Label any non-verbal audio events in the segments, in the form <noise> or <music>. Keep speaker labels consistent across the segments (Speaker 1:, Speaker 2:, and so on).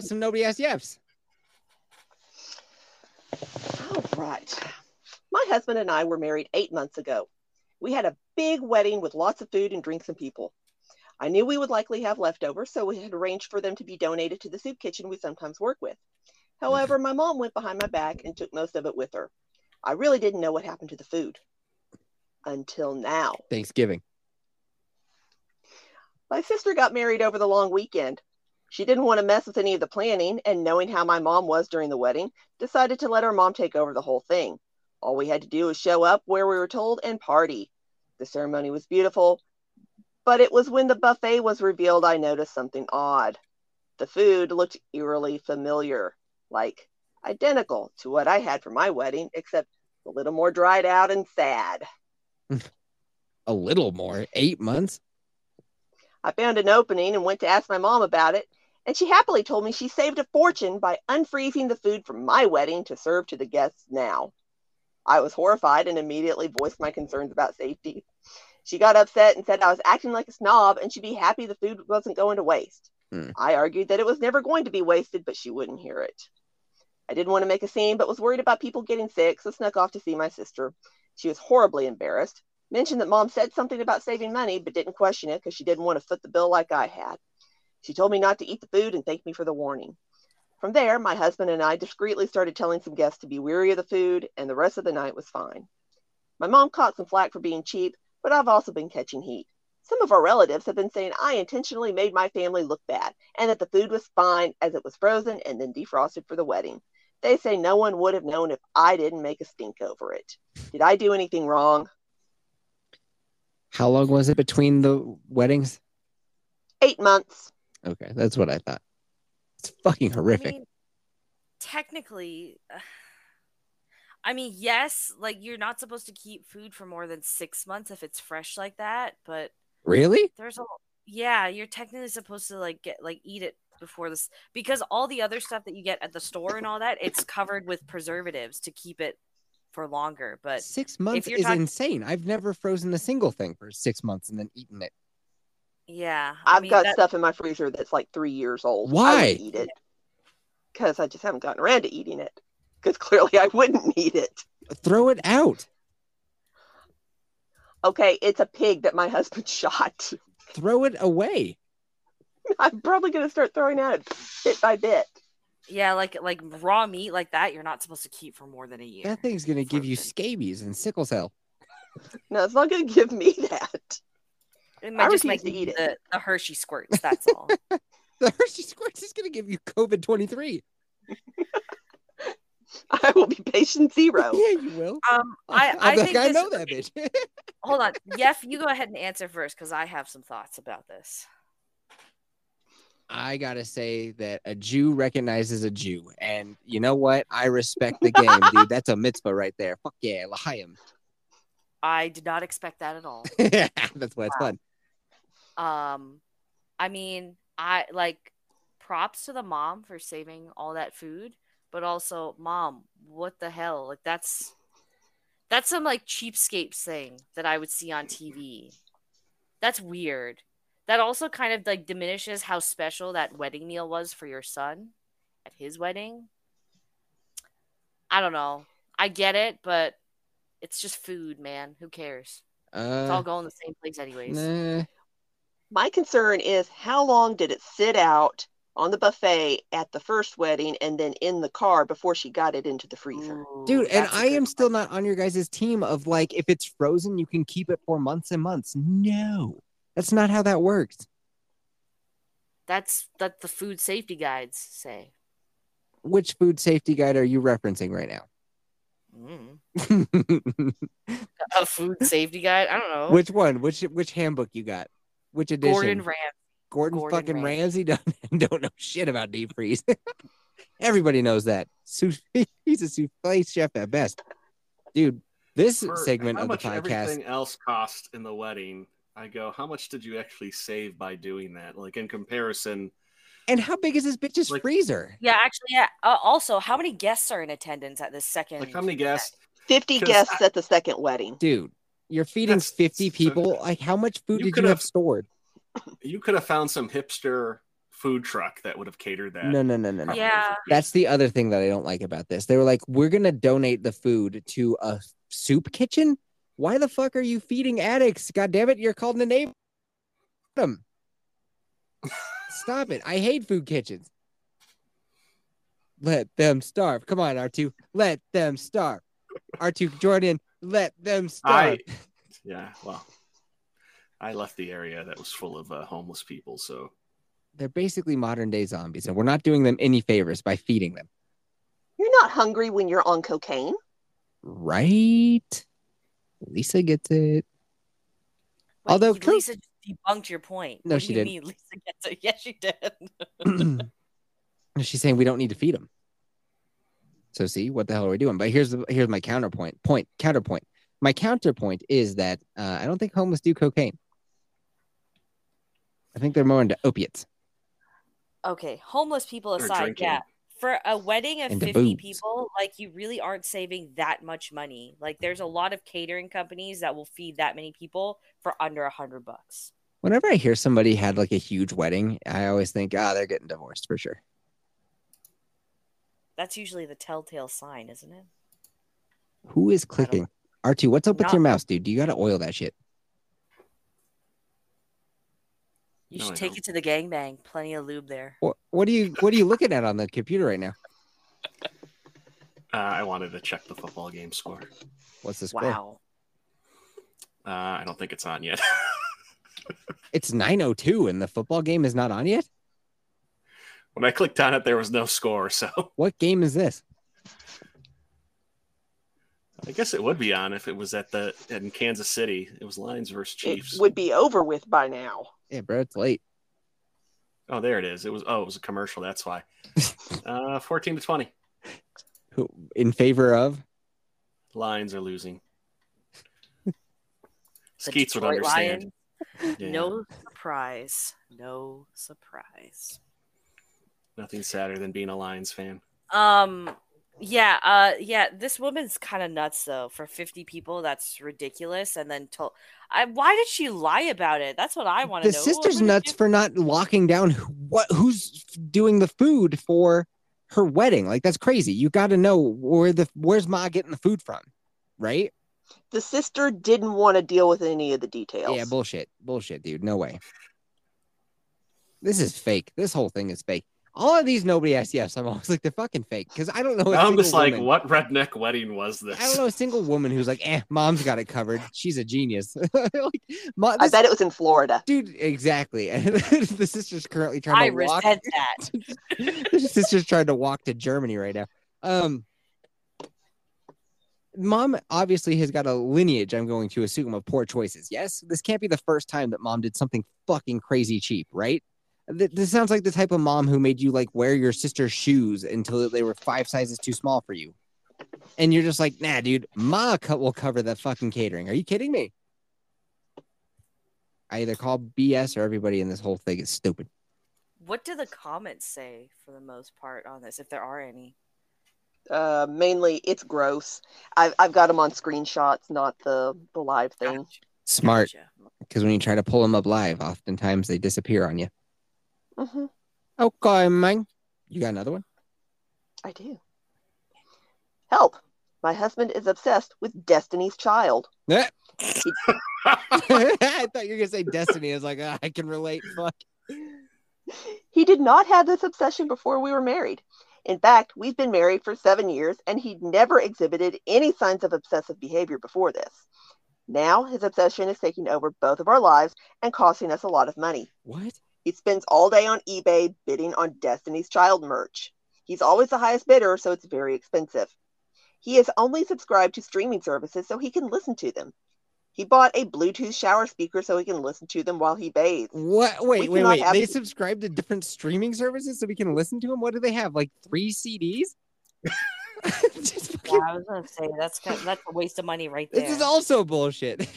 Speaker 1: yes and nobody has yes.
Speaker 2: All right. My husband and I were married eight months ago. We had a big wedding with lots of food and drinks and people. I knew we would likely have leftovers, so we had arranged for them to be donated to the soup kitchen we sometimes work with. However, my mom went behind my back and took most of it with her. I really didn't know what happened to the food until now.
Speaker 1: Thanksgiving.
Speaker 2: My sister got married over the long weekend. She didn't want to mess with any of the planning, and knowing how my mom was during the wedding, decided to let her mom take over the whole thing. All we had to do was show up where we were told and party. The ceremony was beautiful, but it was when the buffet was revealed I noticed something odd. The food looked eerily familiar, like identical to what I had for my wedding, except a little more dried out and sad.
Speaker 1: A little more, eight months.
Speaker 2: I found an opening and went to ask my mom about it, and she happily told me she saved a fortune by unfreezing the food from my wedding to serve to the guests now. I was horrified and immediately voiced my concerns about safety. She got upset and said I was acting like a snob and she'd be happy the food wasn't going to waste.
Speaker 1: Hmm.
Speaker 2: I argued that it was never going to be wasted, but she wouldn't hear it. I didn't want to make a scene, but was worried about people getting sick, so snuck off to see my sister. She was horribly embarrassed, mentioned that mom said something about saving money, but didn't question it because she didn't want to foot the bill like I had. She told me not to eat the food and thanked me for the warning. From there, my husband and I discreetly started telling some guests to be weary of the food, and the rest of the night was fine. My mom caught some flack for being cheap, but I've also been catching heat. Some of our relatives have been saying I intentionally made my family look bad and that the food was fine as it was frozen and then defrosted for the wedding. They say no one would have known if I didn't make a stink over it. Did I do anything wrong?
Speaker 1: How long was it between the weddings?
Speaker 2: Eight months.
Speaker 1: Okay, that's what I thought. It's fucking horrific.
Speaker 3: I mean, technically, I mean, yes, like you're not supposed to keep food for more than six months if it's fresh like that, but
Speaker 1: really?
Speaker 3: there's a yeah, you're technically supposed to like get like eat it before this because all the other stuff that you get at the store and all that, it's covered with preservatives to keep it for longer. But
Speaker 1: six months
Speaker 3: you're
Speaker 1: is
Speaker 3: talk-
Speaker 1: insane. I've never frozen a single thing for six months and then eaten it.
Speaker 3: yeah, I
Speaker 2: I've
Speaker 3: mean,
Speaker 2: got
Speaker 3: that-
Speaker 2: stuff in my freezer that's like three years old. I
Speaker 1: Why?
Speaker 2: would eat it because I just haven't gotten around to eating it because clearly I wouldn't eat it.
Speaker 1: Throw it out.
Speaker 2: Okay, it's a pig that my <laughs> husband shot. <laughs>
Speaker 1: Throw it away.
Speaker 2: I'm probably going to start throwing out it bit by bit.
Speaker 3: yeah, like like raw meat like that, you're not supposed to keep for more than a year.
Speaker 1: That thing's gonna give you
Speaker 3: Frozen.
Speaker 1: scabies and sickle cell. <laughs>
Speaker 2: No, it's not going to give me <laughs> that.
Speaker 3: It
Speaker 2: I
Speaker 3: might just
Speaker 2: refuse
Speaker 3: make
Speaker 2: to eat
Speaker 3: eat
Speaker 2: it.
Speaker 3: the, the Hershey squirts. That's
Speaker 1: <laughs>
Speaker 3: all.
Speaker 1: The Hershey Squirts is gonna give you COVID twenty three.
Speaker 2: I will be patient zero.
Speaker 1: <laughs> Yeah, you will.
Speaker 3: Um, I
Speaker 1: I'm <laughs>
Speaker 3: I
Speaker 1: like,
Speaker 3: think
Speaker 1: I
Speaker 3: this-
Speaker 1: know that bitch.
Speaker 3: Hold on, Jeff, you go ahead and answer first because I have some thoughts about this.
Speaker 1: I gotta say that a Jew recognizes a Jew, and you know what? I respect the game,
Speaker 3: <laughs>
Speaker 1: dude. That's a mitzvah right there. Fuck yeah, lahayim.
Speaker 3: I did not expect that at all.
Speaker 1: <laughs> That's why it's fun.
Speaker 3: Um, I mean, I like props to the mom for saving all that food, but also, mom, what the hell? Like that's that's some like cheapskate thing that I would see on TV. That's weird. That also kind of like diminishes how special that wedding meal was for your son at his wedding. I don't know. I get it, but it's just food, man. Who cares? It's all
Speaker 1: Uh,
Speaker 3: going the same place anyways.
Speaker 1: nah.
Speaker 2: My concern is how long did it sit out on the buffet at the first wedding and then in the car before she got it into the freezer?
Speaker 3: Ooh,
Speaker 1: Dude, and
Speaker 3: that's a
Speaker 1: I
Speaker 3: good
Speaker 1: am
Speaker 3: one.
Speaker 1: still not on your guys' team of like, if it's frozen, you can keep it for months and months. No, that's not how that works.
Speaker 3: That's that the food safety guides say.
Speaker 1: Which food safety guide are you referencing right
Speaker 3: Mm.
Speaker 1: now?
Speaker 3: A food safety guide? I don't
Speaker 1: <laughs>
Speaker 3: know.
Speaker 1: which one? Which which handbook you got? Which edition?
Speaker 3: Gordon Ram.
Speaker 1: Gordon,
Speaker 3: Gordon
Speaker 1: fucking Ramsay
Speaker 3: Ramsay.
Speaker 1: don't, <laughs> don't know shit about deep freeze. <laughs> Everybody knows that. Sou- <laughs> He's a souffle chef at best. Dude, this
Speaker 4: For
Speaker 1: segment
Speaker 4: how
Speaker 1: of the
Speaker 4: much
Speaker 1: podcast,
Speaker 4: everything else cost in the wedding. I go, how much did you actually save by doing that? Like in comparison,
Speaker 1: and how big is this bitch's
Speaker 4: Like-
Speaker 1: freezer?
Speaker 3: Yeah, actually, yeah. Uh, also, how many guests are in attendance at this second?
Speaker 4: like how many guests?
Speaker 2: 50
Speaker 4: 'Cause
Speaker 2: guests at the second wedding.
Speaker 1: Dude, you're feeding
Speaker 4: That's-
Speaker 1: 50
Speaker 4: so-
Speaker 1: people. like, how much food
Speaker 4: You
Speaker 1: did you
Speaker 4: could've-
Speaker 1: have stored?
Speaker 4: You could have found some hipster food truck that would have catered that.
Speaker 1: No, no, no, no, no.
Speaker 3: Yeah.
Speaker 1: That's the other thing that I don't like about this. They were like, we're gonna donate the food to a soup kitchen. Why the fuck are you feeding addicts? God damn it, you're called the name. Them. Stop it. I hate food kitchens. Let them starve. Come on, R2. Let them starve. R2 Jordan, let them starve.
Speaker 4: I, <laughs> yeah, well, I left the area that was full of uh, homeless people, so
Speaker 1: They're basically modern day zombies, and we're not doing them any favors by feeding them.
Speaker 2: You're not hungry when you're on cocaine.
Speaker 1: Right? Lisa gets it.
Speaker 3: Wait,
Speaker 1: Although
Speaker 3: you-
Speaker 1: Coke-
Speaker 3: Lisa just debunked your point.
Speaker 1: No,
Speaker 3: What do
Speaker 1: she
Speaker 3: you
Speaker 1: didn't.
Speaker 3: mean Lisa gets it? <laughs> Yes, she did.
Speaker 1: <clears throat> she's saying we don't need to feed them. So see what the hell are we doing? But here's the, here's my counterpoint. Point counterpoint. My counterpoint is that uh, I don't think homeless do cocaine. I think they're more into opiates.
Speaker 3: okay, homeless people
Speaker 4: they're
Speaker 3: aside,
Speaker 4: drinking.
Speaker 3: yeah. For a wedding of
Speaker 1: And the
Speaker 3: 50
Speaker 1: booze.
Speaker 3: people, like you really aren't saving that much money. Like there's a lot of catering companies that will feed that many people for under a hundred bucks.
Speaker 1: Whenever I hear somebody had like a huge wedding, I always think, ah, they're getting divorced for sure.
Speaker 3: That's usually the telltale sign, isn't it?
Speaker 1: Who is clicking? R2, what's up with
Speaker 3: Not-
Speaker 1: your mouse, dude? You got to oil that shit.
Speaker 3: You
Speaker 4: No,
Speaker 3: should
Speaker 4: I
Speaker 3: take
Speaker 4: don't.
Speaker 3: it to the gangbang. Plenty of lube there.
Speaker 1: What, what are you What are you looking at on the computer right now?
Speaker 4: Uh, I wanted to check the football game score.
Speaker 1: What's this?
Speaker 3: Wow.
Speaker 4: Uh, I don't think it's on yet. <laughs>
Speaker 1: It's 902 and the football game is not on yet?
Speaker 4: when I clicked on it, there was no score, so <laughs>
Speaker 1: What game is this?
Speaker 4: I guess it would be on if it was at the in Kansas City. It was Lions versus Chiefs.
Speaker 2: It would be over with by now.
Speaker 1: Yeah, bro, it's late.
Speaker 4: Oh, there it is. It was. Oh, it was a commercial.
Speaker 1: <laughs>
Speaker 4: That's why. Uh, fourteen to twenty.
Speaker 1: Who in favor of?
Speaker 4: Lions
Speaker 3: <laughs>
Speaker 4: are losing.
Speaker 3: The
Speaker 4: Skeets would
Speaker 3: Detroit
Speaker 4: understand. Yeah,
Speaker 3: No surprise. No surprise.
Speaker 4: nothing sadder than being a Lions fan.
Speaker 3: Um yeah, uh yeah, this woman's kind of nuts though. For 50 people, that's ridiculous and then told I why did she lie about it? That's what I want to
Speaker 1: The
Speaker 3: know.
Speaker 1: sister's
Speaker 3: What-
Speaker 1: nuts for not locking down who- what who's doing the food for her wedding. Like that's crazy. You got to know where the where's Ma getting the food from, right?
Speaker 2: The sister didn't want to deal with any of the details.
Speaker 1: Yeah, bullshit, bullshit, dude. No way. This is fake. This whole thing is fake. All of these nobody asked yes. I'm always like the fucking fake because I don't know. a
Speaker 4: Now I'm
Speaker 1: single
Speaker 4: just like,
Speaker 1: woman-
Speaker 4: what redneck wedding was
Speaker 1: I don't
Speaker 4: this?
Speaker 1: know a single woman who's like, eh, mom's got it covered. She's a genius. <laughs> like, Ma,
Speaker 2: I
Speaker 1: this-
Speaker 2: bet it was in Florida.
Speaker 1: dude, exactly. <laughs> And the sister's currently trying
Speaker 3: I
Speaker 1: to walk
Speaker 3: resent
Speaker 1: <laughs>
Speaker 3: that.
Speaker 1: this is just trying to walk to Germany right now. Um, mom obviously has got a lineage. I'm going to assume of poor choices. Yes, this can't be the first time that mom did something fucking crazy cheap, right? Th- This sounds like the type of mom who made you like wear your sister's shoes until they were five sizes too small for you, and you're just like, nah, dude, ma co- will cover the fucking catering. Are you kidding me? I either call BS or everybody in this whole thing is stupid.
Speaker 3: What do the comments say for the most part on this if there are any?
Speaker 2: Uh, mainly, it's gross. I've, I've got them on screenshots, not the, the live thing.
Speaker 3: Gotcha,
Speaker 1: Smart.
Speaker 3: gotcha.
Speaker 1: because when you try to pull them up live, oftentimes they disappear on you.
Speaker 2: hmm
Speaker 1: Okay, man. You got <laughs> another one?
Speaker 2: I do. Help! My husband is obsessed with Destiny's Child.
Speaker 1: Eh. I thought you were gonna say Destiny. I was like, ah, I can relate. Fuck.
Speaker 2: He did not have this obsession before we were married. In fact, we've been married for seven years and he'd never exhibited any signs of obsessive behavior before this. Now his obsession is taking over both of our lives and costing us a lot of money.
Speaker 1: What?
Speaker 2: He spends all day on eBay bidding on Destiny's Child merch. He's always the highest bidder, so it's very expensive. He is only subscribed to streaming services so he can listen to them. He bought a Bluetooth shower speaker so he can listen to them while he bathes.
Speaker 1: What? Wait,
Speaker 2: We
Speaker 1: wait,
Speaker 2: cannot
Speaker 1: wait.
Speaker 2: have-
Speaker 1: They subscribe to different streaming services so we can listen to them. What do they have? Like three CDs? <laughs> Just fucking-
Speaker 3: Yeah, I was gonna say that's kind that's a waste of money right there.
Speaker 1: This is also bullshit.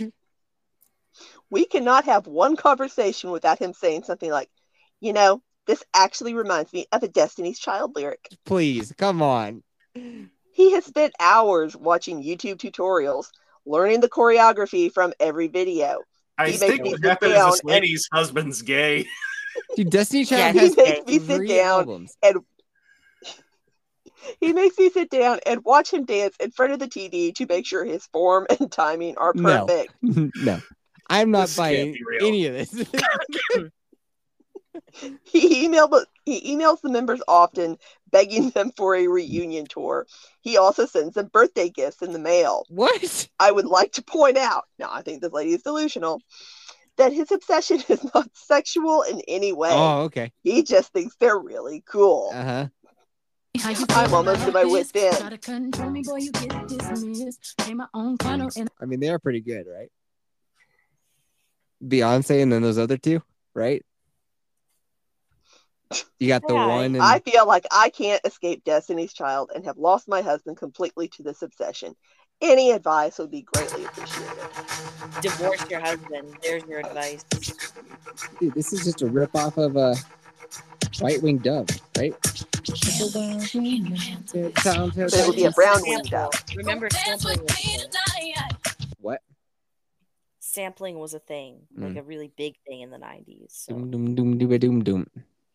Speaker 1: <laughs>
Speaker 2: we cannot have one conversation without him saying something like, you know, this actually reminds me of a Destiny's Child lyric.
Speaker 1: Please, come on.
Speaker 2: He has spent hours watching YouTube tutorials, learning the choreography from every video.
Speaker 4: I
Speaker 2: He
Speaker 4: think
Speaker 2: made me
Speaker 4: what
Speaker 2: sit
Speaker 4: happened is
Speaker 2: down
Speaker 4: this
Speaker 2: and-
Speaker 4: lady's husband's gay.
Speaker 1: Dude, Destiny Child
Speaker 3: Yeah,
Speaker 1: has
Speaker 2: he makes me sit
Speaker 1: three
Speaker 2: down.
Speaker 1: albums. <laughs>
Speaker 2: He makes me sit down and watch him dance in front of the TV to make sure his form and timing are
Speaker 1: No.
Speaker 2: perfect.
Speaker 1: no, I'm not
Speaker 4: This can't
Speaker 1: buying
Speaker 4: be real.
Speaker 1: any of this. <laughs>
Speaker 2: He emailed he emails the members often, begging them for a reunion tour. He also sends them birthday gifts in the mail.
Speaker 1: what?
Speaker 2: I would like to point out, now I think this lady is delusional, that his obsession is not sexual in any way.
Speaker 1: Oh, okay.
Speaker 2: He just thinks they're really cool.
Speaker 1: Uh huh.
Speaker 2: I'm almost to my wit's end.
Speaker 5: Try to control me, boy, you get dismissed. Pay my own funnel and
Speaker 1: I mean, they are pretty good, right? Beyonce and then those other two, right? You got the
Speaker 3: Yeah,
Speaker 1: one. And,
Speaker 2: I feel like I can't escape Destiny's Child and have lost my husband completely to this obsession. Any advice would be greatly appreciated.
Speaker 3: Divorce your husband. There's your advice.
Speaker 1: dude, this is just a rip off of a White Winged Dove, right? It sounds
Speaker 2: But it would be a brown window.
Speaker 3: Remember sampling. was a thing.
Speaker 1: What?
Speaker 3: Sampling was a thing,
Speaker 1: Mm.
Speaker 3: like a really big thing in the '90s. So.
Speaker 1: Doom, doom, doom, doom, doom, doom.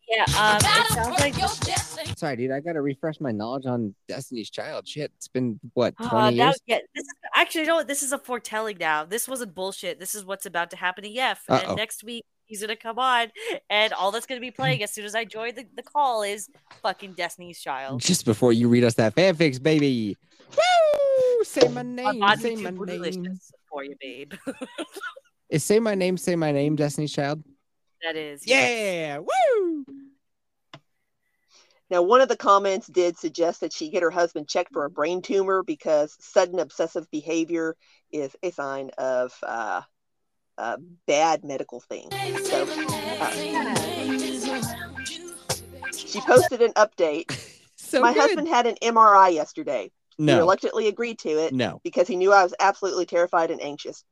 Speaker 3: Yeah, um, it sounds like
Speaker 1: Sorry, dude. I got to refresh my knowledge on Destiny's Child. Shit, it's been, what, 20
Speaker 3: Uh,
Speaker 1: years?
Speaker 3: that, yeah, this is, actually, you know what? This is a foretelling now. This wasn't bullshit. This is what's about to happen to Yef.
Speaker 1: Uh-oh.
Speaker 3: And next week, he's going to come on. And all that's
Speaker 1: <clears throat>
Speaker 3: going to be playing as soon as I join the, the call is fucking Destiny's Child.
Speaker 1: Just before you read us that fanfics, baby. Woo! Say my
Speaker 3: On
Speaker 1: name.
Speaker 3: Mod
Speaker 1: Say
Speaker 3: Too
Speaker 1: my name.
Speaker 3: Delicious for you, babe. <laughs>
Speaker 1: Is Say My Name, Say My Name, Destiny's Child?
Speaker 3: that is.
Speaker 1: Yeah. Woo!
Speaker 2: Now, one of the comments did suggest that she get her husband checked for a brain tumor because sudden obsessive behavior is a sign of uh, uh, bad medical things. So she posted an update.
Speaker 1: <laughs> So
Speaker 2: My
Speaker 1: good.
Speaker 2: husband had an MRI yesterday. He
Speaker 1: No.
Speaker 2: reluctantly agreed to it.
Speaker 1: No.
Speaker 2: because he knew I was absolutely terrified and anxious.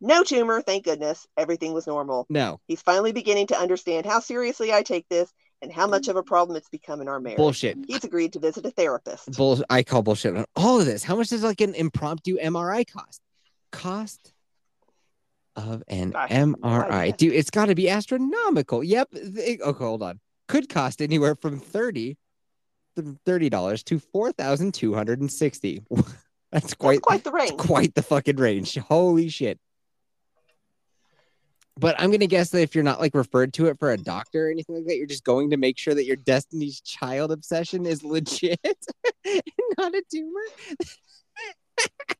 Speaker 2: No tumor, thank goodness. Everything was normal.
Speaker 1: No.
Speaker 2: He's finally beginning to understand how seriously I take this and how much of a problem it's become in our marriage.
Speaker 1: Bullshit.
Speaker 2: He's agreed to visit a therapist.
Speaker 1: Bull. I call bullshit on all of this. How much does like an impromptu MRI cost? Cost of an
Speaker 2: Gosh,
Speaker 1: MRI,
Speaker 2: yeah.
Speaker 1: dude. It's got to be astronomical. Yep. They- okay, hold on. Could cost anywhere from thirty, from thirty dollars to four thousand two hundred and sixty. <laughs> That's
Speaker 2: That's
Speaker 1: quite
Speaker 2: quite the range.
Speaker 1: quite the fucking range. Holy shit. But I'm gonna guess that if you're not like referred to it for a doctor or anything like that, you're just going to make sure that your Destiny's Child obsession is legit, <laughs> and not a
Speaker 3: <laughs>
Speaker 1: tumor.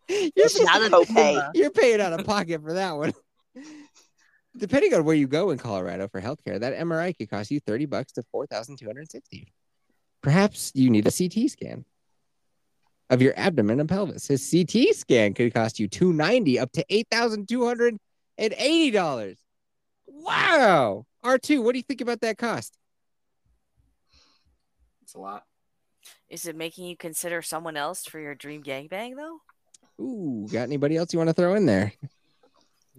Speaker 1: you're,
Speaker 2: It's just
Speaker 3: Not
Speaker 2: a
Speaker 3: a
Speaker 2: copay.
Speaker 3: tumor.
Speaker 1: you're paying out of pocket for that one. <laughs> Depending on where you go in Colorado for healthcare, that MRI could cost you thirty bucks to four thousand two hundred sixty. Perhaps you need a CT scan of your abdomen and pelvis. His CT scan could cost you two ninety up to eight thousand two hundred and eighty dollars. Wow, R two, what do you think about that cost?
Speaker 4: It's a lot.
Speaker 3: Is it making you consider someone else for your dream gangbang, though?
Speaker 1: Ooh, got anybody else you want to throw in there?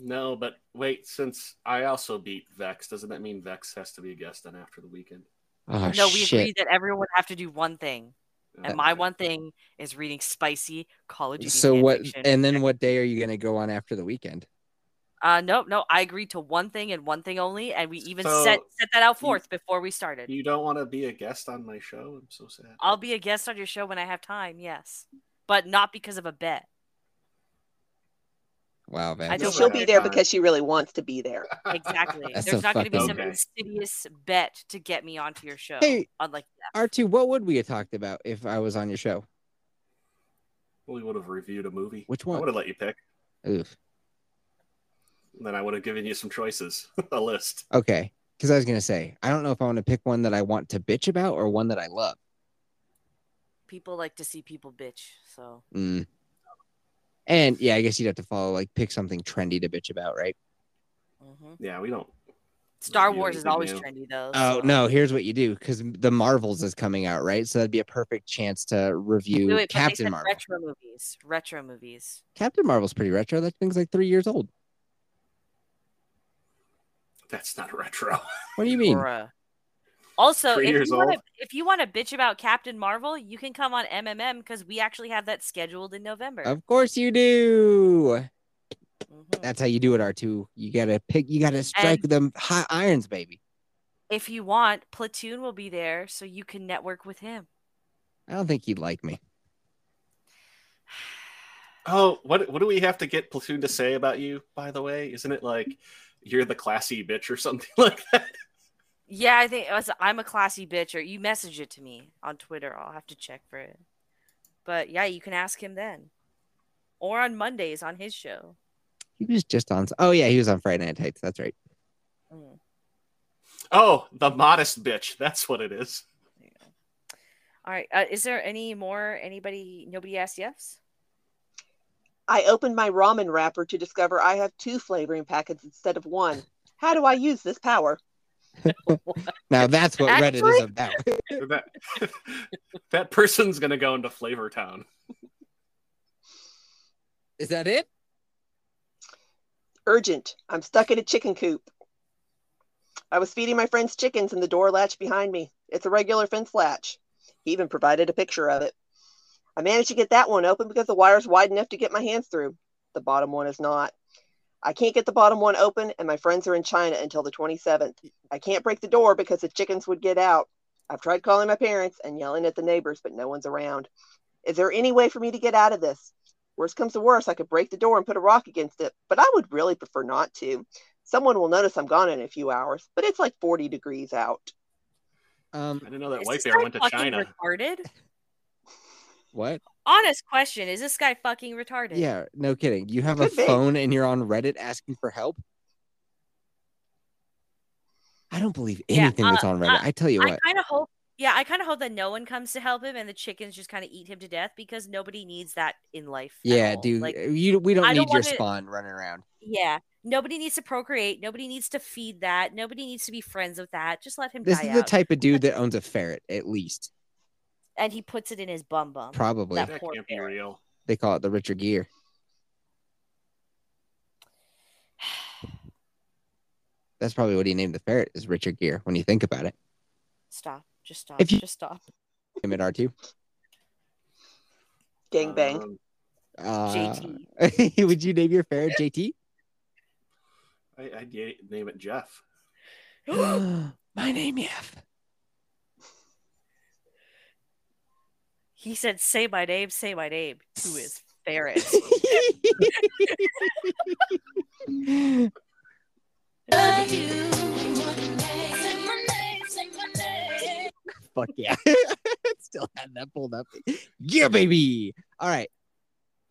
Speaker 4: No, but wait, since I also beat Vex, doesn't that mean Vex has to be a guest on after the weekend?
Speaker 1: Oh
Speaker 3: no, we
Speaker 1: shit! Uh,
Speaker 3: agreed that everyone would have to do one thing.
Speaker 4: Okay.
Speaker 3: And my one thing is reading spicy Call of Duty.
Speaker 1: So what?
Speaker 3: fanfiction.
Speaker 1: And then what day are you gonna go on after the weekend?
Speaker 3: Uh, no, no, I agreed to one thing and one thing only, and we even
Speaker 4: So-
Speaker 3: set set that out forth before we started.
Speaker 4: You don't want to be a guest on my show? I'm so sad.
Speaker 3: I'll be a guest on your show when I have time, yes, but not because of a bet.
Speaker 1: Wow, man.
Speaker 3: I don't
Speaker 2: She'll
Speaker 3: know.
Speaker 2: be there because she really wants to be there.
Speaker 3: Exactly.
Speaker 1: That's
Speaker 3: There's
Speaker 1: a
Speaker 3: not going to be
Speaker 1: fucking-
Speaker 3: some
Speaker 4: Okay.
Speaker 3: insidious bet to get me onto your show.
Speaker 1: Hey.
Speaker 3: Unlike that.
Speaker 1: R2, what would we have talked about if I was on your show?
Speaker 4: <laughs> we would have reviewed a movie.
Speaker 1: Which
Speaker 4: I
Speaker 1: one?
Speaker 4: would have let you pick.
Speaker 1: Oof.
Speaker 4: Then I would have given you some choices, <laughs> a list.
Speaker 1: Okay. Because I was going to say, I don't know if I want to pick one that I want to bitch about or one that I love.
Speaker 3: People like to see people bitch. So
Speaker 1: Mm. And yeah, I guess you'd have to follow, like, pick something trendy to bitch about, right?
Speaker 3: mhm.
Speaker 4: Yeah, we don't.
Speaker 3: Star
Speaker 4: You
Speaker 3: Wars is
Speaker 4: need to
Speaker 3: always
Speaker 4: do.
Speaker 3: trendy, though.
Speaker 1: Oh,
Speaker 3: so-
Speaker 1: no. Here's what you do because the Marvels is coming out, right? So that'd be a perfect chance to review
Speaker 3: Wait, wait, but they
Speaker 1: Captain
Speaker 3: said
Speaker 1: Marvel.
Speaker 3: Retro movies. Retro movies.
Speaker 1: Captain Marvel's pretty retro. That thing's like three years old.
Speaker 4: That's not retro. <laughs>
Speaker 1: What do you mean?
Speaker 3: Bruh. Also,
Speaker 4: Three
Speaker 3: if
Speaker 4: years
Speaker 3: you, wanna,
Speaker 4: old.
Speaker 3: if you want to bitch about Captain Marvel, you can come on MMM because we actually have that scheduled in November.
Speaker 1: Of course you do.
Speaker 3: Mhm.
Speaker 1: That's how you do it, R2. You got to pick, you got to strike them hot irons, baby.
Speaker 3: if you want, Platoon will be there so you can network with him.
Speaker 1: I don't think he'd like me.
Speaker 4: Oh, what what do we have to get Platoon to say about you? By the way, isn't it like you're the classy bitch or <laughs> something like that?
Speaker 3: Yeah, I think it was, I'm a classy bitch. Or you message it to me on Twitter. I'll have to check for it. But yeah, you can ask him then, or on Mondays on his show.
Speaker 1: He was just on. Oh yeah, he was on Friday Night Tights. That's right.
Speaker 3: Mm.
Speaker 4: Oh, the modest bitch. That's what
Speaker 3: <laughs>
Speaker 4: it is.
Speaker 3: All right. Uh, is there any more? Anybody? Nobody asked yes.
Speaker 2: I opened my ramen wrapper to discover I have two flavoring packets instead of one. How do I use this power?
Speaker 1: Now that's what Reddit
Speaker 3: Actually-
Speaker 1: is about. <laughs>
Speaker 4: That, <laughs> that person's gonna go into Flavor Town.
Speaker 1: Is that it?
Speaker 2: Urgent. I'm stuck in a chicken coop. I was feeding my friend's chickens and the door latched behind me. It's a regular fence latch. He even provided a picture of it. I managed to get that one open because the wire's wide enough to get my hands through. The bottom one is not. I can't get the bottom one open, and my friends are in China until the 27th. I can't break the door because the chickens would get out. I've tried calling my parents and yelling at the neighbors, but no one's around. Is there any way for me to get out of this? Worst comes to worst, I could break the door and put a rock against it, but I would really prefer not to. Someone will notice I'm gone in a few hours, but it's like 40 degrees out.
Speaker 1: Um,
Speaker 4: I didn't know that
Speaker 3: Is
Speaker 4: white
Speaker 3: this
Speaker 4: bear
Speaker 3: guy
Speaker 4: went to
Speaker 3: fucking
Speaker 4: China.
Speaker 3: Retarded.
Speaker 1: what?
Speaker 3: Honest question: Is this guy fucking retarded?
Speaker 1: Yeah, no kidding. You have a
Speaker 2: Could be.
Speaker 1: phone and you're on Reddit asking for help. I don't believe
Speaker 3: Yeah,
Speaker 1: anything that's on Reddit.
Speaker 3: uh,
Speaker 1: I tell you
Speaker 3: I
Speaker 1: what.
Speaker 3: kind of hope. Yeah, I kind of hope that no one comes to help him, and the chickens just kind of eat him to death because nobody needs that in life. at
Speaker 1: Yeah,
Speaker 3: all.
Speaker 1: dude. uh,
Speaker 3: Like,
Speaker 1: you we don't
Speaker 3: I
Speaker 1: need
Speaker 3: don't
Speaker 1: your
Speaker 3: wanna-
Speaker 1: spawn running around.
Speaker 3: yeah, nobody needs to procreate. Nobody needs to feed that. Nobody needs to be friends with that. Just let him
Speaker 1: This
Speaker 3: die
Speaker 1: is
Speaker 3: out.
Speaker 1: the type
Speaker 3: <laughs>
Speaker 1: of dude that owns a ferret, at least.
Speaker 3: and he puts it in his bum bum.
Speaker 1: Probably.
Speaker 3: That
Speaker 4: That
Speaker 3: poor
Speaker 4: can't be
Speaker 3: bear.
Speaker 4: real.
Speaker 1: They call it the Richard Gear. That's probably what he named the ferret is Richard Gear when you think about it.
Speaker 3: <sighs> stop. Just stop.
Speaker 1: If you-
Speaker 3: just stop.
Speaker 1: Him at R2.
Speaker 2: Gang bang.
Speaker 4: Um,
Speaker 1: Uh, <laughs>
Speaker 3: JT.
Speaker 1: would you name your ferret <gasps>
Speaker 2: <gasps>
Speaker 1: JT?
Speaker 4: I, I'd y- name
Speaker 3: <laughs>
Speaker 4: it Jeff. <laughs>
Speaker 1: My name Yef.
Speaker 3: <gasps> he said, "Say my name. Say my name." Who is ferret?
Speaker 5: Love you. Say my name, say my name.
Speaker 1: <laughs> Fuck yeah. <laughs> Still had that pulled up. Yeah, baby. All right.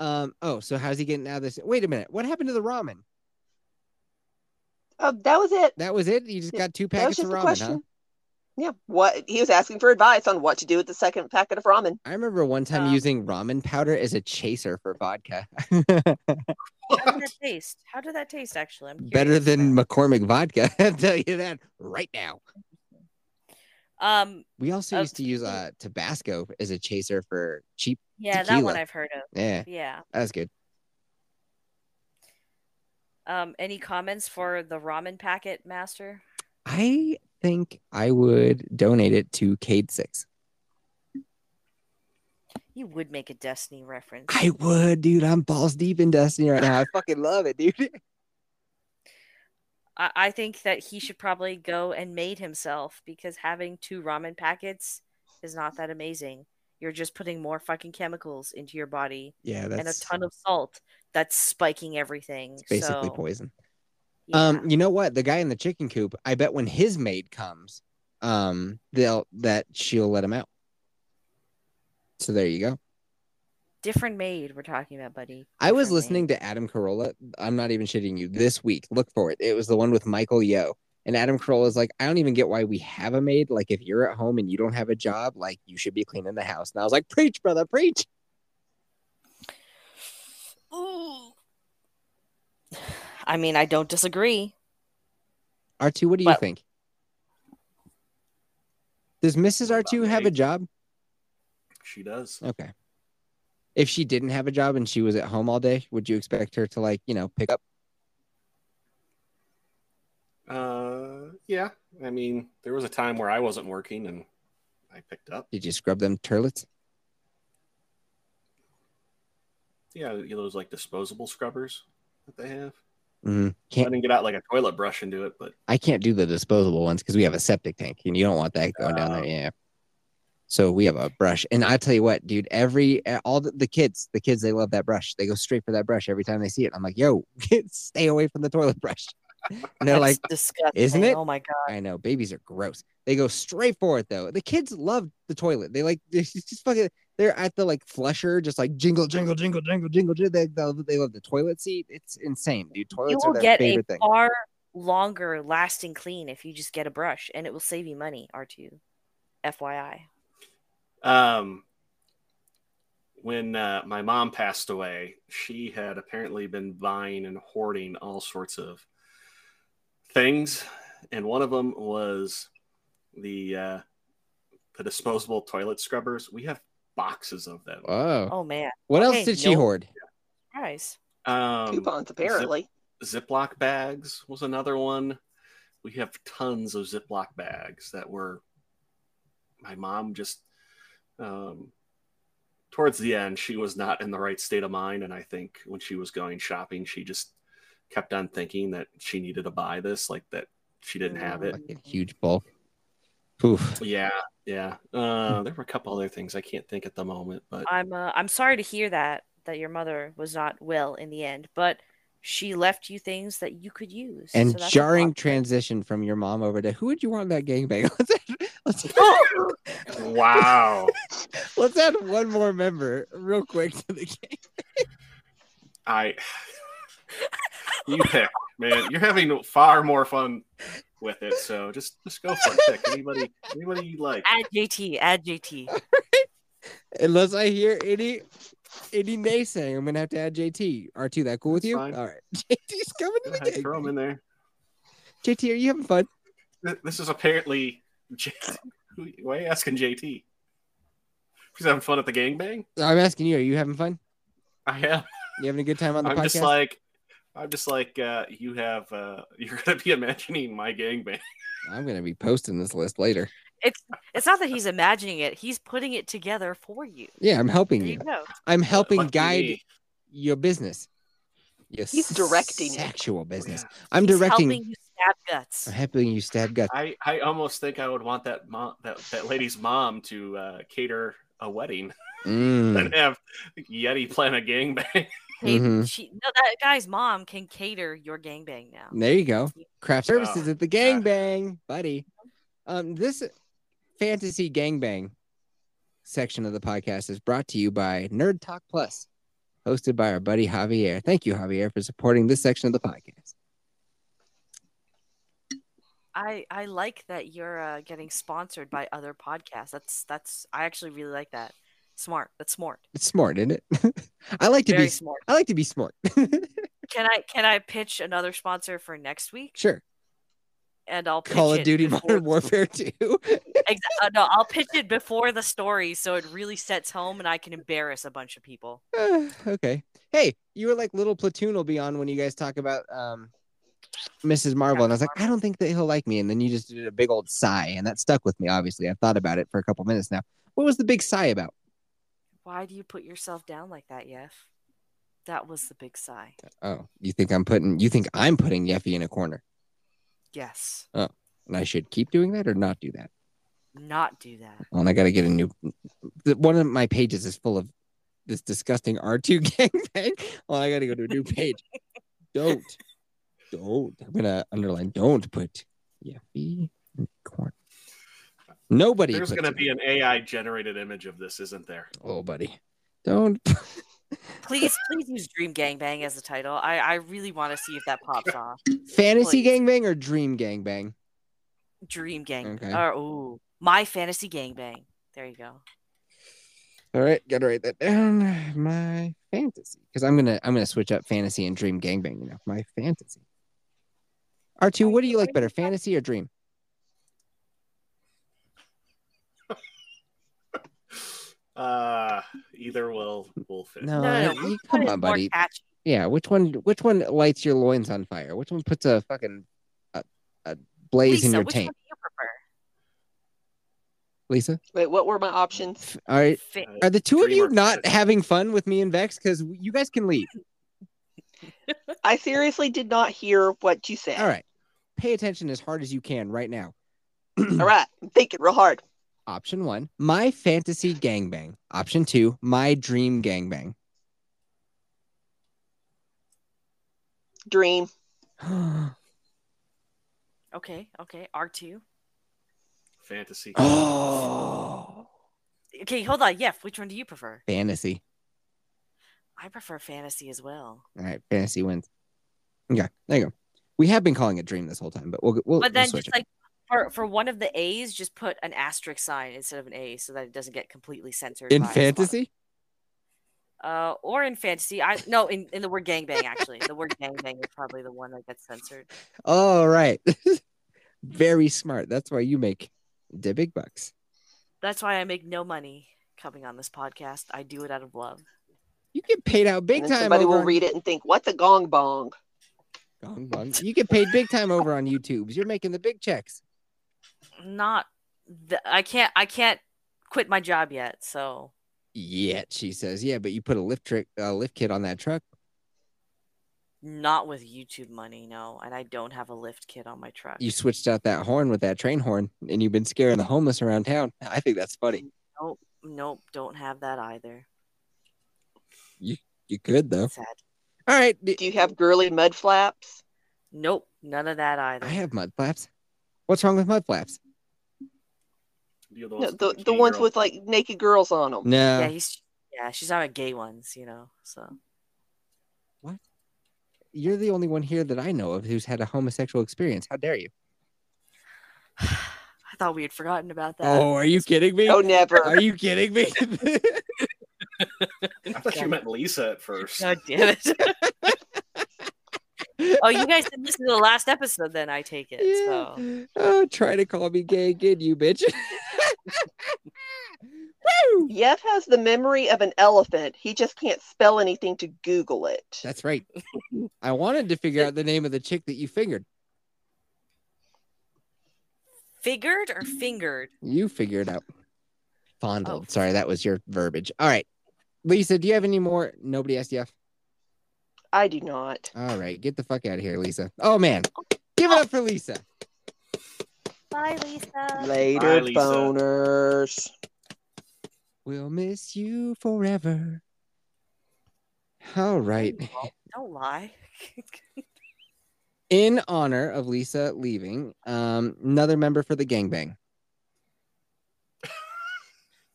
Speaker 1: Um, oh, so how's he getting out of this? Wait a minute. What happened to the ramen?
Speaker 2: Oh, that was it.
Speaker 1: That was it? You just got two
Speaker 2: That was
Speaker 1: packets of
Speaker 2: just a
Speaker 1: ramen,
Speaker 2: question.
Speaker 1: huh?
Speaker 2: Yeah. What he was asking for advice on what to do with the second packet of ramen.
Speaker 1: I remember one time
Speaker 3: Um,
Speaker 1: using ramen powder as a chaser for vodka. <laughs>
Speaker 3: How did that taste? How did that taste? Actually, I'm
Speaker 1: Better
Speaker 3: curious
Speaker 1: than
Speaker 3: about
Speaker 1: McCormick vodka. <laughs> I'll tell you that right now.
Speaker 3: it. um.
Speaker 1: We also
Speaker 3: Oh,
Speaker 1: used to use
Speaker 3: speaking-
Speaker 1: uh, Tabasco as a chaser for cheap.
Speaker 3: Yeah, that one
Speaker 1: Tequila.
Speaker 3: I've heard of.
Speaker 1: Yeah,
Speaker 3: Yeah.
Speaker 1: that was good.
Speaker 3: Um. Any comments for the ramen packet, Master?
Speaker 1: I think I would donate it to Cade Six.
Speaker 3: You would make a Destiny reference.
Speaker 1: I would, dude. I'm balls deep in Destiny right
Speaker 3: <laughs>
Speaker 1: now. I fucking love it, dude. <laughs>
Speaker 3: I, I think that he should probably go and made himself because having two ramen packets is not that amazing. You're just putting more fucking chemicals into your body
Speaker 1: Yeah,
Speaker 3: and a
Speaker 1: that's
Speaker 3: ton of salt that's spiking everything.
Speaker 1: basically
Speaker 3: so,
Speaker 1: poison.
Speaker 3: yeah.
Speaker 1: Um, you know what? The guy in the chicken coop. I bet when his maid comes, um, they'll that she'll let him out. So there you go.
Speaker 3: different maid we're talking about, buddy.
Speaker 1: I was
Speaker 3: Different
Speaker 1: listening
Speaker 3: maid.
Speaker 1: to Adam Carolla. I'm not even shitting you. This week, look for it. It was the one with Michael Yo. And Adam Carolla's like, I don't even get why we have a maid. Like, if you're at home and you don't have a job, like, you should be cleaning the house. And I was like, preach, brother, preach.
Speaker 3: Ooh. I mean, I don't disagree.
Speaker 1: R2, what do you
Speaker 3: But-
Speaker 1: think? Does Mrs.
Speaker 4: What about
Speaker 1: R2 have a
Speaker 4: maid?
Speaker 1: job?
Speaker 4: She does.
Speaker 1: Okay. If she didn't have a job and she was at home all day, would you expect her to, like, you know, pick up?
Speaker 4: Uh, yeah. I mean, there was a time where I wasn't working and I picked up.
Speaker 1: Did you scrub them turlets?
Speaker 4: Yeah, you know, those like disposable scrubbers that they have.
Speaker 1: Mhm.
Speaker 4: I
Speaker 1: Can't
Speaker 4: didn't get out like a toilet brush and do it, but
Speaker 1: I can't do the disposable ones because we have a septic tank and you don't want that going down there.
Speaker 4: Oh.
Speaker 1: Yeah. So we have a brush, and I tell you what, dude. Every e, all the, the kids, the kids, they love that brush. They go straight for that brush every time they see it. I'm like, yo, <laughs> kids, stay away from the toilet brush. <laughs> And they're
Speaker 3: That's
Speaker 1: like,
Speaker 3: disgusting.
Speaker 1: "Isn't it?"
Speaker 3: Oh my god.
Speaker 1: I know babies are gross. They go straight for it though. The kids love the toilet. They like <laughs> they just fucking. They're at the like flusher, just like jingle, jingle, jingle, jingle, jingle. jingle. They, they love- they love the toilet seat. It's insane, dude. Toilets
Speaker 3: You
Speaker 1: are
Speaker 3: will
Speaker 1: their
Speaker 3: get a
Speaker 1: favorite thing.
Speaker 3: far longer lasting clean if you just get a brush, and it will save you money. R two, FYI.
Speaker 4: um, when uh, my mom passed away, she had apparently been buying and hoarding all sorts of things, and one of them was the uh, the disposable toilet scrubbers. We have boxes of them.
Speaker 1: Wow.
Speaker 3: Oh man,
Speaker 1: What
Speaker 3: okay,
Speaker 1: else did she
Speaker 3: no.
Speaker 1: hoard?
Speaker 3: guys.
Speaker 4: Um,
Speaker 2: Coupons, apparently.
Speaker 4: Ziploc bags was another one. We have tons of Ziploc bags that were my mom just um, towards the end she was not in the right state of mind and I think when she was going shopping she just kept on thinking that she needed to buy this like that she didn't have it.
Speaker 1: Fucking huge bulk. Poof.
Speaker 4: Yeah, yeah. Uh, there were a couple other things I can't think at the moment, but
Speaker 3: I'm uh, I'm sorry to hear that that your mother was not well in the end, but she left you things that you could use. so
Speaker 1: And
Speaker 3: that's a
Speaker 1: jarring
Speaker 3: lot.
Speaker 1: transition from your mom over to who would you want in that gangbang? <laughs> Let's add, let's,
Speaker 3: Oh!
Speaker 4: wow.
Speaker 1: let's add one more member real quick to the game.
Speaker 4: I <laughs> you pick, man. You're having far more fun with it, so just just go for it. Pick anybody, anybody you like.
Speaker 3: Add JT. Add JT.
Speaker 1: Unless I hear any any naysaying, I'm gonna have to add JT. R2, that cool with
Speaker 4: That's
Speaker 1: you?
Speaker 4: fine.
Speaker 1: All right. <laughs> JT's coming to
Speaker 4: Go
Speaker 1: the
Speaker 4: ahead,
Speaker 1: game.
Speaker 4: throw them in there.
Speaker 1: JT, are you having fun?
Speaker 4: Th- This is apparently. J- who- Why are you asking JT? He's having fun at the gangbang.
Speaker 1: I'm asking you, are you having fun?
Speaker 4: I am.
Speaker 1: You having a good time on the
Speaker 4: I'm
Speaker 1: podcast?
Speaker 4: just like. I'm just like uh, you have. Uh, <laughs> you're gonna be imagining my gangbang.
Speaker 1: I'm gonna be posting this list later.
Speaker 3: It's not that he's imagining it; he's putting it together for you.
Speaker 1: Yeah, I'm helping
Speaker 3: There you
Speaker 1: you.
Speaker 3: go.
Speaker 1: I'm helping
Speaker 4: Lucky
Speaker 1: guide
Speaker 4: me.
Speaker 1: your business. Your
Speaker 2: He's directing it.
Speaker 1: sexual business. I'm
Speaker 3: He's
Speaker 1: directing.
Speaker 3: helping you stab guts.
Speaker 1: I'm helping you stab
Speaker 3: <laughs>
Speaker 1: guts.
Speaker 4: I, I almost think I would want that mom that, that lady's mom to uh, cater a wedding.
Speaker 1: Mm.
Speaker 4: and have Yeti plan a gangbang.
Speaker 3: Hey,
Speaker 1: Mhm.
Speaker 3: she, no, that guy's mom can cater your gangbang now.
Speaker 1: There you go. Craft services
Speaker 4: Oh,
Speaker 1: at the gangbang, buddy. Um, this fantasy gangbang section of the podcast is brought to you by Nerd Talk Plus, hosted by our buddy Javier. Thank you, Javier, for supporting this section of the podcast.
Speaker 3: I I like that you're uh, getting sponsored by other podcasts. That's that's I actually really like that. Smart. That's smart.
Speaker 1: It's smart, isn't it? <laughs> I like to
Speaker 3: Very
Speaker 1: be
Speaker 3: smart.
Speaker 1: I like to be smart. <laughs>
Speaker 3: Can I can I pitch another sponsor for next week?
Speaker 1: sure.
Speaker 3: And I'll pitch
Speaker 1: Call of
Speaker 3: it
Speaker 1: Duty
Speaker 3: before-
Speaker 1: Modern Warfare 2.
Speaker 3: <laughs> Exa- uh, no, I'll pitch it before the story, so it really sets home, and I can embarrass a bunch of people.
Speaker 1: Uh, okay. Hey, you were like little platoon will be on when you guys talk about um Mrs. Marvel, and I was like, I don't think that he'll like me. And then you just did a big old sigh, and that stuck with me. Obviously, I've thought about it for a couple minutes now. What was the big sigh about?
Speaker 3: Why do you put yourself down like that, Yef? That was the big sigh.
Speaker 1: Oh, you think I'm putting you think I'm putting Yeffy in a corner,
Speaker 3: Yes.
Speaker 1: and I should keep doing that or not do that?
Speaker 3: Not do that.
Speaker 1: Well, and I got to get a new. the- One of my pages is full of this disgusting R2 <laughs> gangbang. Well, I got to go to a new page. don't, don't. I'm gonna underline. Don't put Yeffy in a corner. Nobody.
Speaker 4: There's
Speaker 1: puts
Speaker 4: going to
Speaker 1: him-
Speaker 4: be an AI generated image of this, isn't there?
Speaker 1: Oh, buddy. Don't.
Speaker 3: Please, please use Dream Gangbang as the title. I, I really want to see if that pops off.
Speaker 1: Fantasy
Speaker 3: Please.
Speaker 1: gangbang or dream gangbang?
Speaker 3: Dream Gang.
Speaker 1: Okay.
Speaker 3: Or ooh, My Fantasy Gangbang. There you go.
Speaker 1: All right, gotta write that down. My fantasy, because I'm gonna I'm gonna switch up fantasy and dream gangbang. You know, my fantasy. R two, what do you like better, fantasy or dream?
Speaker 4: Uh, either will will fit.
Speaker 1: No,
Speaker 3: no, no,
Speaker 1: you-
Speaker 3: no. Which one
Speaker 1: come
Speaker 3: is
Speaker 1: on,
Speaker 3: more
Speaker 1: buddy.
Speaker 3: catchy?
Speaker 1: Yeah, which one? Which one lights your loins on fire? Which one puts a fucking a, a blaze in
Speaker 3: Lisa,
Speaker 1: your
Speaker 3: which
Speaker 1: tank,
Speaker 3: one do you prefer?
Speaker 1: Lisa?
Speaker 2: Wait, what were my options?
Speaker 1: All right,
Speaker 3: Fa-
Speaker 4: Uh,
Speaker 1: are the two of
Speaker 4: Dream
Speaker 1: you
Speaker 4: or
Speaker 1: not
Speaker 4: fantasy?
Speaker 1: having fun with me and Vex? Because you guys can leave.
Speaker 2: I seriously did not hear what you said.
Speaker 1: All right. Pay attention as hard as you can right now.
Speaker 2: All right. I'm thinking real hard.
Speaker 1: Option one, my fantasy gangbang. Option two, my dream
Speaker 3: <gasps>
Speaker 1: gangbang. <gasps>
Speaker 2: Dream.
Speaker 3: Okay, okay. R2.
Speaker 1: <gasps>
Speaker 4: Fantasy.
Speaker 1: oh,
Speaker 3: Okay, hold on. Yeah, which one do you prefer?
Speaker 1: fantasy.
Speaker 3: I prefer fantasy as well.
Speaker 1: All right, fantasy wins. Okay, there you go. We have been calling it dream this whole time, but we'll we'll,
Speaker 3: But
Speaker 1: we'll
Speaker 3: then
Speaker 1: switch
Speaker 3: just
Speaker 1: it.
Speaker 3: like for, for one of the A's, just put an asterisk sign instead of an A so that it doesn't get completely censored.
Speaker 1: in
Speaker 3: by Spotify.
Speaker 1: fantasy.
Speaker 3: Uh, or in fantasy. I no, in, in the word gangbang actually. the word gangbang is probably the one that gets censored.
Speaker 1: All right, <laughs> very smart. That's why you make the big bucks.
Speaker 3: That's why I make no money coming on this podcast. I do it out of love.
Speaker 1: You get paid out big
Speaker 2: and then
Speaker 1: time.
Speaker 2: somebody
Speaker 1: over
Speaker 2: will
Speaker 1: on-
Speaker 2: read it and think, what's a gong bong?
Speaker 1: Gong gong. You get paid big time over on YouTube. You're making the big checks.
Speaker 3: Not the, I can't I can't quit my job yet, so
Speaker 1: Yet she says, "Yeah, but you put a lift trick, uh, lift kit on that truck.
Speaker 3: not with YouTube money, no. And I don't have a lift kit on my truck.
Speaker 1: You switched out that horn with that train horn, and you've been scaring the homeless around town. I think that's funny.
Speaker 3: Nope, don't have that either.
Speaker 1: You could though.
Speaker 3: Sad.
Speaker 1: All right,
Speaker 2: Do you have girly mud flaps?
Speaker 3: Nope, none of that either.
Speaker 1: I have mud flaps. What's wrong with mud flaps?
Speaker 4: The, other
Speaker 2: No,
Speaker 4: ones
Speaker 2: the,
Speaker 4: with
Speaker 2: the
Speaker 4: gay
Speaker 2: ones
Speaker 4: girl.
Speaker 2: with like naked girls on them.
Speaker 1: No.
Speaker 3: yeah, he's yeah, she's on gay ones, you know. So <sighs>
Speaker 1: You're the only one here that I know of who's had a homosexual experience. How dare you?
Speaker 3: I thought we had forgotten about that.
Speaker 1: Oh, are you kidding me?
Speaker 2: <laughs> Oh, never.
Speaker 1: Are you kidding me?
Speaker 4: I thought you meant Lisa at first.
Speaker 3: <laughs> God damn
Speaker 1: <laughs>
Speaker 3: it. oh, you guys didn't listen to the last episode, then I take it.
Speaker 1: Yeah.
Speaker 3: So
Speaker 1: Oh, try to call me gay again, you bitch. Woo!
Speaker 2: Yev has the memory of an elephant. He just can't spell anything to Google it.
Speaker 1: That's right. I wanted to figure out the name of the chick that you fingered.
Speaker 3: figured or fingered?
Speaker 1: You figure it out. Fondled. Sorry, that was your verbiage. All right. Lisa, do you have any more? Nobody SDF.
Speaker 2: I do not.
Speaker 1: All right. Get the fuck out of here, Lisa. Oh, man. Give it up for Lisa.
Speaker 3: Bye, Lisa.
Speaker 2: Later,
Speaker 4: Lisa.
Speaker 2: boners.
Speaker 1: We'll miss you forever. All right.
Speaker 3: Don't lie. <laughs>
Speaker 1: In honor of Lisa leaving, um, another member for the gangbang.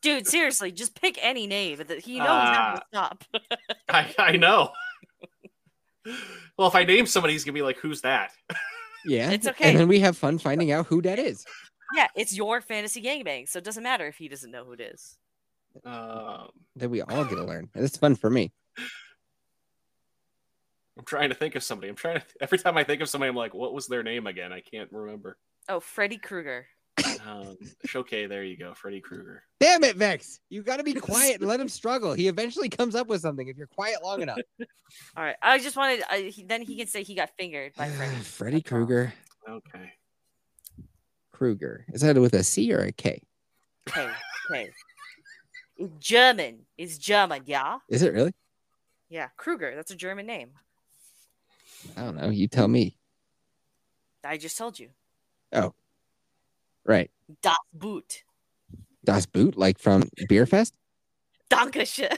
Speaker 3: Dude, seriously, just pick any name. that He knows how to stop.
Speaker 4: I, I know. <laughs> well, if I name somebody, he's gonna be like, "Who's that?"
Speaker 1: Yeah.
Speaker 3: It's okay.
Speaker 1: And then we have fun finding out who that is.
Speaker 3: Yeah, it's your fantasy gangbang, so it doesn't matter if he doesn't know who it is.
Speaker 4: Um,
Speaker 1: Then we all get to learn. And it's fun for me.
Speaker 4: I'm trying to think of somebody. I'm trying to. Every time I think of somebody, I'm like, "What was their name again?" I can't remember.
Speaker 3: Oh, Freddy Krueger.
Speaker 4: Um, okay, there you go, Freddy Krueger.
Speaker 1: Damn it, Vex. You got to be quiet and let him struggle. He eventually comes up with something if you're quiet long
Speaker 3: <laughs>
Speaker 1: enough.
Speaker 3: All right, I just wanted. I, he, then he can say he got fingered by Freddy.
Speaker 1: <sighs> Freddy
Speaker 3: That's all.
Speaker 1: Krueger.
Speaker 4: Okay,
Speaker 1: Krueger. Is that with a C or a K?
Speaker 3: Okay, okay. It's German. It's German, yeah.
Speaker 1: Is it really?
Speaker 3: Yeah, Kruger. That's a German name.
Speaker 1: I don't know. You tell me.
Speaker 3: I just told you.
Speaker 1: Right.
Speaker 3: Das Boot.
Speaker 1: Das Boot, like from Beer Fest?
Speaker 3: Dankeschön.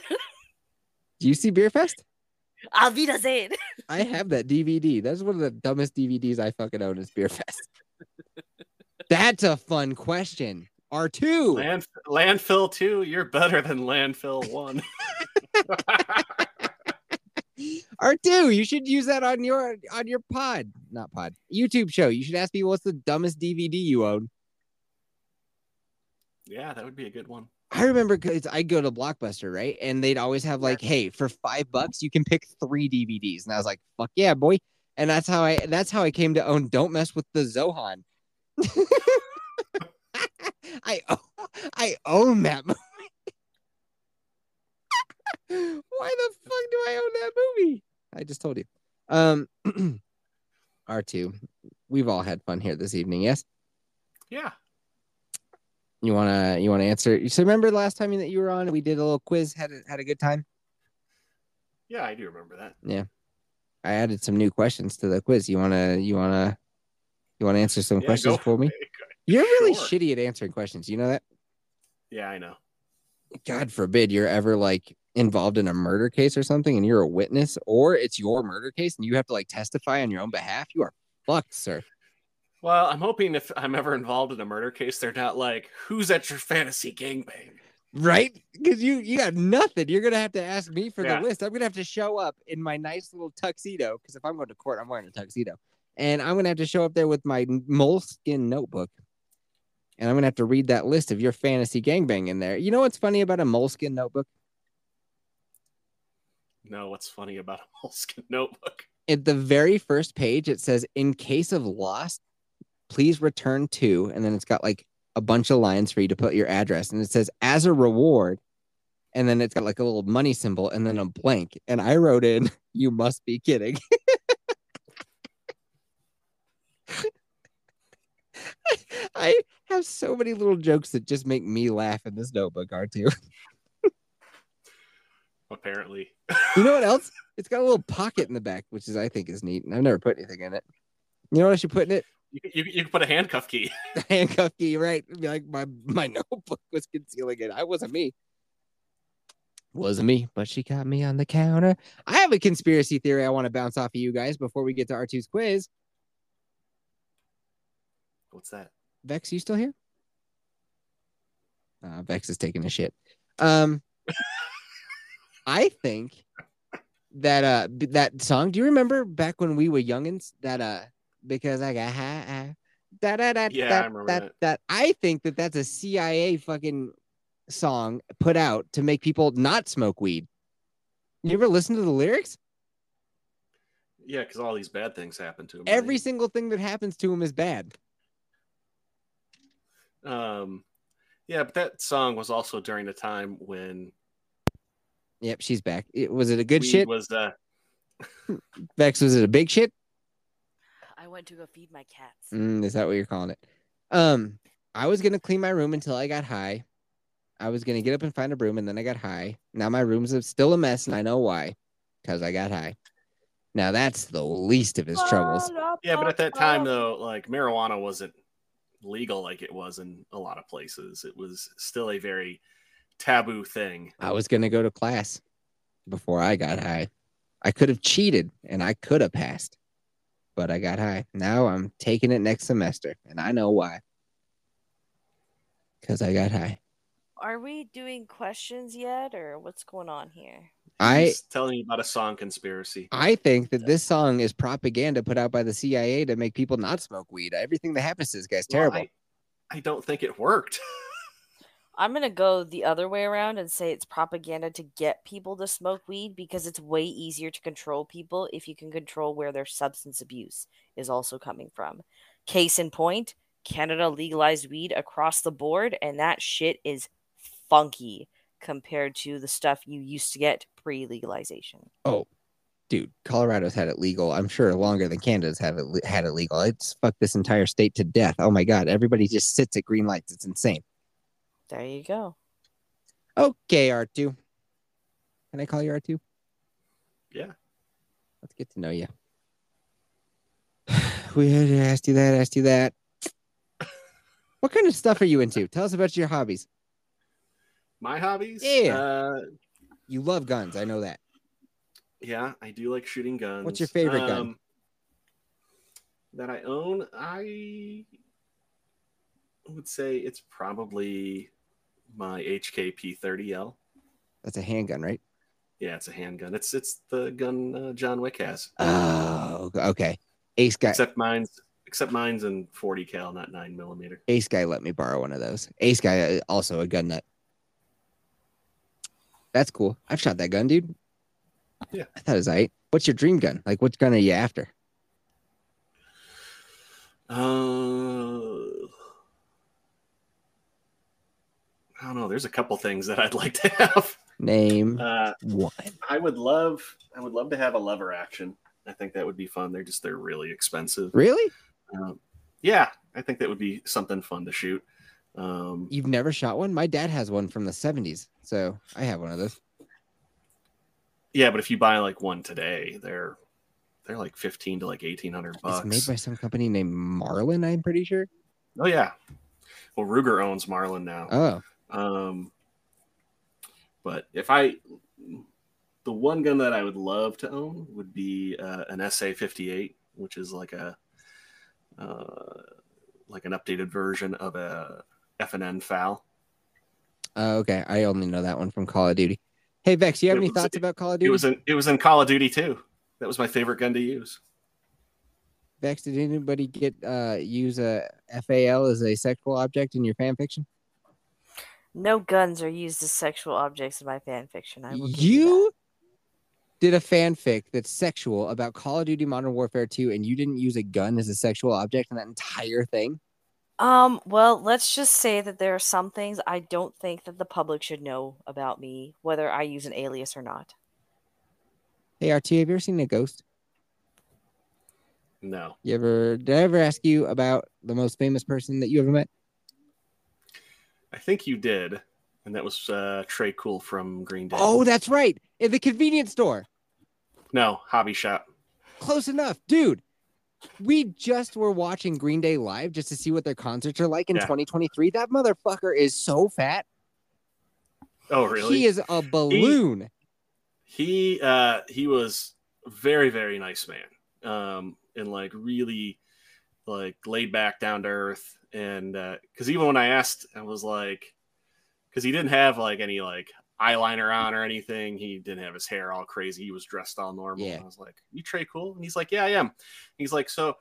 Speaker 1: Do you see Beer Fest?
Speaker 3: <laughs> Auf Wiedersehen.
Speaker 1: I have that DVD. That's one of the dumbest DVDs I fucking own is Beer Fest. That's a fun question. R2.
Speaker 4: Land, landfill two. You're better than landfill one. <laughs>
Speaker 1: R2, you should use that on your on your pod. Not pod. YouTube show. You should ask people what's the dumbest DVD you own.
Speaker 4: yeah, that would be a good one.
Speaker 1: I remember because I go to Blockbuster, right? And they'd always have like, hey, for five bucks, you can pick three DVDs. And I was like, fuck yeah, boy. And that's how I that's how I came to own Don't Mess with the Zohan. <laughs> I o- I own that movie. <laughs> Why the fuck do I own that movie? I just told you. Um <clears throat> R2. We've all had fun here this evening, yes?
Speaker 4: Yeah.
Speaker 1: You wanna you wanna answer? So remember last time that you were on, we did a little quiz, had a, had a good time.
Speaker 4: Yeah, I do remember that.
Speaker 1: I added some new questions to the quiz. You wanna you wanna you wanna answer some
Speaker 4: Yeah,
Speaker 1: questions
Speaker 4: go
Speaker 1: for me?
Speaker 4: it.
Speaker 1: You're really
Speaker 4: Sure.
Speaker 1: shitty at answering questions. You know that?
Speaker 4: Yeah, I know.
Speaker 1: God forbid you're ever like involved in a murder case or something and you're a witness or it's your murder case and you have to like testify on your own behalf. You are fucked, sir.
Speaker 4: Well, I'm hoping if I'm ever involved in a murder case, they're not like, "Who's at your fantasy gangbang?"
Speaker 1: Right? Because you you got nothing. You're gonna have to ask me for
Speaker 4: Yeah.
Speaker 1: the list. I'm gonna have to show up in my nice little tuxedo because if I'm going to court, I'm wearing a tuxedo, and I'm gonna have to show up there with my moleskin notebook, and I'm gonna have to read that list of your fantasy gangbang in there. You know what's funny about a moleskin notebook?
Speaker 4: No, what's funny about a <laughs> moleskin notebook?
Speaker 1: At the very first page, it says, "In case of loss, please return to," and then it's got like a bunch of lines for you to put your address, and it says, "As a reward." And then it's got like a little money symbol and then a blank. And I wrote in, <laughs> you must be kidding. <laughs> I have so many little jokes that just make me laugh in this notebook, R2.
Speaker 4: Apparently,
Speaker 1: <laughs> You know what else? It's got a little pocket in the back, which is I think is neat. And I've never put anything in it. You know what I should put in it?
Speaker 4: you, you, you can put a handcuff key. <laughs>
Speaker 1: The <laughs> handcuff key, right? Be Like my my <laughs> notebook was concealing it. I wasn't me. Wasn't me, but she got me on the counter. I have a conspiracy theory I want to bounce off of you guys before we get to R2's quiz.
Speaker 4: What's that?
Speaker 1: Vex, you still here? Uh, Vex is taking a shit.
Speaker 4: <laughs>
Speaker 1: Um, I think that uh b- that song. Do you remember back when we were youngins? That uh, because I got high. high da, da, da,
Speaker 4: Yeah, I
Speaker 1: da, da,
Speaker 4: remember that.
Speaker 1: That I think that that's a CIA fucking song put out to make people not smoke weed. You ever listen to the lyrics?
Speaker 4: Yeah, because all these bad things happen to him.
Speaker 1: Every
Speaker 4: right?
Speaker 1: single thing that happens to him is bad.
Speaker 4: um, yeah, but that song was also during the time when
Speaker 1: Yep, she's back. It, was it a good
Speaker 4: weed
Speaker 1: shit?
Speaker 4: was uh,
Speaker 1: Vex, was it a big shit?
Speaker 3: I went to go feed my cats.
Speaker 1: Mm, is that what you're calling it? Um, I was gonna clean my room until I got high. I was gonna get up and find a broom, and then I got high. Now my room's a- still a mess, and I know why, because I got high. Now that's the least of his troubles.
Speaker 4: yeah, but at that time though, like marijuana wasn't legal like it was in a lot of places. It was still a very taboo thing.
Speaker 1: I was gonna go to class before I got high. I could have cheated, and I could have passed, but I got high. Now I'm taking it next semester, and I know why, because I got high.
Speaker 3: Are we doing questions yet, or what's going on here?
Speaker 1: I Oh,
Speaker 4: He's telling you about a song conspiracy.
Speaker 1: I think that this song is propaganda put out by the CIA to make people not smoke weed. Everything that happens to this guy's
Speaker 4: Well,
Speaker 1: terrible.
Speaker 4: I, I don't think it worked. <laughs>
Speaker 3: I'm gonna go the other way around and say it's propaganda to get people to smoke weed because it's way easier to control people if you can control where their substance abuse is also coming from. Case in point, Canada legalized weed across the board, and that shit is funky compared to the stuff you used to get pre-legalization.
Speaker 1: Oh, Dude, Colorado's had it legal. I'm sure longer than Canada's have it had it legal. It's fucked this entire state to death. Oh my god, everybody just sits at green lights. It's insane.
Speaker 3: There you go.
Speaker 1: Okay, R2. Can I call you R2?
Speaker 4: Yeah.
Speaker 1: Let's get to know you. <sighs> we had to ask you that, asked you that. What kind of stuff are you into? Tell us about your hobbies.
Speaker 4: My hobbies?
Speaker 1: Yeah.
Speaker 4: Uh,
Speaker 1: You love guns, I know that.
Speaker 4: yeah, I do like shooting guns. Um,
Speaker 1: What's your favorite gun?
Speaker 4: That I own? I would say it's probably my HKP 30L.
Speaker 1: That's a handgun, right?
Speaker 4: Yeah, it's a handgun. It's it's the gun uh, John Wick has.
Speaker 1: Oh, okay. Ace guy,
Speaker 4: Except mine's except mine's in 40 cal, not 9 millimeter.
Speaker 1: Ace guy, let me borrow one of those. Ace guy, uh, also a gun nut. That's cool. I've shot that gun, dude.
Speaker 4: Yeah.
Speaker 1: I thought it was eight. What's your dream gun? Like, what gun are you after?
Speaker 4: Uh, I don't know. There's a couple things that I'd like
Speaker 1: <laughs>
Speaker 4: to have.
Speaker 1: Name
Speaker 4: Uh,
Speaker 1: one.
Speaker 4: I would love I would love to have a lever action. I think that would be fun. They're just they're really expensive.
Speaker 1: Really?
Speaker 4: Um, yeah, I think that would be something fun to shoot. Um,
Speaker 1: You've never shot one? My dad has one from the seventies, so I have one of those.
Speaker 4: yeah, but if you buy like one today, they're They're like fifteen to like eighteen hundred
Speaker 1: It's
Speaker 4: bucks.
Speaker 1: made by some company named Marlin, I'm pretty sure.
Speaker 4: oh yeah. Well, Ruger owns Marlin now.
Speaker 1: Oh,
Speaker 4: Um, but if I, the one gun that I would love to own would be uh, an SA fifty eight, which is like a, uh, like an updated version of a FNN foul.
Speaker 1: oh, okay. I only know that one from Call of Duty. Hey Vex, you have
Speaker 4: It
Speaker 1: any
Speaker 4: was-
Speaker 1: thoughts about Call of
Speaker 4: It
Speaker 1: Duty?
Speaker 4: was in it was in Call of Duty too. That was my favorite gun to use.
Speaker 1: Vex, did anybody get uh use a FAL as a sexual object in your fan fiction?
Speaker 3: No guns are used as sexual objects in my fan fiction. I will give
Speaker 1: You did a fanfic that's sexual about Call of Duty Modern Warfare 2 and you didn't use a gun as a sexual object in that entire thing?
Speaker 3: that. Um. Well, let's just say that there are some things I don't think that the public should know about me, whether I use an alias or not.
Speaker 1: Hey RT, have you ever seen a ghost?
Speaker 4: No,
Speaker 1: You ever did I ever ask you about the most famous person that you ever met?
Speaker 4: I think you did, and that was uh, Trey Cool from Green Day.
Speaker 1: Oh, that's right. At the convenience store.
Speaker 4: no, Hobby Shop.
Speaker 1: close enough, dude. We just were watching Green Day live just to see what their concerts are like in
Speaker 4: Yeah.
Speaker 1: 2023. That motherfucker is so fat.
Speaker 4: Oh, really?
Speaker 1: He is a balloon.
Speaker 4: he uh he was a very very nice man um and like really like laid back down to earth and uh because even when i asked i was like because he didn't have like any like eyeliner on or anything he didn't have his hair all crazy he was dressed all normal
Speaker 1: Yeah.
Speaker 4: i was like you trey cool and he's like yeah i am he's like so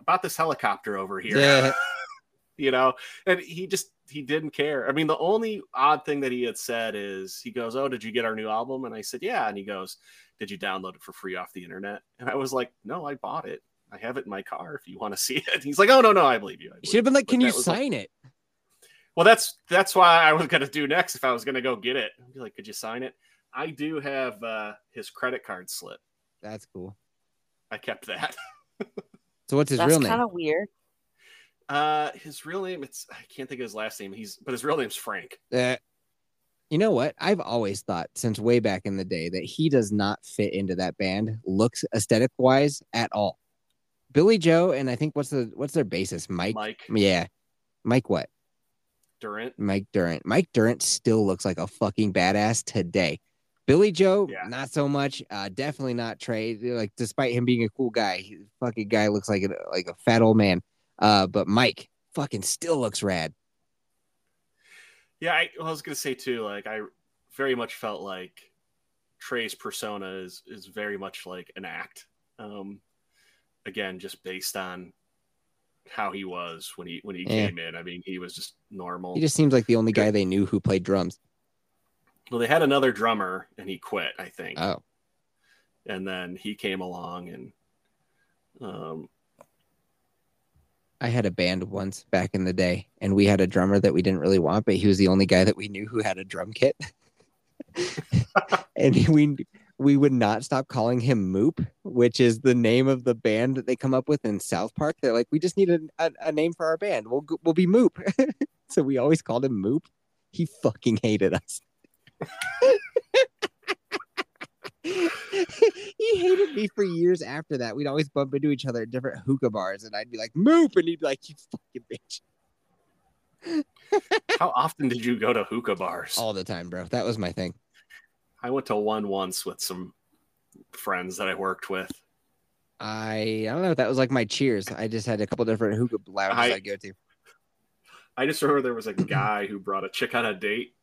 Speaker 4: about this helicopter over here
Speaker 1: Yeah.
Speaker 4: <laughs> you know and he just he didn't care i mean the only odd thing that he had said is he goes oh did you get our new album and i said yeah and he goes did you download it for free off the internet and i was like no i bought it i have it in my car if you want to <laughs> see it he's like oh no no i believe you I believe
Speaker 1: Should have been like,
Speaker 4: But
Speaker 1: can you
Speaker 4: that was, like,
Speaker 1: sign it?
Speaker 4: well, that's that's why I was gonna do next if I was gonna go get it. I'd be like, could you sign it? I do have uh, his credit card slip.
Speaker 1: That's cool.
Speaker 4: I kept that.
Speaker 1: So what's his
Speaker 3: That's
Speaker 1: real name?
Speaker 3: kind of weird.
Speaker 4: Uh, his real name it's I can't think of his last name. He's but his real name's Frank.
Speaker 1: Uh, you know what? I've always thought since way back in the day that he does not fit into that band looks aesthetic wise at all. Billy Joe and I think what's the what's their bassist? Mike.
Speaker 4: Mike
Speaker 1: Yeah. Mike what?
Speaker 4: Durant.
Speaker 1: Mike Durant. Mike Durant still looks like a fucking badass today. Billy Joe,
Speaker 4: Yeah.
Speaker 1: not so much. Uh, definitely not Trey. Like, despite him being a cool guy, he, fucking guy looks like a, like a fat old man. Uh, but Mike fucking still looks rad.
Speaker 4: Yeah, I, I was gonna say too. Like, I very much felt like Trey's persona is is very much like an act. Um, again, just based on how he was when he when he
Speaker 1: Yeah.
Speaker 4: came in. I mean, he was just normal.
Speaker 1: He just seems like the only guy they knew who played drums.
Speaker 4: Well, they had another drummer and he quit, I think.
Speaker 1: Oh,
Speaker 4: and then he came along and
Speaker 1: <laughs>
Speaker 4: um
Speaker 1: I had a band once back in the day, and we had a drummer that we didn't really want, but he was the only guy that we knew who had a drum kit. <laughs> and we we would not stop calling him Moop, which is the name of the band that they come up with in South Park. They're like, we just need a, a, a name for our band. We'll go- we'll be Moop. <laughs> so we always called him Moop. He fucking hated us. <laughs> he hated me for years after that. We'd always bump into each other at different hookah bars, and I'd be like, Moop, and he'd be like, you fucking bitch,
Speaker 4: how often did you go to hookah bars
Speaker 1: all the time, bro. That was my thing.
Speaker 4: i went to one once with some friends that i worked with
Speaker 1: I I don't know. That was like my cheers. I just had a couple different hookah lounges I,
Speaker 4: I-
Speaker 1: would go to.
Speaker 4: i just remember there was a guy who brought a chick on a date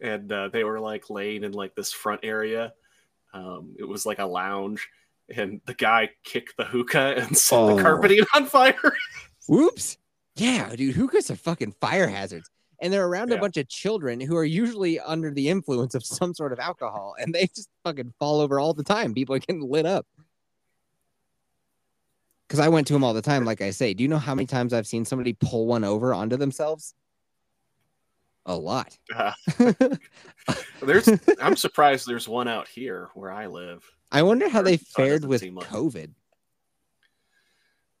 Speaker 4: and uh, they were like laying in like this front area um it was like a lounge and the guy kicked the hookah <laughs> and set
Speaker 1: Oh.
Speaker 4: the carpeting on fire
Speaker 1: Whoops. Yeah, dude, hookahs are fucking fire hazards. And they're around a
Speaker 4: Yeah.
Speaker 1: bunch of children who are usually under the influence of some sort of alcohol and they just fucking fall over all the time. People are getting lit up. Cause I went to them all the time, like I say. Do you know how many times I've seen somebody pull one over onto themselves? A lot. <laughs>
Speaker 4: Uh, <laughs> <laughs> there's i'm surprised there's one out here where i live
Speaker 1: I wonder how they
Speaker 4: Sure, that
Speaker 1: fared
Speaker 4: doesn't
Speaker 1: with
Speaker 4: seem like-
Speaker 1: COVID.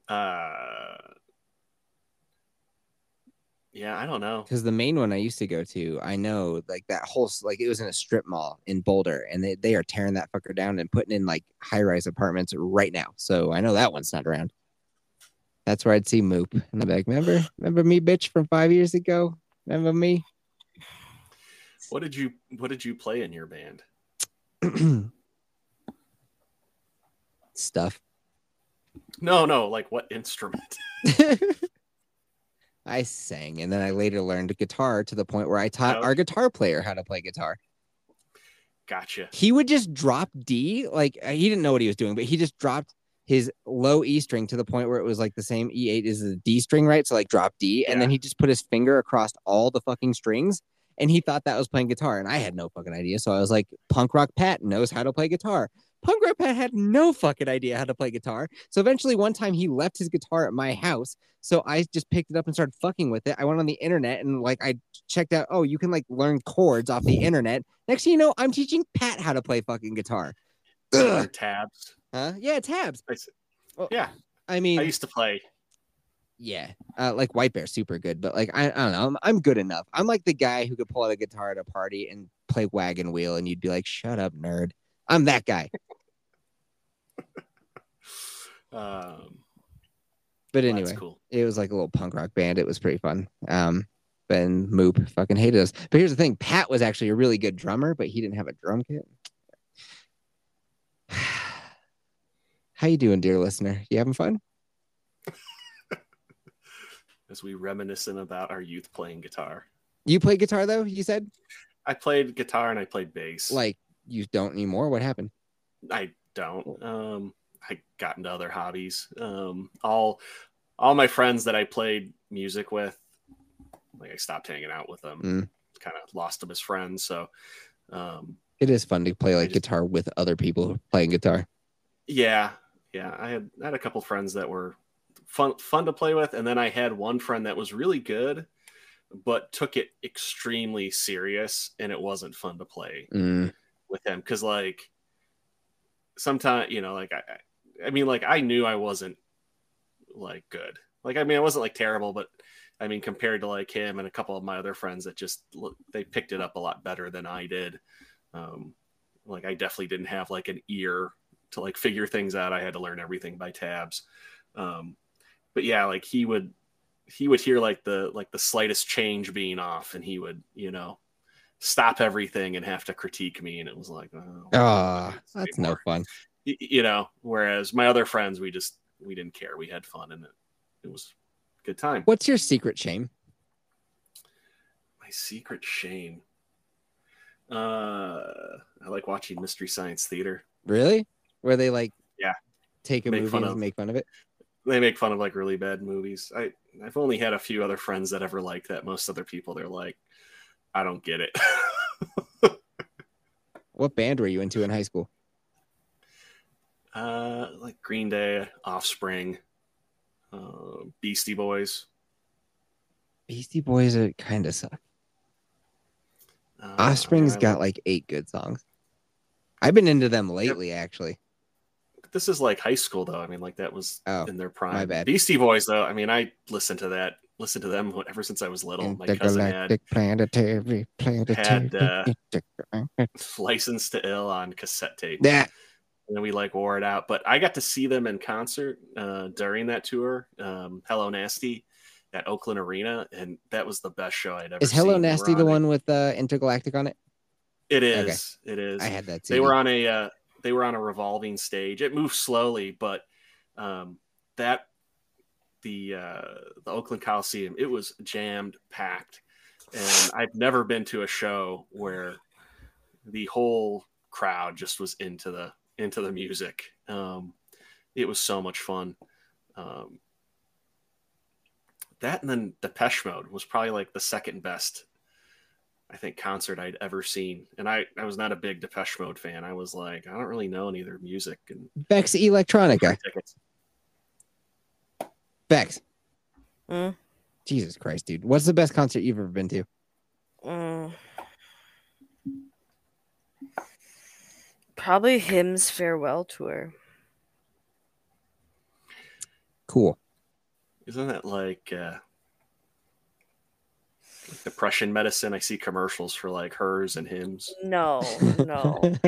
Speaker 4: uh Yeah, I don't know.
Speaker 1: because the main one I used to go to, I know like that whole s- like it was in a strip mall in Boulder, and they, they are tearing that fucker down and putting in like high rise apartments right now. So I know that one's not around. That's where I'd see Moop, and I'd be like, "Remember, remember me, bitch, from five years ago? Remember me?" <clears throat>
Speaker 4: What did you What did you play in your band?
Speaker 1: Stuff. <laughs>
Speaker 4: No, no, like what instrument?
Speaker 1: I sang, and then I later learned guitar to the point where I taught
Speaker 4: Oh.
Speaker 1: our guitar player how to play guitar.
Speaker 4: Gotcha.
Speaker 1: he would just drop D, like uh, he didn't know what he was doing, but he just dropped his low E string to the point where it was like the same E8 as the D string, right? So like drop D, and then he just put his finger across all the fucking strings, and he thought that was playing guitar, and I had no fucking idea. So I was like, punk rock Pat knows how to play guitar. Punk rock Pat had no fucking idea how to play guitar. So eventually, one time he left his guitar at my house. So I just picked it up and started fucking with it. I went on the internet and like I checked out, oh, you can like learn chords off the internet. Next thing you know, I'm teaching Pat how to play fucking guitar.
Speaker 4: Other
Speaker 1: Ugh.
Speaker 4: tabs.
Speaker 1: Huh? Yeah, tabs.
Speaker 4: I see.
Speaker 1: Well,
Speaker 4: Yeah,
Speaker 1: I mean,
Speaker 4: I used to play.
Speaker 1: yeah, uh, like White Bear, super good, but like I, I don't know, I'm, I'm good enough. I'm like the guy who could pull out a guitar at a party and play Wagon Wheel, and you'd be like, "Shut up, nerd." I'm that guy.
Speaker 4: Um,
Speaker 1: But
Speaker 4: that's
Speaker 1: anyway,
Speaker 4: cool.
Speaker 1: it was like a little punk rock band. It was pretty fun. Um, Ben Moop fucking hated us. But here's the thing: Pat was actually a really good drummer, but he didn't have a drum kit. <sighs> How you doing, dear listener? You having fun?
Speaker 4: As we reminiscing about our youth playing guitar,
Speaker 1: You play guitar though? You said
Speaker 4: I played guitar and I played bass.
Speaker 1: like you don't anymore. What happened?
Speaker 4: I don't. Um, I got into other hobbies. Um, all all my friends that I played music with, like I stopped hanging out with them.
Speaker 1: Mm.
Speaker 4: Kind of lost them as friends. So, um,
Speaker 1: It is fun to play like
Speaker 4: just-
Speaker 1: guitar with other people who are playing guitar.
Speaker 4: yeah, yeah. I had I had a couple friends that were fun fun to play with, and then I had one friend that was really good, but took it extremely serious, and it wasn't fun to play.
Speaker 1: Mm.
Speaker 4: with him because like sometimes you know like I, I- I mean like i knew i wasn't like good like i mean i wasn't like terrible but i mean compared to like him and a couple of my other friends that just look they picked it up a lot better than i did um like i definitely didn't have like an ear to like figure things out i had to learn everything by tabs um but yeah like he would he would hear like the like the slightest change being off and he would you know stop everything and have to critique me and it was like oh,
Speaker 1: Ah,
Speaker 4: it's way
Speaker 1: that's no
Speaker 4: more-
Speaker 1: fun.
Speaker 4: y- you know whereas my other friends we just we didn't care we had fun and it, it was a good time
Speaker 1: What's your secret shame?
Speaker 4: my secret shame uh i like watching mystery science theater
Speaker 1: Really? Where they like
Speaker 4: Yeah.
Speaker 1: take a
Speaker 4: Make
Speaker 1: movie
Speaker 4: fun
Speaker 1: and
Speaker 4: of.
Speaker 1: make fun of it?
Speaker 4: they make fun of like really bad movies i i've only had a few other friends that ever liked that most other people they're like i don't get it <laughs>
Speaker 1: What band were you into in high school?
Speaker 4: uh like green day offspring uh beastie boys
Speaker 1: Beastie Boys are kind of suck.
Speaker 4: uh,
Speaker 1: Offspring's
Speaker 4: I
Speaker 1: got like eight good songs. I've been into them lately, actually.
Speaker 4: this is like high school though. I mean, like that was
Speaker 1: Oh,
Speaker 4: in their prime.
Speaker 1: my bad.
Speaker 4: Beastie Boys though. I mean, I listened to that, listened to them ever since I was little. Oh, My cousin had
Speaker 1: Intergalactic planetary planetary.
Speaker 4: had,
Speaker 1: <laughs>
Speaker 4: uh, License to Ill on cassette tape,
Speaker 1: yeah.
Speaker 4: and then we like wore it out. But I got to see them in concert uh, during that tour. Um, Hello Nasty at Oakland Arena, and that was the best show I'd ever.
Speaker 1: Is Hello
Speaker 4: seen. They were
Speaker 1: Nasty the
Speaker 4: on a-
Speaker 1: one with uh, Intergalactic on it?
Speaker 4: It is. It is.
Speaker 1: I had that too.
Speaker 4: they were on a uh, they were on a revolving stage. It moved slowly, but um, that the uh, the Oakland Coliseum it was jammed packed, and I've never been to a show where the whole crowd just was into the into the music. Um, it was so much fun. Um, that and then Depeche Mode was probably like the second best I think concert I'd ever seen. And I, I was not a big Depeche Mode fan. I was like, I don't really know any of their music and
Speaker 1: Bex Electronica.
Speaker 4: tickets.
Speaker 1: Bex.
Speaker 3: Mm.
Speaker 1: Jesus Christ, dude. What's the best concert you've ever been to?
Speaker 3: Mm. Probably him's farewell tour.
Speaker 1: Cool.
Speaker 4: Isn't that like uh depression medicine. I see commercials for like hers and hims.
Speaker 3: No, no.
Speaker 1: <laughs>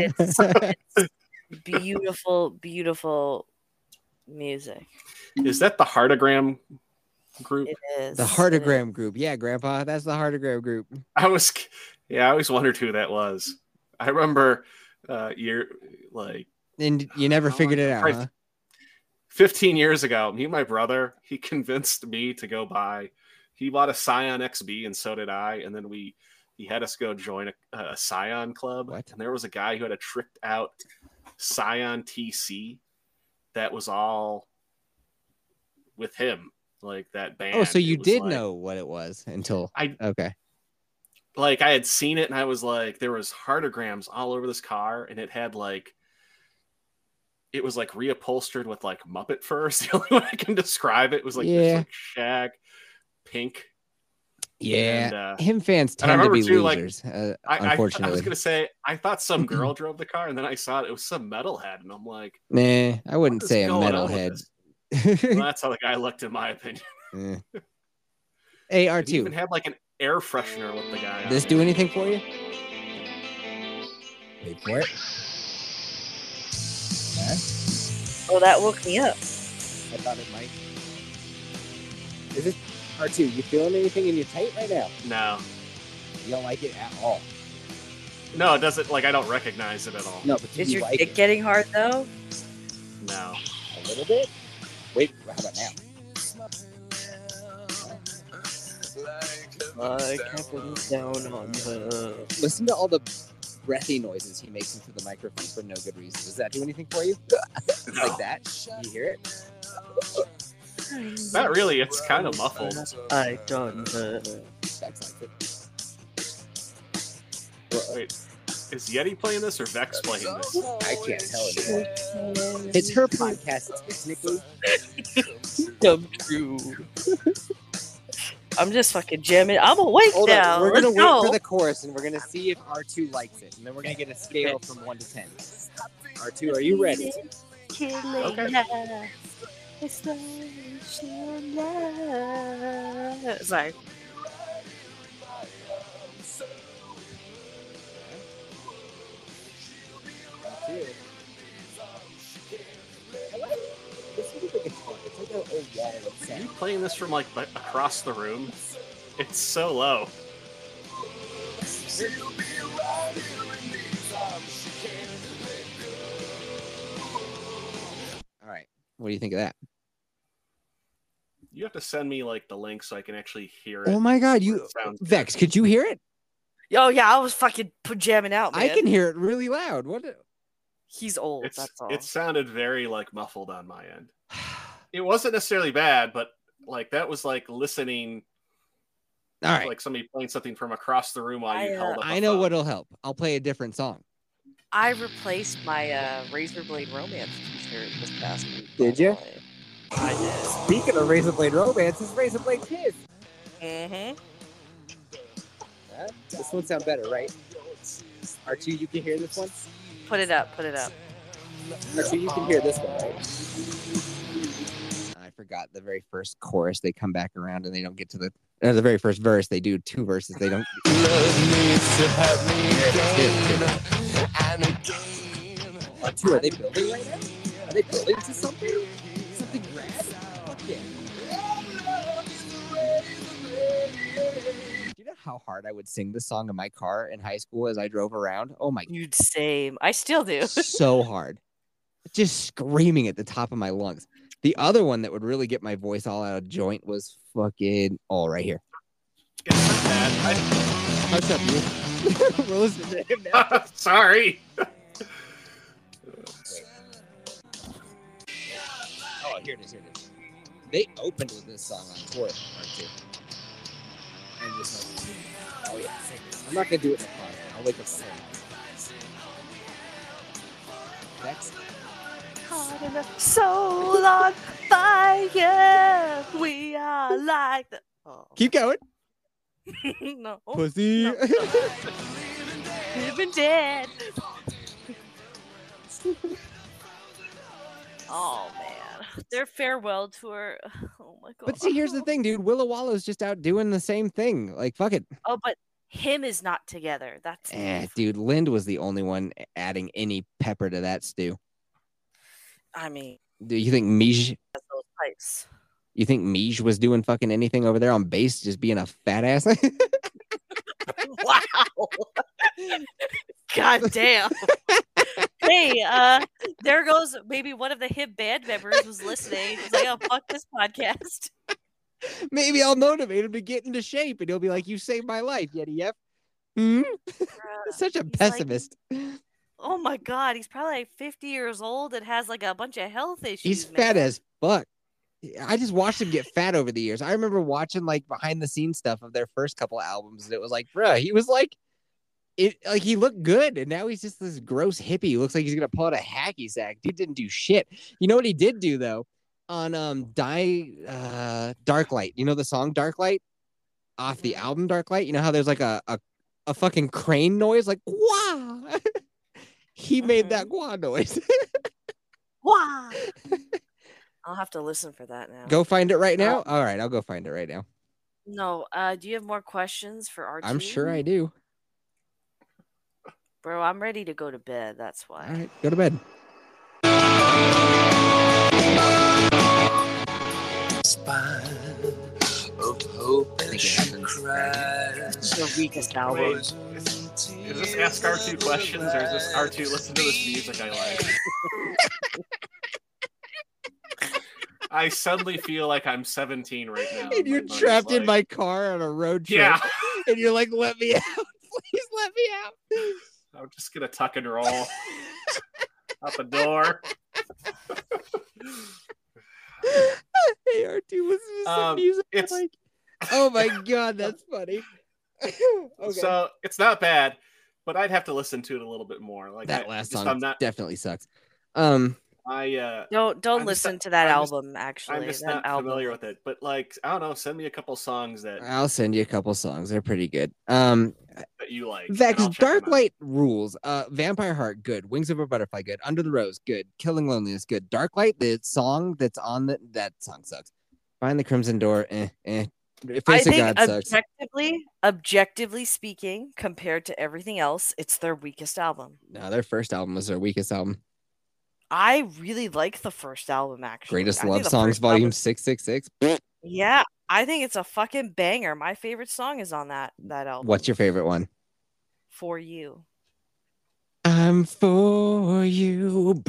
Speaker 3: It's beautiful, beautiful music.
Speaker 4: Is that the heartogram group?
Speaker 3: It is.
Speaker 1: the heartogram group. Yeah, Grandpa, that's the heartogram group.
Speaker 4: I was, yeah, I always wondered who that was. I remember, uh, year like
Speaker 1: And you never
Speaker 4: Oh,
Speaker 1: figured
Speaker 4: I-
Speaker 1: it out,
Speaker 4: I-
Speaker 1: huh?
Speaker 4: 15 years ago, he, and my brother, he convinced me to go buy. He bought a Scion XB, and so did I. And then we, he had us go join a, a Scion club.
Speaker 1: What?
Speaker 4: And there was a guy who had a tricked out Scion TC that was all with him, like that band.
Speaker 1: Oh, so you
Speaker 4: It was
Speaker 1: did
Speaker 4: like-
Speaker 1: know what it was until
Speaker 4: I-
Speaker 1: okay.
Speaker 4: like I had seen it and I was like, there was heartograms all over this car, and it had like it was like reupholstered with like Muppet <laughs> furs. The only way I can describe it was like this
Speaker 1: Yeah.
Speaker 4: like shag pink.
Speaker 1: Yeah,
Speaker 4: And, uh,
Speaker 1: him fans
Speaker 4: and I
Speaker 1: tend to
Speaker 4: remember
Speaker 1: be
Speaker 4: too, like,
Speaker 1: losers, uh,
Speaker 4: I, I, I was
Speaker 1: unfortunately.
Speaker 4: gonna say I thought
Speaker 1: <clears throat>
Speaker 4: some girl drove the car, and then I saw it, it was some metalhead, and I'm like,
Speaker 1: Nah, I
Speaker 4: what
Speaker 1: wouldn't
Speaker 4: is
Speaker 1: say a
Speaker 4: going on with
Speaker 1: metalhead.
Speaker 4: this?
Speaker 1: <laughs>
Speaker 4: Well, that's how the guy looked, in my opinion.
Speaker 1: Hey,
Speaker 4: He even
Speaker 1: R2,
Speaker 4: had like an air freshener with the guy. on
Speaker 1: this
Speaker 4: it.
Speaker 1: do anything for you? Wait for it.
Speaker 3: Oh, that woke me up.
Speaker 1: I thought it might. Is it R2? You feeling anything in your tight right now?
Speaker 4: No,
Speaker 1: You don't like it at all.
Speaker 4: no, it doesn't. Like I don't recognize it at all.
Speaker 1: No, but do
Speaker 3: Is
Speaker 1: you
Speaker 3: your
Speaker 1: like
Speaker 3: dick
Speaker 1: it
Speaker 3: getting hard though?
Speaker 4: no.
Speaker 1: a little bit? Wait, how about now?
Speaker 3: Like happens down on the.
Speaker 1: Listen to all the breathy noises he makes into the microphone for no good reason. Does that do anything for
Speaker 3: <laughs>
Speaker 1: you?
Speaker 4: No.
Speaker 1: Like that? You hear it?
Speaker 4: Not really. It's kind of muffled.
Speaker 3: I don't. Uh,
Speaker 1: That's like it.
Speaker 4: Is Yeti playing this or Vex playing this?
Speaker 1: I can't tell anymore. It's her podcast. It's technically
Speaker 3: Dumb crew. I'm just fucking jamming. I'm awake
Speaker 1: Hold
Speaker 3: now.
Speaker 1: on. We're
Speaker 3: Let's
Speaker 1: gonna wait
Speaker 3: go.
Speaker 1: for the chorus, and we're gonna see if R two likes it, and then we're gonna get a scale from one to ten. R two, are you ready?
Speaker 4: Okay.
Speaker 3: <laughs> Sorry.
Speaker 1: R2. This is like a guitar. It's like an old wall of
Speaker 4: Are you
Speaker 1: sound.
Speaker 4: playing this from like bu- across the room? It's so low.
Speaker 1: All right. What do you think of that?
Speaker 4: You have to send me like the link so I can actually hear it.
Speaker 1: Oh my God!
Speaker 4: where
Speaker 1: You,
Speaker 4: it sounds good.
Speaker 1: Vex, could you hear it?
Speaker 3: Oh yeah, I was fucking p- jamming out, man.
Speaker 1: I can hear it really loud. What?
Speaker 3: He's old.
Speaker 4: It's,
Speaker 3: that's all.
Speaker 4: it sounded very like muffled on my end. It wasn't necessarily bad, but like that was like listening
Speaker 1: <sighs> All right.
Speaker 4: like somebody playing something from across the room while you
Speaker 3: I, uh,
Speaker 4: held up. a
Speaker 1: I know
Speaker 4: phone.
Speaker 1: what'll help. I'll play a different song.
Speaker 3: I replaced my uh, Razor Blade Romance T-shirt this past week.
Speaker 1: Did ya?
Speaker 3: I
Speaker 1: Speaking of Razor Blade Romance, it's Razor Blade Kids.
Speaker 3: did. Mm-hmm.
Speaker 1: This one sound better, right? R2, you can hear this one?
Speaker 3: Put it up. Put it up.
Speaker 1: R2, you can hear this one, right? I forgot the very first chorus. They come back around and they don't get to the or the very first verse. They do two verses. They don't. R2, are they building right now? Are they building to something? Something rad? Fuck yeah. Do you know how hard I would sing this song in my car in high school as I drove around? Oh
Speaker 3: <laughs>
Speaker 1: my
Speaker 3: You'd same. I still do.
Speaker 1: so hard, just screaming at the top of my lungs. The other one that would really get my voice all out of joint was fucking all right here.
Speaker 4: It's not bad.
Speaker 1: Hush up, you. <laughs> We're listening to him now.
Speaker 4: I- <laughs> Sorry.
Speaker 1: Oh, here it is. Here it is. They opened with this song on tour, R2. And this one. Oh yeah. sing it. I'm not gonna do it in the car. I'll wake up soon. Next.
Speaker 3: Soul on fire. We are like the. Oh.
Speaker 1: Keep going.
Speaker 3: no.
Speaker 1: Pussy.
Speaker 3: Oh,
Speaker 1: <laughs>
Speaker 3: no. Living <laughs> dead. oh man. Their farewell tour. <sighs> Oh my god.
Speaker 1: But see, here's the thing, dude. Willow Wallow's just out doing the same thing. Like, fuck it.
Speaker 3: Oh, but him is not together. That's
Speaker 1: Eh, dude, Lind was the only one adding any pepper to that stew.
Speaker 3: I mean,
Speaker 1: Do you think Mij?
Speaker 3: that's those
Speaker 1: <laughs>
Speaker 3: pipes.
Speaker 1: You think Mij was doing fucking anything over there on base, just being a fat ass? <laughs>
Speaker 3: wow. <laughs> God damn. hey, uh, there goes maybe one of the hip band members was listening. He's like, oh fuck this podcast.
Speaker 1: Maybe I'll motivate him to get into shape, and he'll be like, "You saved my life, Yeti F." Hmm? Such a
Speaker 3: he's like-
Speaker 1: pessimist.
Speaker 3: Oh my god, he's probably like 50 years old and has like a bunch of health issues.
Speaker 1: He's
Speaker 3: man.
Speaker 1: fat as fuck. I just watched him get fat over the years. I remember watching like behind the scenes stuff of their first couple albums, and it was like, bruh, he was like, it like he looked good, and now he's just this gross hippie. who Looks like he's gonna pull out a hacky sack. Dude didn't do shit. You know what he did do though? On um, die uh, dark light. You know the song dark light off the
Speaker 3: Mhm.
Speaker 1: album dark light. You know how there's like a a, a fucking crane noise, like wah. <laughs> he made
Speaker 3: Mhm.
Speaker 1: that guah noise. <laughs>
Speaker 3: Wah! I'll have to listen for that now.
Speaker 1: go find it right now.
Speaker 4: Oh.
Speaker 1: All right, I'll go find it right now.
Speaker 3: No, uh, do you have more questions for RT?
Speaker 1: I'm sure I do.
Speaker 3: Bro, I'm ready to go to bed. That's why.
Speaker 1: All right, go to bed.
Speaker 6: spine of hope
Speaker 1: think it
Speaker 6: as she
Speaker 1: happens.
Speaker 6: cried.
Speaker 3: It's the weakest
Speaker 4: Wait,
Speaker 3: album.
Speaker 4: is this ask R2 questions or is this R2 listen to this music I like? <laughs> I suddenly feel like I'm 17 right
Speaker 1: <laughs>
Speaker 4: now.
Speaker 1: And you're
Speaker 4: buddy's
Speaker 1: trapped in
Speaker 4: like,
Speaker 1: my car on a road trip.
Speaker 4: Yeah,
Speaker 1: <laughs> And you're like, let me <laughs> out. Please let me out.
Speaker 4: <laughs> I'm just gonna tuck and
Speaker 1: <laughs>
Speaker 4: roll out the door.
Speaker 1: <laughs> Hey, R2, listen to some
Speaker 4: Um,
Speaker 1: music. I
Speaker 4: it's-
Speaker 1: like. Oh my god, that's funny. <laughs> okay.
Speaker 4: So it's not bad, but I'd have to listen to it a little bit more. Like
Speaker 1: that
Speaker 4: I,
Speaker 1: last
Speaker 4: just,
Speaker 1: song
Speaker 4: I'm not.
Speaker 1: definitely sucks. Um,
Speaker 4: I uh,
Speaker 3: Don't don't
Speaker 4: I'm just-
Speaker 3: listen to that
Speaker 4: I'm just-
Speaker 3: album. actually,
Speaker 4: I'm just
Speaker 3: that
Speaker 4: not
Speaker 3: album.
Speaker 4: familiar with it. But like, I don't know. Send me a couple songs that
Speaker 1: I'll send you a couple songs. They're pretty good. Um,
Speaker 4: that you like. and
Speaker 1: Vex,
Speaker 4: I'll check
Speaker 1: Dark
Speaker 4: them out.
Speaker 1: Light rules. Uh, Vampire Heart, good. Wings of a Butterfly, good. Under the Rose, good. Killing Loneliness, good. Dark Light, the song that's on the that song sucks. Find the Crimson Door, eh, eh.
Speaker 3: I
Speaker 1: Face of
Speaker 3: think
Speaker 1: God sucks.
Speaker 3: objectively, objectively speaking, compared to everything else, it's their weakest album.
Speaker 1: No, their first album was their weakest album.
Speaker 3: I really like the first album actually. I
Speaker 1: Greatest
Speaker 3: think
Speaker 1: Love
Speaker 3: the
Speaker 1: Songs,
Speaker 3: first album-
Speaker 1: Volume Six Six Six.
Speaker 3: Yeah, I think it's a fucking banger. My favorite song is on that that album.
Speaker 1: What's your favorite one?
Speaker 3: for you?
Speaker 1: I'm for you.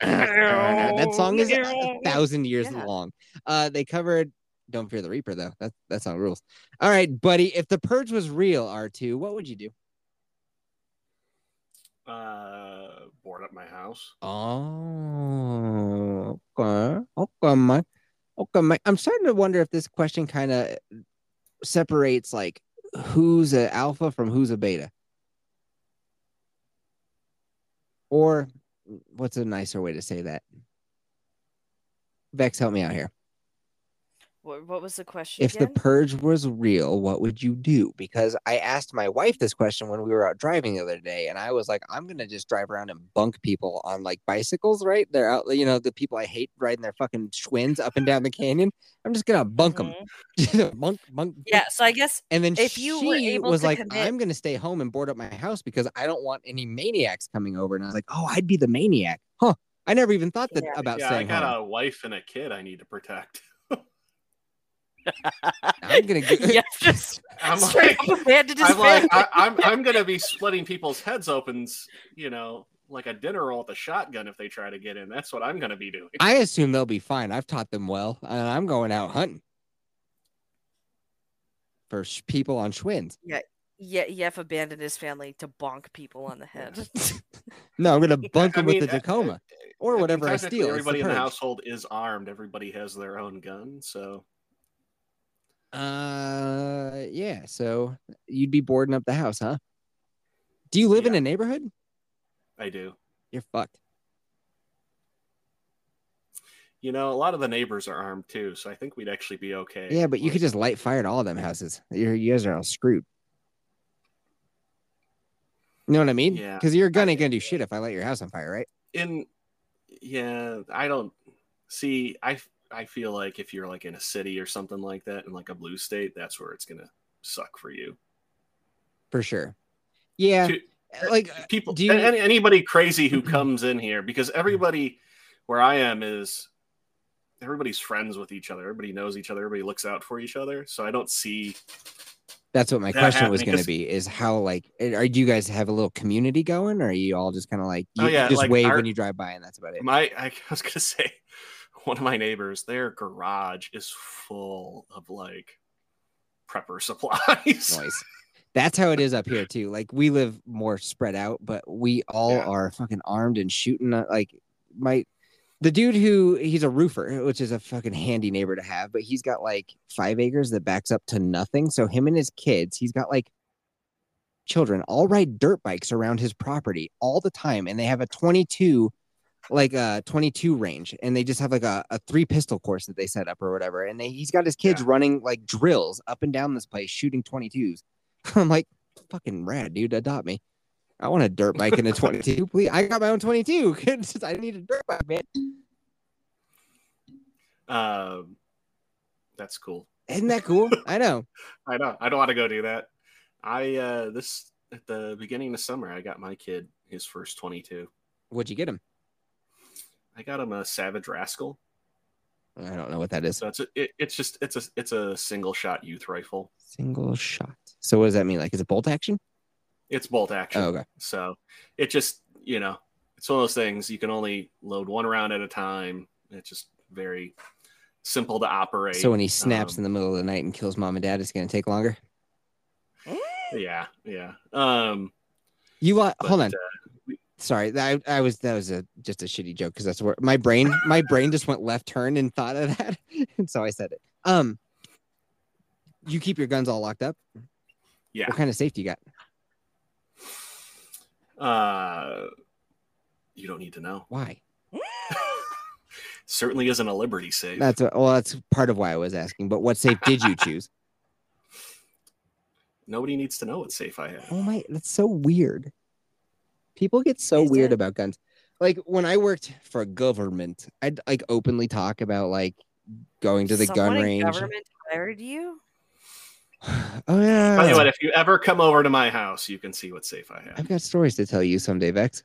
Speaker 1: That song is a thousand years
Speaker 3: Yeah.
Speaker 1: long. Uh, they covered "Don't Fear the Reaper" though. That that song rules. All right, buddy. If the purge was real, R two, what would you do?
Speaker 4: Uh, board up my house.
Speaker 1: Oh, okay, okay, Mike. Okay, Mike. I'm starting to wonder if this question kind of separates like who's a alpha from who's a beta, or what's a nicer way to say that? Vex, help me out here.
Speaker 3: What, what was the question?
Speaker 1: If the
Speaker 3: again?
Speaker 1: purge was real, what would you do? Because I asked my wife this question when we were out driving the other day, and I was like, I'm gonna just drive around and bunk people on like bicycles, right? They're out, you know, the people I hate riding their fucking Schwins up and down the canyon. I'm just gonna bunk them, <laughs>
Speaker 3: Mhm.
Speaker 1: bunk, bunk.
Speaker 3: Yeah, so I
Speaker 1: <laughs>
Speaker 3: guess
Speaker 1: And then
Speaker 3: If
Speaker 1: she
Speaker 3: you were able
Speaker 1: was
Speaker 3: to
Speaker 1: like,
Speaker 3: commit-
Speaker 1: I'm gonna stay home and board up my house because I don't want any maniacs coming over. And I was like, Oh, I'd be the maniac, huh? I never even thought that
Speaker 3: Yeah.
Speaker 1: about
Speaker 4: yeah, I
Speaker 1: staying
Speaker 4: got
Speaker 1: home.
Speaker 4: a wife and a kid I need to
Speaker 3: <laughs>
Speaker 4: protect. <laughs>
Speaker 1: I'm gonna go-
Speaker 3: yeah, <laughs> just
Speaker 4: I'm
Speaker 3: straight
Speaker 4: like,
Speaker 3: up abandoned his
Speaker 4: I'm
Speaker 3: family.
Speaker 4: like, I, I'm I'm gonna be splitting people's heads open, you know, like a dinner roll with a shotgun if they try to get in. That's what I'm gonna be doing.
Speaker 1: I assume they'll be fine. I've taught them well, and I'm going out hunting for sh- people on Schwins. <laughs>
Speaker 3: Yeah, Yef abandoned his family to bonk people on the head.
Speaker 1: No, I'm
Speaker 4: <laughs>
Speaker 1: gonna bunk
Speaker 4: I
Speaker 1: them
Speaker 4: mean,
Speaker 1: with the
Speaker 4: uh,
Speaker 1: Tacoma.
Speaker 4: uh,
Speaker 1: or
Speaker 4: I mean,
Speaker 1: whatever I
Speaker 4: technically
Speaker 1: steal, it's the
Speaker 4: Everybody in the
Speaker 1: purge.
Speaker 4: household is armed. Everybody has their own gun, so
Speaker 1: Uh, yeah. So you'd be boarding up the house, huh? Do you live in
Speaker 4: Yeah.
Speaker 1: a neighborhood?
Speaker 4: I do.
Speaker 1: You're fucked.
Speaker 4: You know, a lot of the neighbors are armed too, so I think we'd actually be okay.
Speaker 1: Yeah, but you could
Speaker 4: Like,
Speaker 1: just light fire to all them houses. You're, you guys are all screwed. You know what I mean?
Speaker 4: Yeah.
Speaker 1: Because your gun
Speaker 4: I-
Speaker 1: ain't gonna do shit if I light your house on fire, right?
Speaker 4: in yeah, I don't See, I I feel like if you're like in a city or something like that, in like a blue state, that's where it's gonna suck for you.
Speaker 1: for sure. Yeah,
Speaker 4: To- uh,
Speaker 1: like
Speaker 4: people
Speaker 1: do you- Mm-hmm.
Speaker 4: any, anybody crazy who comes in here because everybody where i am is everybody's friends with each other everybody knows each other everybody looks out for each other so i don't see
Speaker 1: that's what my
Speaker 4: that
Speaker 1: question was
Speaker 4: happening,
Speaker 1: going to
Speaker 4: 'cause-
Speaker 1: be: is how like are you guys have a little community going, or are you all just kind of like you
Speaker 4: Oh, yeah,
Speaker 1: just
Speaker 4: like,
Speaker 1: wave
Speaker 4: our-
Speaker 1: when you drive by and that's about it?
Speaker 4: my i was gonna <laughs> say one of my neighbors their garage is full of like prepper supplies
Speaker 1: noise. That's how it is up here too. Like we live more spread out, but we all
Speaker 4: Yeah.
Speaker 1: are fucking armed and shooting. uh, Like my the dude who he's a roofer, which is a fucking handy neighbor to have, but he's got like five acres that backs up to nothing. So him and his kids, he's got like children all ride dirt bikes around his property all the time, and they have a twenty-two like a 22 range and they just have like a, a three pistol course that they set up or whatever and they, he's got his kids
Speaker 4: Yeah.
Speaker 1: running like drills up and down this place shooting 22s <laughs> i'm like fucking rad dude adopt me i want a dirt bike and a
Speaker 4: <laughs>
Speaker 1: 22 please i got my own 22 <laughs> Kids, i need a dirt bike man
Speaker 4: <laughs> um that's cool
Speaker 1: isn't that
Speaker 4: <laughs>
Speaker 1: cool i know
Speaker 4: I know. I don't want to go do that. I uh this at the beginning of summer I got my kid his first 22.
Speaker 1: what'd you get him
Speaker 4: I got him a Savage Rascal.
Speaker 1: i don't know what that is
Speaker 4: So it's a, it, it's just it's a it's a single shot youth rifle.
Speaker 1: single shot so what does that mean like is it bolt action
Speaker 4: It's bolt action.
Speaker 1: oh okay
Speaker 4: So it just, you know, it's one of those things you can only load one round at a time. It's just very simple to operate.
Speaker 1: so when he snaps
Speaker 4: Um,
Speaker 1: in the middle of the night and kills mom and dad it's going to take longer
Speaker 4: yeah, yeah. Um
Speaker 1: you lo-
Speaker 4: but,
Speaker 1: hold on
Speaker 4: uh,
Speaker 1: Sorry, that I, I was that was a just a shitty joke because that's where my brain my brain just went left turn and thought of that, <laughs> and so I said it. Um, you keep your guns all locked up.
Speaker 4: yeah.
Speaker 1: What kind of safety you got?
Speaker 4: Uh you don't need to know.
Speaker 1: Why?
Speaker 4: Certainly isn't a liberty safe.
Speaker 1: That's what, well, that's part of why I was asking. But what safe did you choose?
Speaker 4: Nobody needs to know what safe I have.
Speaker 1: Oh my, that's so weird. People get so
Speaker 3: Is
Speaker 1: weird
Speaker 3: it?
Speaker 1: about guns. Like when I worked for government, I'd like openly talk about like going to the
Speaker 3: Someone
Speaker 1: gun
Speaker 3: in
Speaker 1: range.
Speaker 3: Government hired you.
Speaker 1: <sighs> oh yeah.
Speaker 4: By the way, if you ever come over to my house, you can see what safe I have.
Speaker 1: I've got stories to tell you someday, Vex.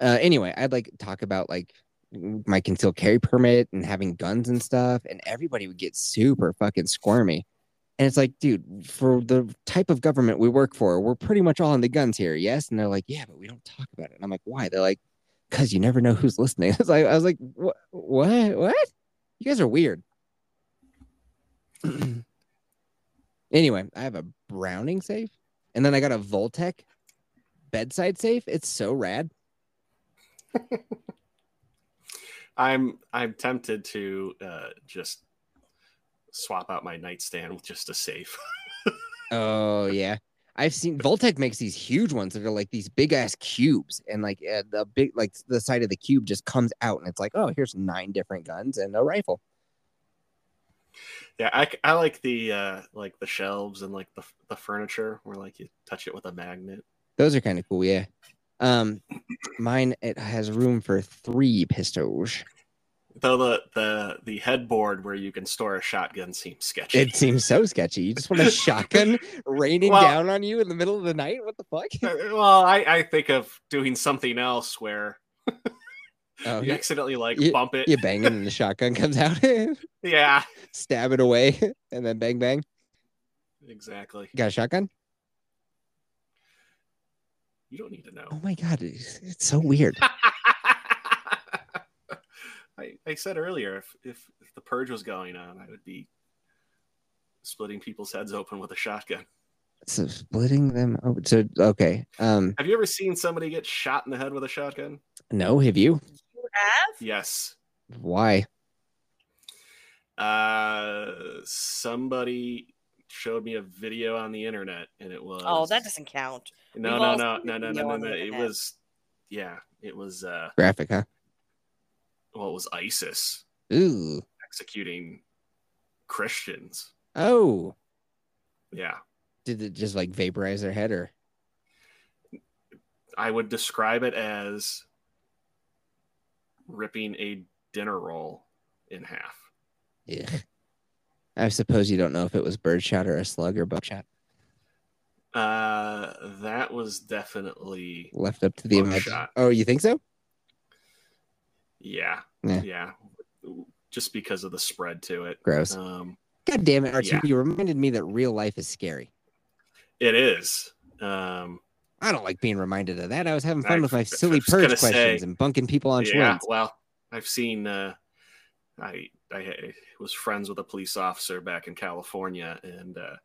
Speaker 1: Uh, anyway, I'd like talk about like my concealed carry permit and having guns and stuff, and everybody would get super fucking squirmy. And it's like, dude, for the type of government we work for, we're pretty much all in the guns here, yes? And they're like, yeah, but we don't talk about it. And I'm like, why? They're like, because you never know who's listening. <laughs> It's like, I was like, what? What? What? You guys are weird. <clears throat> anyway, I have a Browning safe. And then I got a Voltec bedside safe. It's so rad.
Speaker 4: I'm I'm tempted to uh, just swap out my nightstand with just a safe. <laughs>
Speaker 1: Oh yeah. I've seen Voltec makes these huge ones that are like these big ass cubes, and like uh, the big like the side of the cube just comes out, and it's like, oh, here's nine different guns and a rifle.
Speaker 4: yeah, I, c- I like the uh, like the shelves and like the, the furniture where like you touch it with a magnet.
Speaker 1: Those are kind of cool, yeah. Um, mine it has room for three pistols.
Speaker 4: Though the the the headboard where you can store a shotgun seems sketchy.
Speaker 1: It seems so sketchy. You just want a shotgun raining
Speaker 4: Well-
Speaker 1: down on you in the middle of the night. What the fuck?
Speaker 4: Uh, <laughs> well, I, I think of doing something else where
Speaker 1: Oh,
Speaker 4: you accidentally like
Speaker 1: you-
Speaker 4: bump it.
Speaker 1: you bang it and the shotgun comes out. <laughs>
Speaker 4: yeah,
Speaker 1: stab it away and then bang bang.
Speaker 4: exactly.
Speaker 1: Got a shotgun?
Speaker 4: You don't need to know.
Speaker 1: Oh my god, it's, it's so weird.
Speaker 4: I, I said earlier, if, if if the purge was going on, I would be splitting people's heads open with a shotgun.
Speaker 1: So splitting them. Oh, so okay. Um,
Speaker 4: Have you ever seen somebody get shot in the head with a shotgun?
Speaker 1: no, have you?
Speaker 3: You have?
Speaker 4: Yes.
Speaker 1: Why?
Speaker 4: Uh, somebody showed me a video on the internet, and it was
Speaker 3: Oh, that doesn't count.
Speaker 4: no
Speaker 3: we've
Speaker 4: no
Speaker 3: all
Speaker 4: no
Speaker 3: seen
Speaker 4: no
Speaker 3: the
Speaker 4: no no
Speaker 3: video
Speaker 4: no
Speaker 3: on
Speaker 4: no.
Speaker 3: the
Speaker 4: It
Speaker 3: internet.
Speaker 4: was yeah, it was uh,
Speaker 1: Graphic, huh?
Speaker 4: well, it was ISIS
Speaker 1: Ooh.
Speaker 4: executing Christians.
Speaker 1: Oh,
Speaker 4: Yeah.
Speaker 1: did it just like vaporize their head or?
Speaker 4: I would describe it as ripping a dinner roll in half.
Speaker 1: Yeah. I suppose you don't know if it was birdshot or a slug or buckshot.
Speaker 4: Uh, that was definitely
Speaker 1: Left up to the imagination.
Speaker 4: Buckshot.
Speaker 1: Oh, you think so?
Speaker 4: yeah,
Speaker 1: Yeah.
Speaker 4: yeah, just because of the spread to it.
Speaker 1: Gross.
Speaker 4: Um,
Speaker 1: God damn it, RT. You reminded me that real life is scary.
Speaker 4: it is. Um,
Speaker 1: I don't like being reminded of that. I was having fun
Speaker 4: I-
Speaker 1: with my
Speaker 4: I
Speaker 1: silly
Speaker 4: was gonna
Speaker 1: purge questions
Speaker 4: say-
Speaker 1: and bunking people on
Speaker 4: yeah,
Speaker 1: Schwinn.
Speaker 4: well, I've seen. Uh, I I was friends with a police officer back in California, and uh,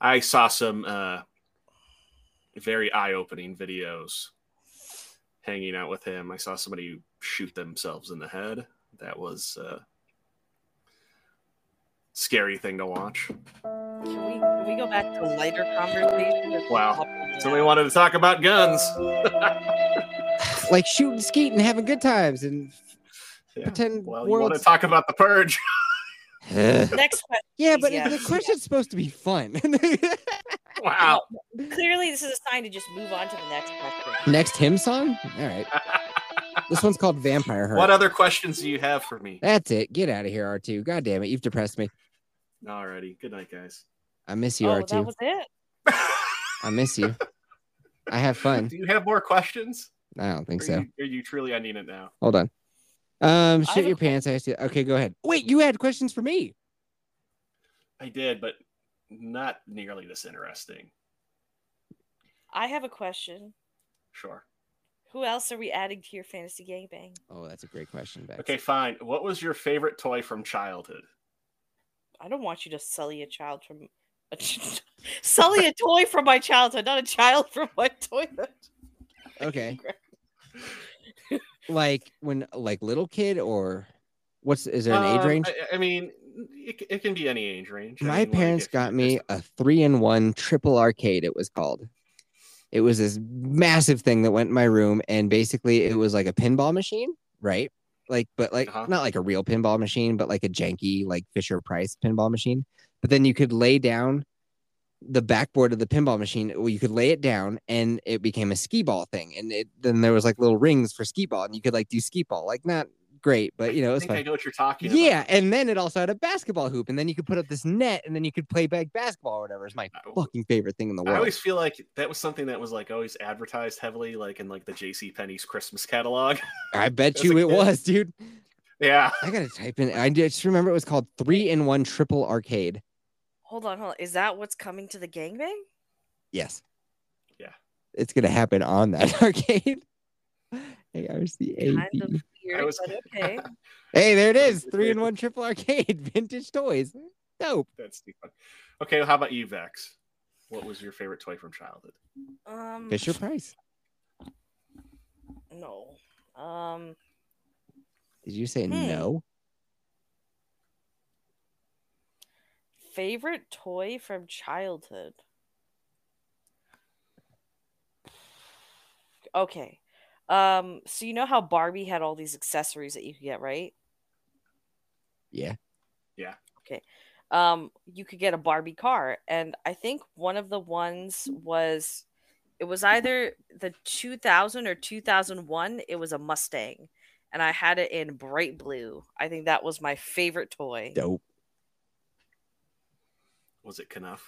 Speaker 4: I saw some uh, very eye-opening videos. Hanging out with him, I saw somebody shoot themselves in the head. That was uh, scary thing to watch.
Speaker 7: Can we, can we go back to lighter conversation?
Speaker 4: Wow. Somebody wanted to talk about guns.
Speaker 1: Like shooting, skeeting, having good times, and
Speaker 4: Yeah.
Speaker 1: pretend
Speaker 4: Well, you want to
Speaker 1: worlds. <laughs>
Speaker 4: talk about the purge? <laughs>
Speaker 7: Next question.
Speaker 1: yeah, but
Speaker 7: Yeah.
Speaker 1: the question's supposed to be fun. <laughs>
Speaker 4: wow.
Speaker 3: Clearly, this is a sign to just move on to the next
Speaker 1: <laughs>
Speaker 3: question.
Speaker 1: Next hymn song? All
Speaker 4: <laughs>
Speaker 1: right. This one's called Vampire Hurt.
Speaker 4: What other questions do you have for me?
Speaker 1: That's it. Get out of here, R2. God damn it. You've depressed me.
Speaker 4: Alrighty. Good night, guys. <laughs>
Speaker 1: I miss you,
Speaker 3: Oh,
Speaker 1: R2.
Speaker 3: that was it.
Speaker 1: I miss you. I have fun.
Speaker 4: do you have more questions?
Speaker 1: I don't think
Speaker 4: Are
Speaker 1: so.
Speaker 4: you, are you truly ending it now?
Speaker 1: Hold on. Um,
Speaker 3: have
Speaker 1: shit
Speaker 3: a
Speaker 1: your pants. I see. Okay, go ahead. Wait, you had questions for me.
Speaker 4: I did, but not nearly this interesting.
Speaker 3: I have a question.
Speaker 4: Sure.
Speaker 3: Who else are we adding to your fantasy gangbang?
Speaker 1: Oh, that's a great question, Bex.
Speaker 4: Okay, fine. What was your favorite toy from childhood?
Speaker 3: I don't want you to sully a child from a ch- <laughs> sully a toy from my childhood, not a child from my toilet.
Speaker 1: Okay. Like when, like little kid, or what's is there an age
Speaker 4: Um,
Speaker 1: range?
Speaker 4: I, I mean, it, c- it can be any age range. I
Speaker 1: My
Speaker 4: mean, like,
Speaker 1: parents
Speaker 4: if-
Speaker 1: got
Speaker 4: if
Speaker 1: me
Speaker 4: it's-
Speaker 1: a three in one triple arcade, it was called. It was this massive thing that went in my room, and basically it was like a pinball machine, right? Like, but like
Speaker 4: Uh-huh.
Speaker 1: not like a real pinball machine, but like a janky, like Fisher Price pinball machine. But then you could lay down the backboard of the pinball machine. Well, you could lay it down, and it became a skee ball thing. And it, then there was like little rings for skee ball, and you could like do skee ball. Like not great, but you know it
Speaker 4: I
Speaker 1: was
Speaker 4: think
Speaker 1: fun.
Speaker 4: I know what you're talking about.
Speaker 1: Yeah, and then it also had a basketball hoop, and then you could put up this net, and then you could play back basketball or whatever. It's my fucking favorite thing in the
Speaker 4: Oh. I
Speaker 1: world.
Speaker 4: always feel like that was something that was like always advertised heavily, like in like the J.C. Penney's Christmas catalog. <laughs>
Speaker 1: I bet
Speaker 4: as
Speaker 1: you
Speaker 4: a
Speaker 1: it
Speaker 4: kid.
Speaker 1: was, dude.
Speaker 4: yeah,
Speaker 1: I gotta type in. I just remember it was called three in one triple arcade.
Speaker 3: Hold on, hold on. Is that what's coming to the gangbang?
Speaker 1: Yes.
Speaker 4: Yeah.
Speaker 1: It's gonna happen on that <laughs> arcade. Hey, where's the
Speaker 3: Kind
Speaker 1: AD?
Speaker 3: of weird,
Speaker 4: was- <laughs>
Speaker 3: but okay.
Speaker 1: E Hey, there it is. Three in one triple arcade. <laughs> Vintage toys. Dope.
Speaker 4: that's too fun. Okay, well, how about you, Vex? What was your favorite toy from childhood? Hmm.
Speaker 3: Um,
Speaker 1: Fisher Price.
Speaker 3: No. Um,
Speaker 1: Did you say
Speaker 3: Hmm.
Speaker 1: no?
Speaker 3: favorite toy from childhood. Okay. Um, so you know how Barbie had all these accessories that you could get, right?
Speaker 1: Yeah.
Speaker 4: Yeah.
Speaker 3: Okay. Um, you could get a Barbie car, and I think one of the ones was it was either the 2000 or 2001. It was a Mustang, and I had it in bright blue. I think that was my favorite toy.
Speaker 1: Dope.
Speaker 4: Was it Knuff?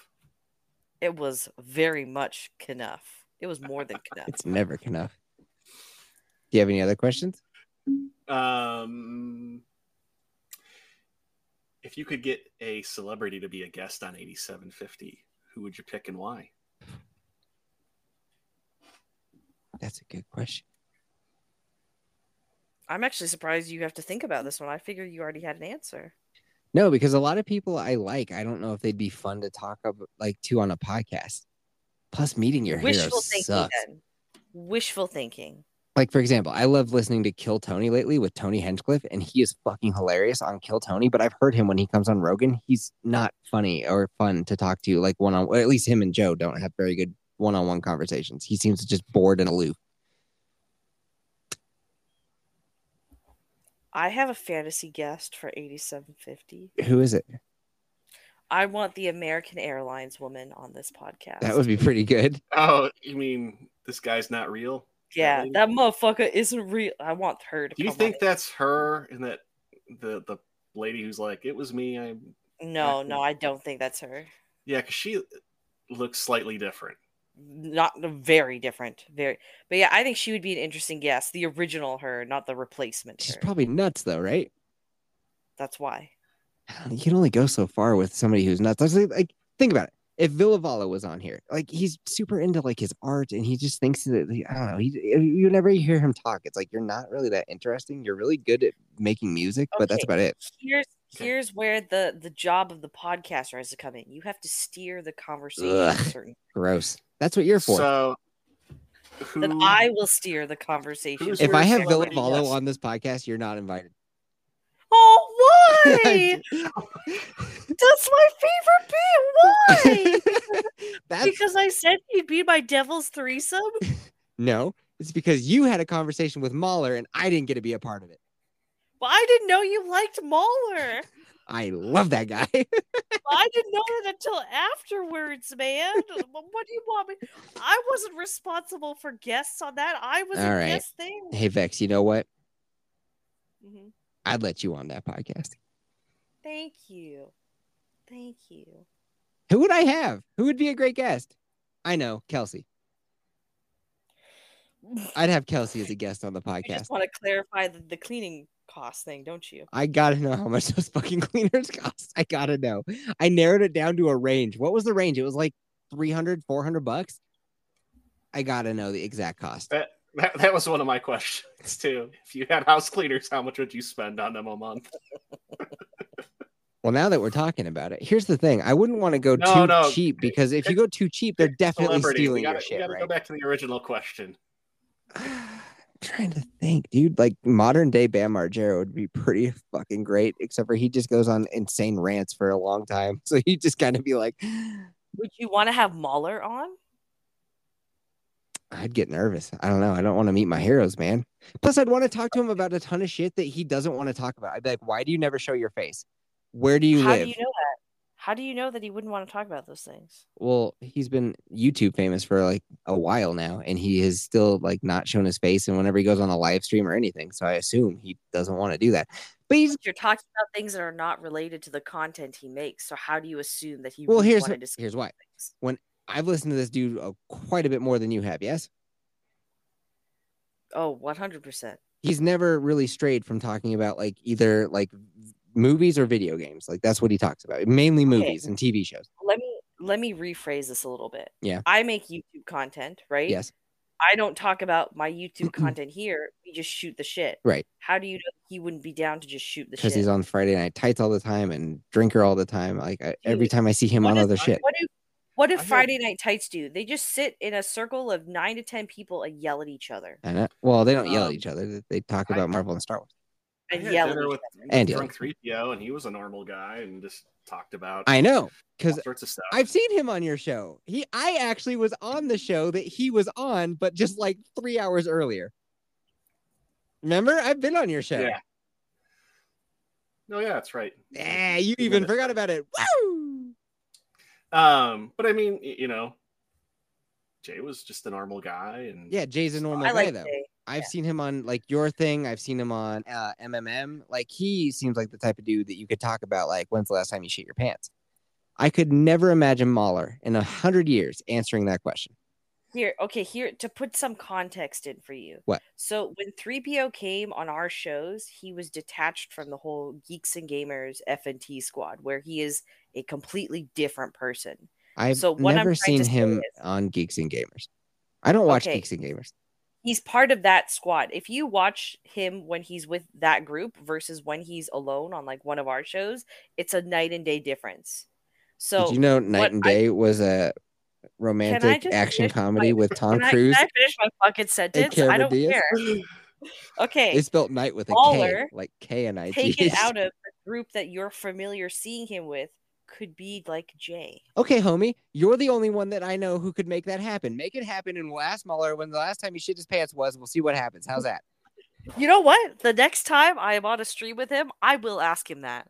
Speaker 3: it was very much Knuff. It was
Speaker 1: <laughs>
Speaker 3: more than Knuff.
Speaker 1: It's never enough. Do you have any other questions?
Speaker 4: Um, if you could get a celebrity to be a guest on 8750, who would you pick and why?
Speaker 1: That's a good question.
Speaker 3: I'm actually surprised you have to think about this one. I figured you already had an answer.
Speaker 1: No, because a lot of people I like, I don't know if they'd be fun to talk of, like to on a podcast. Plus, meeting your
Speaker 3: Wishful
Speaker 1: heroes
Speaker 3: thinking.
Speaker 1: sucks.
Speaker 3: Then. Wishful thinking.
Speaker 1: Like for example, I love listening to Kill Tony lately with Tony Hinchcliffe, and he is fucking hilarious on Kill Tony. But I've heard him when he comes on Rogan, he's not funny or fun to talk to. Like one on, or at least him and Joe don't have very good one-on-one conversations. He seems just bored and aloof.
Speaker 3: I have a fantasy guest for 8750.
Speaker 1: Who is it?
Speaker 3: I want the American Airlines woman on this podcast.
Speaker 1: That would be pretty good.
Speaker 4: Oh, you mean this guy's not real?
Speaker 3: yeah,
Speaker 4: lady?
Speaker 3: that motherfucker isn't real. I want her to.
Speaker 4: Do you
Speaker 3: come on
Speaker 4: think
Speaker 3: it.
Speaker 4: that's her and that the the lady who's like, it was me? I
Speaker 3: No, no, I don't think that's her.
Speaker 4: yeah, because she looks slightly different.
Speaker 3: Not very different. Very, but yeah, I think she would be an interesting guest. The original her, not the replacement.
Speaker 1: She's
Speaker 3: her.
Speaker 1: probably nuts though, right?
Speaker 3: that's why.
Speaker 1: You can only go so far with somebody who's nuts. That's like, like think about it. If Villavala was on here, like he's super into like his art, and he just thinks that like, I don't know. He, you never hear him talk. It's like you're not really that interesting. You're really good at making music, but that's
Speaker 3: Okay.
Speaker 1: about it.
Speaker 3: Here's
Speaker 4: Okay.
Speaker 3: here's where the the job of the podcaster has to come in. You have to steer the conversation.
Speaker 1: Ugh.
Speaker 3: Certain.
Speaker 1: Gross. That's what you're for.
Speaker 4: So who,
Speaker 3: Then I will steer the conversation.
Speaker 4: Who's
Speaker 1: if I have
Speaker 4: Celebrity
Speaker 1: Villavala
Speaker 4: guest.
Speaker 1: on this podcast, you're not invited.
Speaker 3: oh,
Speaker 1: <laughs>
Speaker 3: why? that's my favorite bit. Why?
Speaker 1: <laughs> that's
Speaker 8: because I said he'd be my devil's threesome.
Speaker 1: no. It's because you had a conversation with Mahler, and I didn't get to be a part of it.
Speaker 8: Well, I didn't know you liked Mahler.
Speaker 1: I love that guy. <laughs>
Speaker 8: I didn't know that until afterwards, man. Wh- What do you want me? I wasn't responsible for guests on that. I was
Speaker 1: All
Speaker 8: a
Speaker 1: right.
Speaker 8: guest thing.
Speaker 1: hey Vex, you know what?
Speaker 8: Mhm.
Speaker 1: I'd let you on that podcast.
Speaker 8: Thank you. Thank you.
Speaker 1: Who would I have? Who would be a great guest? I know, Kelsey. I'd have Kelsey as a guest on the
Speaker 3: You
Speaker 1: podcast.
Speaker 3: just want to clarify the, the cleaning cost thing, don't you?
Speaker 1: I gotta know how much <laughs> those fucking cleaners cost. I gotta know. I narrowed it down to a range. What was the range? It was like 300, 400 bucks. I gotta know the exact cost.
Speaker 4: <laughs> that, that was one of my questions too. If you had house cleaners, how much would you spend on them a month?
Speaker 1: Well, now that we're talking about it, here's the thing. I wouldn't want to go
Speaker 4: No,
Speaker 1: too
Speaker 4: no.
Speaker 1: cheap because if you
Speaker 4: Pick-
Speaker 1: go too cheap, they're
Speaker 4: pick
Speaker 1: definitely
Speaker 4: Celebrity.
Speaker 1: stealing
Speaker 4: we gotta,
Speaker 1: your
Speaker 4: we
Speaker 1: shit,
Speaker 4: gotta
Speaker 1: right?
Speaker 4: go back to the original question.
Speaker 1: I'm trying to think, dude. Like modern day Bam Margera would be pretty fucking great, except for he just goes on insane rants for a long time. <laughs> So you just kind of be like,
Speaker 3: Would you want to have Mahler on?
Speaker 1: I'd get nervous. I don't know. I don't want to meet my heroes, man. Plus, I'd want to talk to him about a ton of shit that he doesn't want to talk about. I'd be like, why do you never show your face? Where do you
Speaker 3: How
Speaker 1: live?
Speaker 3: do you know that? How do you know that he wouldn't want to talk about those things?
Speaker 1: well, he's been YouTube famous for like a while now, and he has still like not shown his face. And whenever he goes on a live stream or anything, so I assume he doesn't want to do that. But he's
Speaker 3: You're talking about things that are not related to the content he makes. So how do you assume that he
Speaker 1: well.
Speaker 3: wouldn't
Speaker 1: Here's
Speaker 3: want to discuss
Speaker 1: here's why.
Speaker 3: things?
Speaker 1: I've listened to this dude uh, quite a bit more than you have. Yes,
Speaker 3: Oh, 100%.
Speaker 1: he's never really strayed from talking about like either like movies or video games. Like that's what he talks about, mainly movies and TV shows.
Speaker 3: Let me let me rephrase this a little bit.
Speaker 1: Yeah.
Speaker 3: I make YouTube content, right?
Speaker 1: Yes,
Speaker 3: I don't talk about my
Speaker 1: <clears throat>
Speaker 3: YouTube content here. We just shoot the shit.
Speaker 1: Right.
Speaker 3: How do you know he wouldn't be down to just shoot the shit?
Speaker 1: because he's on Friday Night Tights all the time and Drinker all the time. Like I, every
Speaker 3: Dude,
Speaker 1: time I see him
Speaker 3: what
Speaker 1: on
Speaker 3: is-
Speaker 1: other shit,
Speaker 3: What do what do
Speaker 4: I heard-
Speaker 3: Friday night tights do? They just sit in a circle of nine to ten people and yell at each other.
Speaker 1: and uh, well, they don't yell at
Speaker 4: Um,
Speaker 1: each other. They- They talk
Speaker 4: I-
Speaker 1: about Marvel and Star Wars.
Speaker 4: I
Speaker 3: And
Speaker 4: had
Speaker 3: yell at
Speaker 4: dinner
Speaker 3: each
Speaker 4: with
Speaker 1: And yell.
Speaker 4: drunk 3PO, and he was a normal guy and just talked about
Speaker 1: I know because
Speaker 4: all sorts of stuff.
Speaker 1: I've seen him on your show. He, I actually was on the show that he was on, but just like three hours earlier. Remember, I've been on your show.
Speaker 4: Yeah. No, yeah, that's right.
Speaker 1: Yeah, you even forgot about it. Woo!
Speaker 4: Um, but I mean, y- you know, Jay was just a normal guy, and
Speaker 1: Yeah, Jay's a normal
Speaker 3: I
Speaker 1: guy
Speaker 3: like
Speaker 1: though.
Speaker 3: Jay.
Speaker 1: I've seen him on like your thing. I've seen him on uh, MMM. Like he seems like the type of dude that you could talk about. Like when's the last time you shit your pants? I could never imagine Mahler in a hundred years answering that question.
Speaker 3: Here, okay, here to put some context in for you.
Speaker 1: What?
Speaker 3: So when 3PO came on our shows, he was detached from the whole Geeks and Gamers FNT squad, where he is a completely different person.
Speaker 1: I've
Speaker 3: So what I'm
Speaker 1: never seen
Speaker 3: trying to say
Speaker 1: him
Speaker 3: is-
Speaker 1: on Geeks and Gamers. I don't watch
Speaker 3: Okay.
Speaker 1: Geeks and Gamers.
Speaker 3: He's part of that squad. If you watch him when he's with that group versus when he's alone on like one of our shows, it's a night and day difference. So
Speaker 1: Did you know Night
Speaker 3: what
Speaker 1: and
Speaker 3: I-
Speaker 1: Day was a romantic
Speaker 3: just
Speaker 1: action
Speaker 3: finish my-
Speaker 1: comedy with Tom
Speaker 3: Can I-
Speaker 1: Cruise?
Speaker 3: Can I, finish my fucking sentence?
Speaker 1: Cameron
Speaker 3: I don't
Speaker 1: Diaz. <gasps>
Speaker 3: care. Okay,
Speaker 1: They spelled night with a K,
Speaker 3: Mahler,
Speaker 1: like K and I G.
Speaker 3: take it out of the group that you're familiar seeing him with could be like Jay.
Speaker 1: <laughs> Okay, homie, you're the only one that I know who could make that happen. Make it happen, and we'll ask Mueller when the last time he shit his pants was. and We'll see what happens. How's that? <laughs>
Speaker 3: You know what? The next time I am on a stream with him, I will ask him that.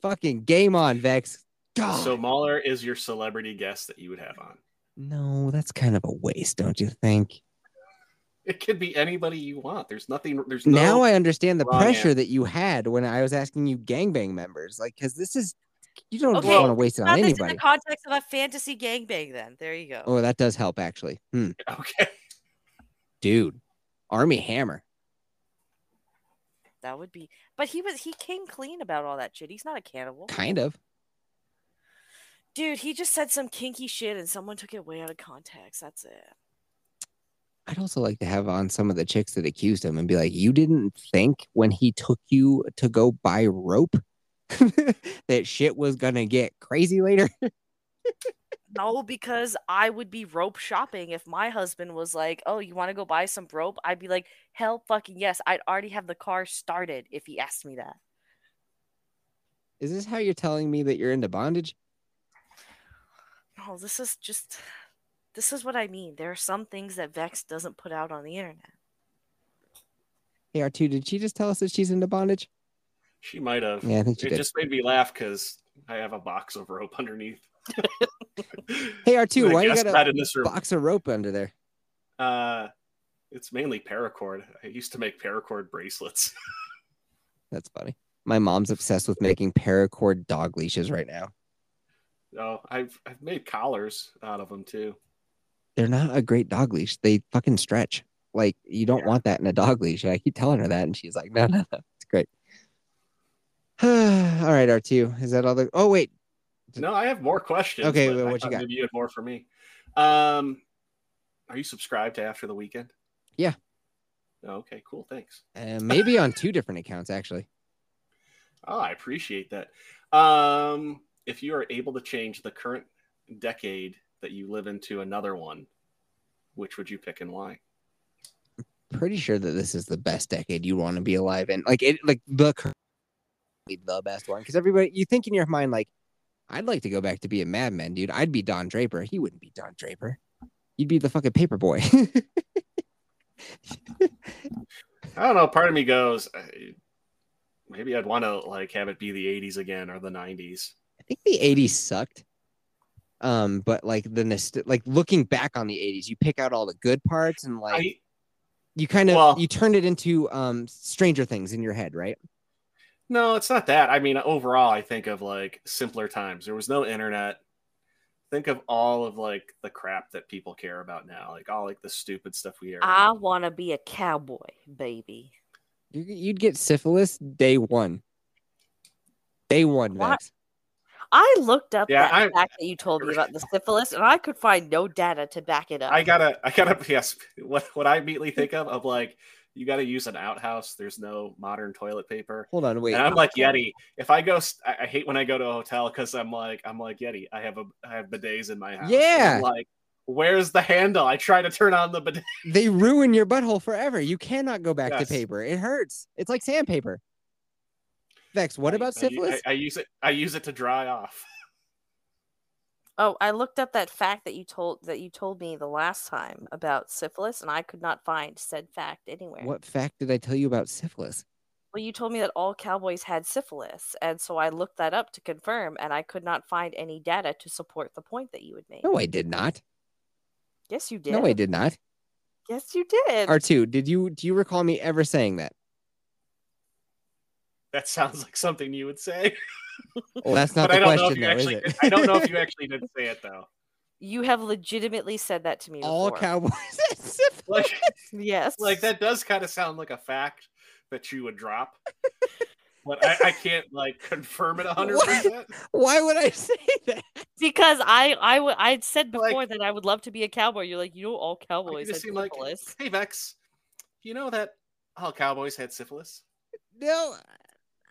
Speaker 1: Fucking game on, Vex. God.
Speaker 4: so Mahler is your celebrity guest that you would have on.
Speaker 1: no, that's kind of a waste, don't you think?
Speaker 4: It could be anybody you want. There's nothing. There's no,
Speaker 1: now I understand the
Speaker 4: wrong
Speaker 1: pressure that you had when I was asking you gangbang members, like because this is you don't
Speaker 3: Okay,
Speaker 1: want to waste it on
Speaker 3: Not this in the
Speaker 1: anybody.
Speaker 3: context of a fantasy gangbang. Then there you go.
Speaker 1: oh, that does help actually. Hmm,
Speaker 4: <laughs> Okay.
Speaker 1: dude, Army Hammer.
Speaker 3: That would be. But he was he came clean about all that shit. He's not a cannibal,
Speaker 1: Kind of.
Speaker 3: dude. He just said some kinky shit and someone took it way out of context. That's it.
Speaker 1: I'd also like to have on some of the chicks that accused him and be like, you didn't think when he took you to go buy rope <laughs> that shit was gonna get crazy later. <laughs>
Speaker 3: No, because I would be rope shopping if my husband was like, "Oh, you want to go buy some rope?" I'd be like, "Hell, fucking yes!" I'd already have the car started if he asked me that.
Speaker 1: Is this how you're telling me that you're into bondage?
Speaker 3: No, this is just. This is what I mean. There are some things that Vex doesn't put out on the internet.
Speaker 1: Hey R2, did she just tell us that she's into bondage?
Speaker 4: She might have.
Speaker 1: Yeah, I think she
Speaker 4: it
Speaker 1: did.
Speaker 4: just made me laugh because I have a box of rope underneath.
Speaker 1: Hey R2,
Speaker 4: <laughs> I
Speaker 1: why you
Speaker 4: guess
Speaker 1: got
Speaker 4: not
Speaker 1: a
Speaker 4: in this room?
Speaker 1: box of rope under there?
Speaker 4: Uh, it's mainly paracord. I used to make paracord bracelets. <laughs>
Speaker 1: That's funny. My mom's obsessed with making paracord dog leashes right now.
Speaker 4: Oh, I've I've made collars out of them too.
Speaker 1: They're not a great dog leash. They fucking stretch. Like you don't want that in a dog leash. And I keep telling her that, and she's like, "No, no, no, it's great." <sighs> all right, R two, is that all the? Oh wait,
Speaker 4: No, I have more questions.
Speaker 1: Okay,
Speaker 4: but
Speaker 1: well,
Speaker 4: I
Speaker 1: what you
Speaker 4: thought
Speaker 1: got?
Speaker 4: Maybe you had more for me. Um, are you subscribed to After the Weekend?
Speaker 1: Yeah.
Speaker 4: Okay, cool. Thanks.
Speaker 1: uh, maybe on two different accounts actually.
Speaker 4: Oh, I appreciate that. Um, if you are able to change the current decade that you live into another one, which would you pick and why?
Speaker 1: Pretty sure that this is the best decade you want to be alive in. Like it, like the cur- the best one because everybody you think in your mind like, I'd like to go back to be a Mad Men, dude. I'd be Don Draper. He wouldn't be Don Draper. You'd be the fucking paper boy. <laughs>
Speaker 4: I don't know. Part of me goes, I, maybe I'd want to like have it be the '80s again or the '90s.
Speaker 1: I think the 80s sucked. Um, but like the nost- like looking back on the 80s, you pick out all the good parts and like
Speaker 4: I
Speaker 1: you kind of
Speaker 4: well-
Speaker 1: you turn it into um Stranger Things in your head, right?
Speaker 4: no, it's not that. I mean, overall, I think of like simpler times. There was no internet. Think of all of like the crap that people care about now, like all like the stupid stuff we hear.
Speaker 3: I want to be a cowboy, baby.
Speaker 1: You, you'd get syphilis day one. Day one,
Speaker 3: What?
Speaker 1: Max.
Speaker 3: I looked up
Speaker 4: Yeah,
Speaker 3: that
Speaker 4: I-
Speaker 3: fact that you told me about the syphilis, and I could find no data to back it up.
Speaker 4: I gotta, I gotta, <laughs> yes. What what I immediately think of of like, you gotta use an outhouse. There's no modern toilet paper.
Speaker 1: Hold on, wait.
Speaker 4: and I'm like Yeti. If I go, st- I I hate when I go to a hotel because I'm like, I'm like Yeti. I have a, I have bidets in my house. And
Speaker 1: Yeah.
Speaker 4: I'm like, where's the handle? I try to turn on the bidet.
Speaker 1: They ruin your butthole forever. You cannot go back to
Speaker 4: Yes.
Speaker 1: paper. It hurts. It's like sandpaper. Vex, what
Speaker 4: I-
Speaker 1: about
Speaker 4: I-
Speaker 1: syphilis?
Speaker 4: I, I use it. I use it to dry off. <laughs>
Speaker 3: Oh, I looked up that fact that you told that you told me the last time about syphilis, and I could not find said fact anywhere.
Speaker 1: what fact did I tell you about syphilis?
Speaker 3: Well, you told me that all cowboys had syphilis, and so I looked that up to confirm, and I could not find any data to support the point that you would make.
Speaker 1: No, I did not.
Speaker 3: yes, you did.
Speaker 1: No, I did not.
Speaker 3: Yes, you did.
Speaker 1: R2, did you do you recall me ever saying that?
Speaker 4: That sounds like something you would say.
Speaker 1: Well, that's not
Speaker 4: but I
Speaker 1: the
Speaker 4: don't know if
Speaker 1: question,
Speaker 4: you
Speaker 1: though, is
Speaker 4: actually.
Speaker 1: it?
Speaker 4: Did, I don't
Speaker 1: <laughs>
Speaker 4: know if you actually did say it though.
Speaker 3: you have legitimately said that to me.
Speaker 1: all
Speaker 3: before.
Speaker 1: cowboys. had syphilis.
Speaker 4: Like,
Speaker 3: <laughs> Yes.
Speaker 4: like that does kind of sound like a fact that you would drop. But I, I can't like confirm it hundred percent.
Speaker 1: <laughs> Why would I say that?
Speaker 3: Because I I w- I'd said
Speaker 4: Like-
Speaker 3: before that I would love to be a cowboy. You're like, you know, all cowboys had
Speaker 4: just seem like-
Speaker 3: syphilis.
Speaker 4: Hey Vex, you know that all cowboys had syphilis?
Speaker 1: No,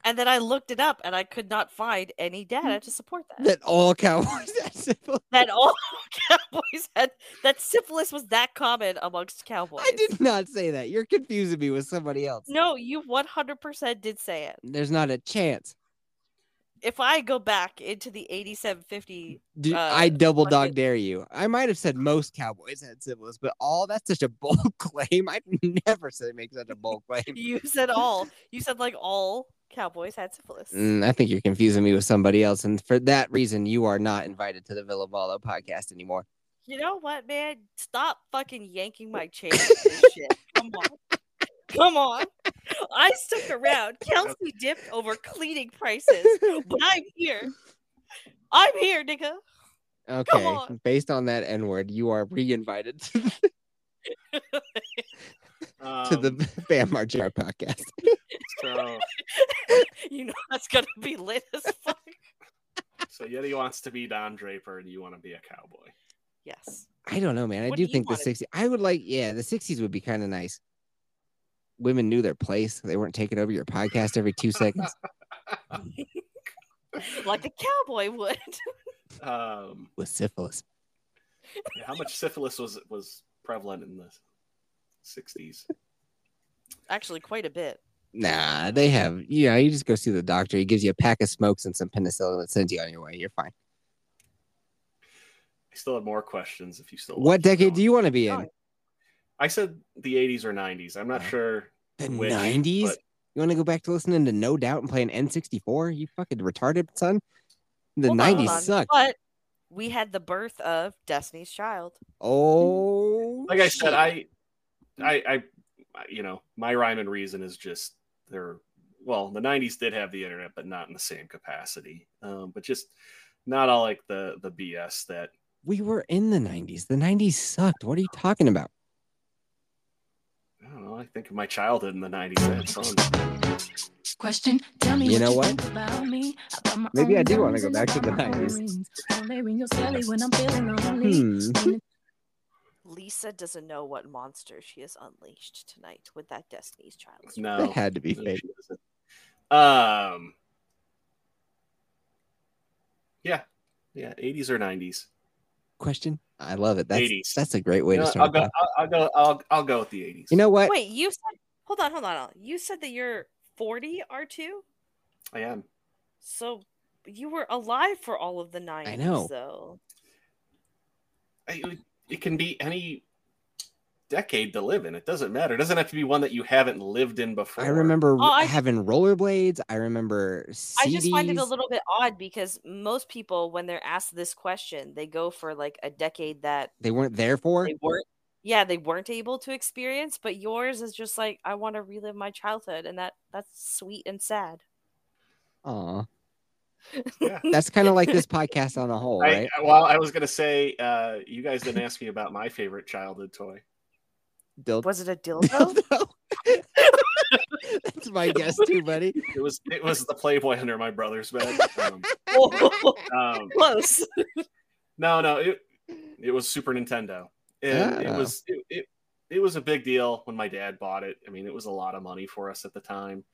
Speaker 3: And then I looked it up, and I could not find any data to support that.
Speaker 1: that all cowboys <laughs> had syphilis.
Speaker 3: that all <laughs> cowboys had that syphilis was that common amongst cowboys.
Speaker 1: I did not say that. You're confusing me with somebody else.
Speaker 3: No, you 100% did say it.
Speaker 1: There's not a chance.
Speaker 3: If I go back into the 8750,
Speaker 1: Dude,
Speaker 3: Uh,
Speaker 1: I double
Speaker 3: fuck
Speaker 1: dog
Speaker 3: it.
Speaker 1: dare you. I might have said most cowboys had syphilis, but all that's such a bold <laughs> claim. I'd never say make such a bold
Speaker 4: <laughs>
Speaker 1: claim.
Speaker 3: you said all. You said like all cowboys had syphilis.
Speaker 1: Mm, I think you're confusing me with somebody else, and for that reason, you are not invited to the Villa Ballo podcast anymore.
Speaker 3: you know what, man? Stop fucking yanking my chain. with this shit. Come on. Come on. I stuck around. Kelsey dipped over cleaning prices, but I'm here. I'm here, nigga. <laughs>
Speaker 1: Okay,
Speaker 3: on.
Speaker 1: based on that N word, you are re-invited to the,
Speaker 4: Um,
Speaker 1: to the
Speaker 3: Um,
Speaker 1: <laughs> Bam Margera podcast.
Speaker 4: so,
Speaker 3: You know that's gonna be lit as fuck.
Speaker 4: so Yeti wants to be Don Draper, and you want to be a cowboy.
Speaker 3: Yes.
Speaker 1: I don't know, man. I
Speaker 3: What
Speaker 1: do
Speaker 3: do you
Speaker 1: think the
Speaker 3: wanna be?
Speaker 1: '60s. I would like, yeah, the '60s would be kind of nice. Women knew their place; they weren't taking over your podcast every two
Speaker 3: <laughs>
Speaker 1: seconds.
Speaker 3: <laughs> Like a cowboy would. <laughs>
Speaker 4: Um,
Speaker 1: With syphilis,
Speaker 4: yeah, how much syphilis was was prevalent in the '60s?
Speaker 3: Actually quite a bit.
Speaker 1: nah, they have. You know, you just go see the doctor. He gives you a pack of smokes and some penicillin that sends you on your way. You're fine.
Speaker 4: I still have more questions. If you
Speaker 3: Oh,
Speaker 4: still,
Speaker 1: What decade do you want to be in?
Speaker 3: Alright.
Speaker 4: I said the '80s or '90s. I'm not
Speaker 1: Oh.
Speaker 4: sure.
Speaker 1: The
Speaker 4: which,
Speaker 1: '90s.
Speaker 4: but-
Speaker 1: You want to go back to listening to No Doubt and playing N64? You fucking retarded son. The
Speaker 3: Hold on, hold
Speaker 1: '90s
Speaker 3: on.
Speaker 1: sucked.
Speaker 3: But we had the birth of Destiny's Child.
Speaker 1: Oh,
Speaker 4: Like I said,
Speaker 1: shit.
Speaker 4: I, I, I, you know, my rhyme and reason is just they're well, the '90s did have the internet, but not in the same capacity. Um, but just not all like the the BS that
Speaker 1: we were in the '90s. The '90s sucked. What are you talking about?
Speaker 4: I don't know. I think of my childhood in the '90s. I had some-
Speaker 5: Question, tell me
Speaker 1: You know
Speaker 5: you
Speaker 1: what?
Speaker 5: think about me. I buy my
Speaker 1: Maybe I
Speaker 5: own
Speaker 1: do wanna
Speaker 5: diamonds
Speaker 1: go
Speaker 5: and
Speaker 1: back
Speaker 5: I
Speaker 1: to
Speaker 5: buy
Speaker 1: the
Speaker 5: my own
Speaker 1: 90s.
Speaker 5: rings. Only ring your celly when I'm feeling lonely.
Speaker 1: Hmm.
Speaker 3: Lisa doesn't know what monster she has unleashed tonight with that Destiny's Child.
Speaker 1: That
Speaker 4: no,
Speaker 1: had to be
Speaker 4: no,
Speaker 1: fake.
Speaker 4: she doesn't. Um, yeah, yeah, '80s or '90s.
Speaker 1: Question. I love it. That's
Speaker 4: 80s.
Speaker 1: that's a great way
Speaker 4: You
Speaker 1: to
Speaker 4: know,
Speaker 1: start.
Speaker 4: I'll go.
Speaker 1: off.
Speaker 4: I'll, I'll go. I'll, I'll go with the '80s.
Speaker 1: You know what?
Speaker 3: Wait, you said hold on, hold on. hold on. You said that you're 40 R2?
Speaker 4: I am.
Speaker 3: So you were alive for all of the 90s
Speaker 1: know.
Speaker 3: though.
Speaker 4: I, it can be any decade to live in. It doesn't matter. It doesn't have to be one that you haven't lived in before.
Speaker 1: I remember
Speaker 3: Oh, I-
Speaker 1: having rollerblades. I remember CDs.
Speaker 3: I just find it a little bit odd because most people when they're asked this question, they go for like a decade that
Speaker 1: they weren't there for.
Speaker 3: they weren't yeah, they weren't able to experience, but yours is just like I want to relive my childhood and that that's sweet and sad.
Speaker 1: Aw.
Speaker 7: <laughs>
Speaker 1: <laughs>
Speaker 4: Yeah.
Speaker 1: That's kind of like this podcast on a whole,
Speaker 4: I,
Speaker 1: right?
Speaker 4: Well, I was gonna say uh, you guys didn't ask me about my favorite childhood toy.
Speaker 1: Dild- <laughs>
Speaker 3: Was it a
Speaker 7: <laughs>
Speaker 3: dildo?
Speaker 1: That's my guess too, buddy.
Speaker 4: It was it was the Playboy under my brother's bed. Um,
Speaker 3: Whoa,
Speaker 4: um,
Speaker 3: close.
Speaker 4: no, no, it it was Super Nintendo. And It
Speaker 1: Oh.
Speaker 4: was it, it it was a big deal when my dad bought it. I mean, it was a lot of money for us at the time.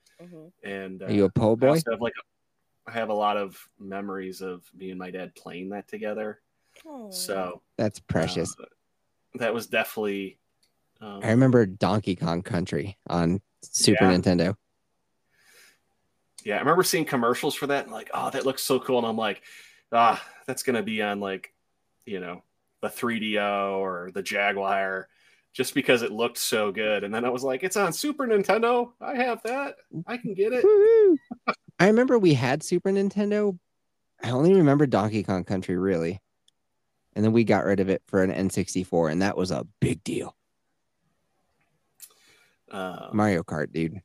Speaker 4: And uh,
Speaker 1: Are you a po'
Speaker 4: I
Speaker 1: boy?
Speaker 4: also have like a, I have a lot of memories of me and my dad playing that together. So
Speaker 1: That's precious.
Speaker 4: uh, that was definitely. Um,
Speaker 1: I remember Donkey Kong Country on Super
Speaker 4: Yeah.
Speaker 1: Nintendo.
Speaker 4: yeah, I remember seeing commercials for that and like, oh, that looks so cool, and I'm like, ah, that's gonna be on like, you know, the 3DO or the Jaguar, just because it looked so good. And then I was like, it's on Super Nintendo. I have that. I can
Speaker 1: <laughs>
Speaker 4: get it.
Speaker 1: Woo-hoo. I remember we had Super Nintendo. I only remember Donkey Kong Country really. And then we got rid of it for an N64 and that was a big deal.
Speaker 4: Uh,
Speaker 1: Mario Kart, dude.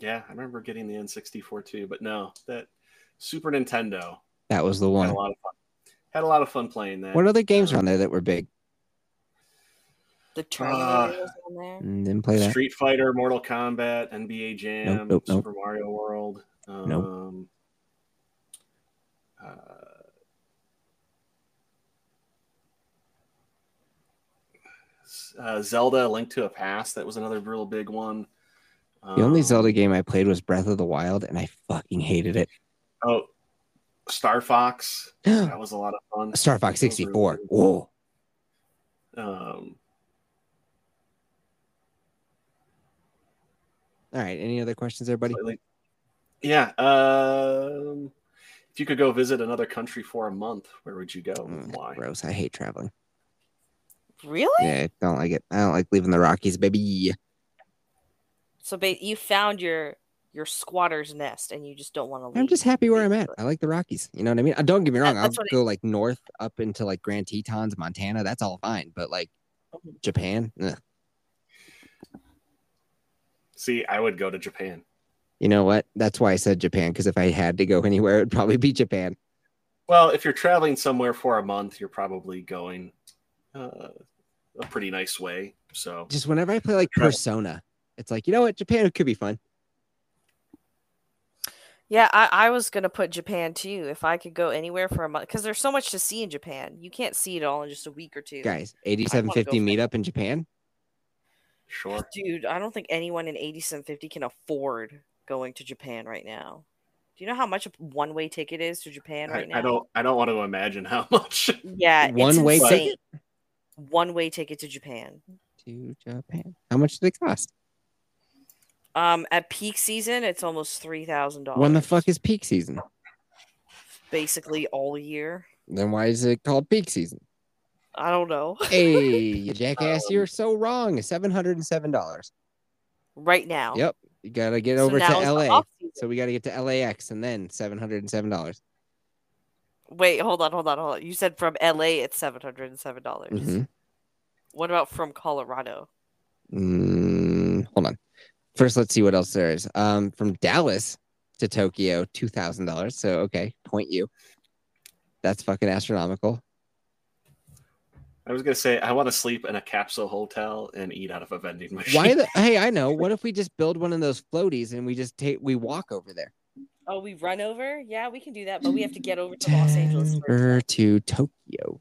Speaker 4: yeah, I remember getting the N64 too, but no, that Super Nintendo
Speaker 1: That was the
Speaker 4: had a
Speaker 1: one.
Speaker 4: lot of fun. Had a lot of fun playing that.
Speaker 1: What other games were on there that were big?
Speaker 7: uh,
Speaker 3: the Terminator was on there.
Speaker 1: Mm, Didn't play that.
Speaker 4: Street Fighter, Mortal Kombat, NBA Jam,
Speaker 1: Nope, nope, nope.
Speaker 4: Super Mario World. Um,
Speaker 1: Nope.
Speaker 4: uh, s- uh, Zelda: A Link to a Past. That was another real big one.
Speaker 1: The only
Speaker 4: Um,
Speaker 1: Zelda game I played was Breath of the Wild and I fucking hated it.
Speaker 4: Oh, Star Fox. That was a lot of
Speaker 1: <gasps>
Speaker 4: fun.
Speaker 1: Star Fox 64. Whoa.
Speaker 4: Um,
Speaker 1: All right. Any other questions, everybody?
Speaker 4: slightly- yeah. Um, if you could go visit another country for a month, where would you go? and
Speaker 1: Mm,
Speaker 4: Why?
Speaker 1: Gross. I hate traveling.
Speaker 3: Really?
Speaker 1: Yeah, I don't like it. I don't like leaving the Rockies, baby.
Speaker 3: So ba- you found your
Speaker 7: your squatter's nest and you just don't want to leave.
Speaker 1: I'm just happy where I'm at. I like the Rockies. You know what I mean? Uh, Don't get me wrong.
Speaker 7: That-
Speaker 1: I'll
Speaker 7: that's what
Speaker 1: go like north up into like Grand Tetons, Montana. That's all fine. But like Japan, ugh.
Speaker 4: See, I would go to Japan.
Speaker 1: you know what? That's why I said Japan. Because if I had to go <laughs> anywhere, it'd probably be Japan.
Speaker 4: Well, if you're traveling somewhere for a month, you're probably going uh, a pretty nice way. So
Speaker 1: Just whenever I play like
Speaker 4: Travel.
Speaker 1: Persona, it's like you know what? Japan could be fun.
Speaker 7: Yeah, I, I was gonna put Japan too if I could go anywhere for a month because there's so much to see in Japan. You can't see it all in just a week or two.
Speaker 1: Guys, 8750
Speaker 7: for
Speaker 1: meetup in Japan.
Speaker 4: sure.
Speaker 7: Dude, I don't think anyone in 8750 can afford going to Japan right now. Do you know how much a one way ticket is to Japan
Speaker 4: I,
Speaker 7: right now?
Speaker 4: I don't. I don't want to imagine how <laughs> much.
Speaker 7: Yeah, one
Speaker 1: One-way
Speaker 7: way
Speaker 1: ticket?
Speaker 7: ticket. One way ticket to Japan.
Speaker 1: To Japan. How much did it cost?
Speaker 7: Um, at peak season, it's almost three thousand dollars.
Speaker 1: When the fuck is peak season?
Speaker 7: basically all year?
Speaker 1: Then why is it called peak season?
Speaker 7: <laughs> I don't know. <laughs>
Speaker 1: Hey, you jackass,
Speaker 7: Um,
Speaker 1: you're so wrong. Seven hundred and seven dollars.
Speaker 7: Right now.
Speaker 1: Yep. You gotta get
Speaker 7: So
Speaker 1: over
Speaker 7: now is
Speaker 1: to
Speaker 7: the
Speaker 1: LA.
Speaker 7: off-season.
Speaker 1: So we gotta get to LAX and then seven hundred and seven dollars.
Speaker 7: Wait, hold on, hold on, hold on. You said from LA it's seven hundred and seven dollars.
Speaker 1: Mm-hmm.
Speaker 7: What about from Colorado?
Speaker 1: Mm, hold on. First, let's see what else there is. Um, from Dallas to Tokyo, two thousand dollars. So okay, point you. That's fucking astronomical.
Speaker 4: I was gonna say I want to sleep in a capsule hotel and eat out of a vending
Speaker 1: <laughs>
Speaker 4: machine.
Speaker 1: Why the? hey, I know. What if we just build one of those floaties and we just take we walk over there?
Speaker 7: Oh, we run over? Yeah, we can do that, but we have to get over to Los Angeles
Speaker 1: Denver to Tokyo.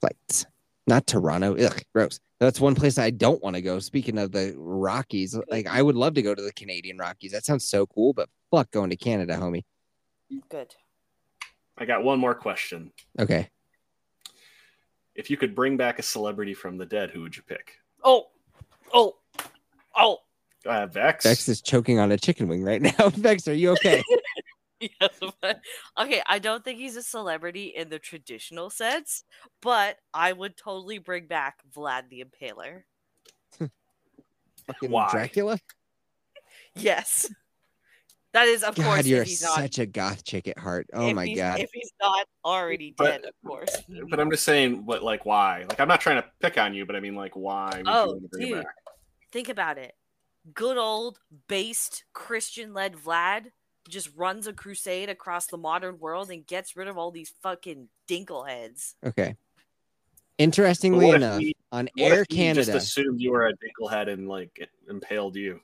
Speaker 1: Flights. Not Toronto. Ugh, gross. That's one place I don't want to go. Speaking of the Rockies, like I would love to go to the Canadian Rockies. That sounds so cool, but fuck going to Canada, homie.
Speaker 7: Good.
Speaker 4: <laughs> I got one more question.
Speaker 1: Okay.
Speaker 4: If you could bring back a celebrity from the dead, who would you pick?
Speaker 7: Oh, oh, oh. <laughs>
Speaker 4: Uh, Vex.
Speaker 1: Vex is choking on a chicken wing right <laughs> now. Vex, are you
Speaker 3: <laughs>
Speaker 1: okay?
Speaker 3: Yes, but- okay, I don't think he's a celebrity in the traditional sense, but I would totally bring back Vlad the Impaler.
Speaker 1: Fucking
Speaker 4: Why?
Speaker 1: Dracula?
Speaker 3: Yes. That is, of course,
Speaker 1: God,
Speaker 3: if
Speaker 1: you're
Speaker 3: he's not.
Speaker 1: such a goth chick at heart. Oh
Speaker 7: if
Speaker 1: my
Speaker 7: he's-
Speaker 1: god.
Speaker 7: If he's not already
Speaker 4: But-
Speaker 7: dead, of course.
Speaker 4: But I'm just saying, what like why? Like I'm not trying to pick on you, but I mean like why? would you
Speaker 3: Oh,
Speaker 4: wanna bring it
Speaker 3: dude.
Speaker 4: back?
Speaker 3: Think about it. Good old based Christian led Vlad just runs a crusade across the modern world and gets rid of all these fucking dinkleheads.
Speaker 1: Okay.
Speaker 4: But
Speaker 1: Interestingly
Speaker 4: what if
Speaker 1: enough,
Speaker 4: he-
Speaker 1: on
Speaker 4: What
Speaker 1: Air
Speaker 4: if he
Speaker 1: Canada.
Speaker 4: Just assumed you were a dinklehead and like it impaled you.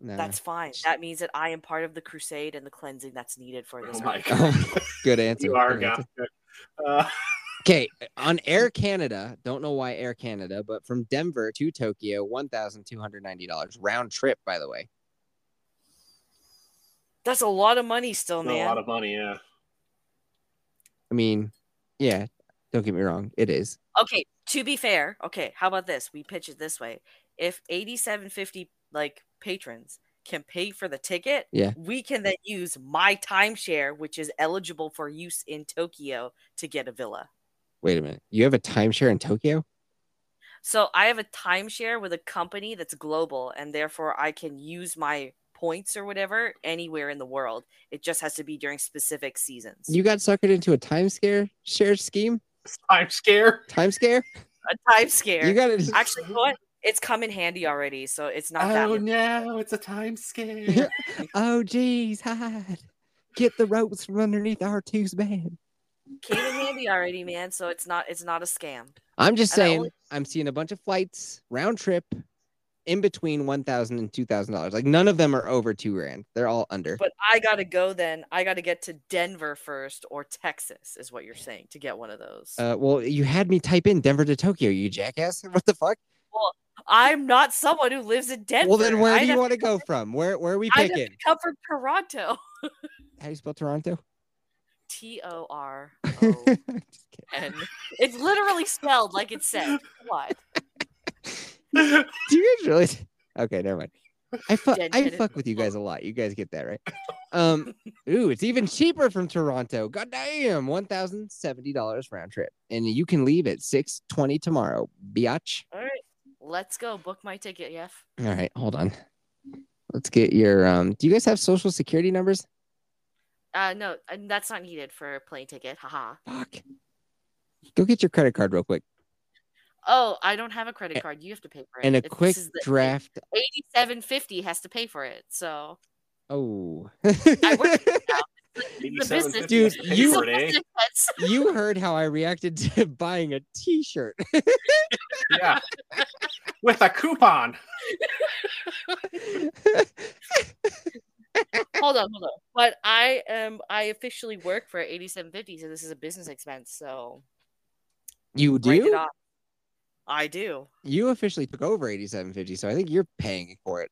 Speaker 1: No.
Speaker 3: That's fine. That means that I am part of the crusade and the cleansing that's needed for this.
Speaker 1: <laughs>
Speaker 4: Oh my
Speaker 3: earth.
Speaker 4: god,
Speaker 1: good answer.
Speaker 4: you are
Speaker 1: Good answer.
Speaker 4: God. Uh,
Speaker 1: Okay, on Air Canada, don't know why Air Canada, but from Denver to Tokyo, one thousand two hundred ninety dollars round trip. By the way,
Speaker 7: That's a lot of money
Speaker 3: Oh,
Speaker 7: still,
Speaker 4: a
Speaker 7: man.
Speaker 4: lot of money, yeah.
Speaker 1: I mean, yeah, don't get me wrong, it is.
Speaker 3: Okay, to be fair, okay, how about this? We pitch it this way. If 8750 like patrons can pay for the ticket,
Speaker 1: Yeah.
Speaker 3: we can then use my timeshare, which is eligible for use in Tokyo to get a villa.
Speaker 1: Wait a minute, you have a timeshare in Tokyo?
Speaker 3: So I have a timeshare with a company that's global and therefore I can use my points or whatever anywhere in the world. It just has to be during specific seasons.
Speaker 1: You got suckered into a time scare share scheme?
Speaker 4: I'm scared.
Speaker 1: Time scare?
Speaker 3: a time scare.
Speaker 1: You got it. <laughs>
Speaker 3: Actually, you know what? It's come in handy already, so it's not that
Speaker 4: Oh
Speaker 3: much.
Speaker 4: no, it's a time <laughs> scare.
Speaker 1: oh geez, hide! Get the ropes from underneath our two's bed.
Speaker 3: came in handy already, man. So it's not it's not
Speaker 1: <laughs>
Speaker 3: a scam.
Speaker 1: I'm just
Speaker 3: And I
Speaker 1: saying,
Speaker 3: only-
Speaker 1: I'm seeing a bunch of flights round trip, in between one thousand and two thousand dollars. Like none of them are over two grand. They're all under.
Speaker 3: But I gotta go then. I gotta get to Denver first or Texas, is what you're saying, to get one of those.
Speaker 1: Uh, well, you had me type in Denver to Tokyo, you jackass. <laughs> What the fuck?
Speaker 3: I'm not someone who lives in Denver.
Speaker 1: Well, then where
Speaker 3: I'd
Speaker 1: do you
Speaker 3: have
Speaker 1: want to go from? Where where are we
Speaker 3: I'd have
Speaker 1: picking?
Speaker 3: come from Toronto?
Speaker 1: How
Speaker 3: <laughs>
Speaker 1: do you spell Toronto? <laughs>
Speaker 3: T O R
Speaker 1: Just
Speaker 3: O
Speaker 1: kidding.
Speaker 3: N. It's literally spelled like it said. What?
Speaker 1: do you guys realize? <laughs> Okay, never mind. I fuck
Speaker 3: Dead
Speaker 1: I
Speaker 3: kid.
Speaker 1: fuck with you guys a lot. You guys get that right. Um, ooh, it's even cheaper from Toronto. God damn, one thousand seventy dollars round trip, and you can leave at six twenty tomorrow. Biatch.
Speaker 3: All right. Let's go. Book my ticket, Yef.
Speaker 1: All right, hold on. Let's get your um do you guys have social security numbers?
Speaker 3: Uh, no, and that's not needed for a plane ticket. Haha.
Speaker 1: Fuck. Go get your credit card real quick.
Speaker 3: Oh, I don't have a credit
Speaker 1: A-
Speaker 3: card. You have to pay for it.
Speaker 1: And a
Speaker 3: If this
Speaker 1: quick
Speaker 3: is the-
Speaker 1: draft.
Speaker 3: 8750 has to pay for it. So
Speaker 1: Oh.
Speaker 3: work
Speaker 4: $87.50
Speaker 3: business-
Speaker 1: Dude,
Speaker 4: to pay
Speaker 1: you-
Speaker 4: for it, eh?
Speaker 3: <laughs>
Speaker 1: <laughs>
Speaker 3: That's-
Speaker 1: you heard how I reacted to buying a t-shirt. <laughs>
Speaker 4: yeah. With a coupon.
Speaker 3: hold on, hold on. But I am I officially work for 8750, so this is a business expense. So
Speaker 1: you
Speaker 3: write it
Speaker 1: do?
Speaker 3: off. I do.
Speaker 1: You officially took over 8750, so I think you're paying for it.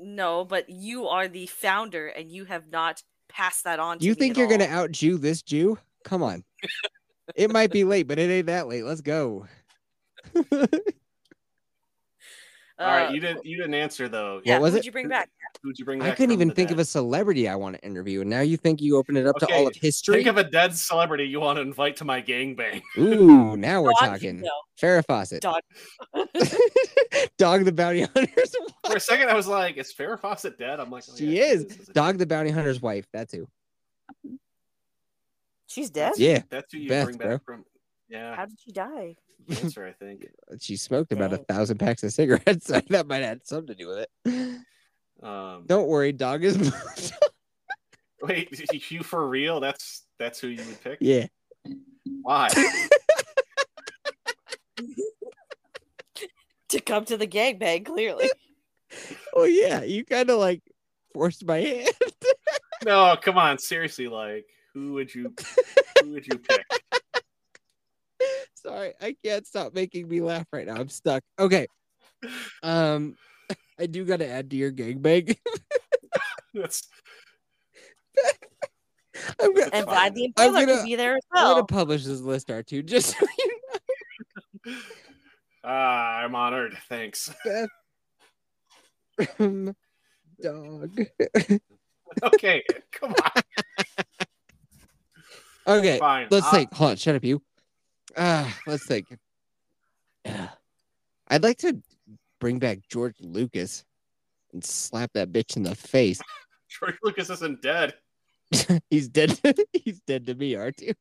Speaker 3: No, but you are the founder and you have not passed that on to
Speaker 1: You
Speaker 3: me
Speaker 1: think
Speaker 3: at
Speaker 1: you're going to
Speaker 3: all.
Speaker 1: out Jew this Jew? Come on. it might be late, but it ain't that late. Let's go.
Speaker 4: All right,
Speaker 3: Uh,
Speaker 4: you didn't you didn't answer though.
Speaker 3: yeah,
Speaker 1: was
Speaker 3: who'd
Speaker 1: it?
Speaker 3: you bring back?
Speaker 4: Who'd you bring
Speaker 1: I
Speaker 4: back
Speaker 1: couldn't
Speaker 4: from
Speaker 1: even
Speaker 4: the
Speaker 1: think
Speaker 4: dead?
Speaker 1: of a celebrity I want to interview, and now you think you open it up to all
Speaker 4: Okay,
Speaker 1: of history?
Speaker 4: Think of a dead celebrity you want to invite to my gangbang. <laughs>
Speaker 1: Ooh, now we're
Speaker 3: Dog-
Speaker 1: talking.
Speaker 3: no.
Speaker 1: Farrah Fawcett.
Speaker 3: Dog-
Speaker 1: <laughs>
Speaker 3: <laughs>
Speaker 1: Dog the Bounty Hunter's
Speaker 4: For a second, I was like, "Is Farrah Fawcett dead?" I'm like, oh,
Speaker 1: She
Speaker 4: yeah,
Speaker 1: is.
Speaker 4: That's-
Speaker 1: Dog the Bounty Hunter's wife. That's who.
Speaker 7: She's dead.
Speaker 1: Yeah,
Speaker 4: That's who you
Speaker 1: Beth,
Speaker 4: bring back from. Yeah,
Speaker 7: How did she die?
Speaker 4: cancer, I think.
Speaker 1: <laughs> she smoked about a
Speaker 7: Dang.
Speaker 1: thousand packs of cigarettes. <laughs> So that might have something to do with it.
Speaker 4: Um,
Speaker 1: Don't worry, dog is <laughs> moved.
Speaker 4: wait, <laughs> you for real? That's that's who you would pick.
Speaker 1: yeah. <laughs>
Speaker 4: Why?
Speaker 7: To come to the gangbang, clearly.
Speaker 1: Oh yeah, you kind of like forced my hand. <laughs>
Speaker 4: No, come on, seriously. Like, who would you who would you pick? <laughs>
Speaker 1: Sorry, I can't stop making me laugh right now. I'm stuck. Okay. Um, <laughs> I do got to add to your gangbang. <laughs>
Speaker 4: That's
Speaker 1: I'm gonna,
Speaker 7: and
Speaker 4: fine.
Speaker 7: Vlad the
Speaker 1: I'm
Speaker 7: Impaler
Speaker 1: gonna-
Speaker 7: could be there as
Speaker 1: I'm
Speaker 7: well.
Speaker 1: gonna publish this list, R two. <laughs> Just so you know.
Speaker 4: ah, I'm honored. Thanks. <laughs>
Speaker 1: Um, dog.
Speaker 4: Okay, come on.
Speaker 1: Okay,
Speaker 4: Fine. Ah,
Speaker 1: let's
Speaker 4: I-
Speaker 1: think. Hold on, shut up, you. Uh, let's think. Ah, I'd like to bring back George Lucas and slap that bitch in the face. <laughs>
Speaker 4: George Lucas isn't dead.
Speaker 1: He's dead. <laughs> He's dead to me, R two.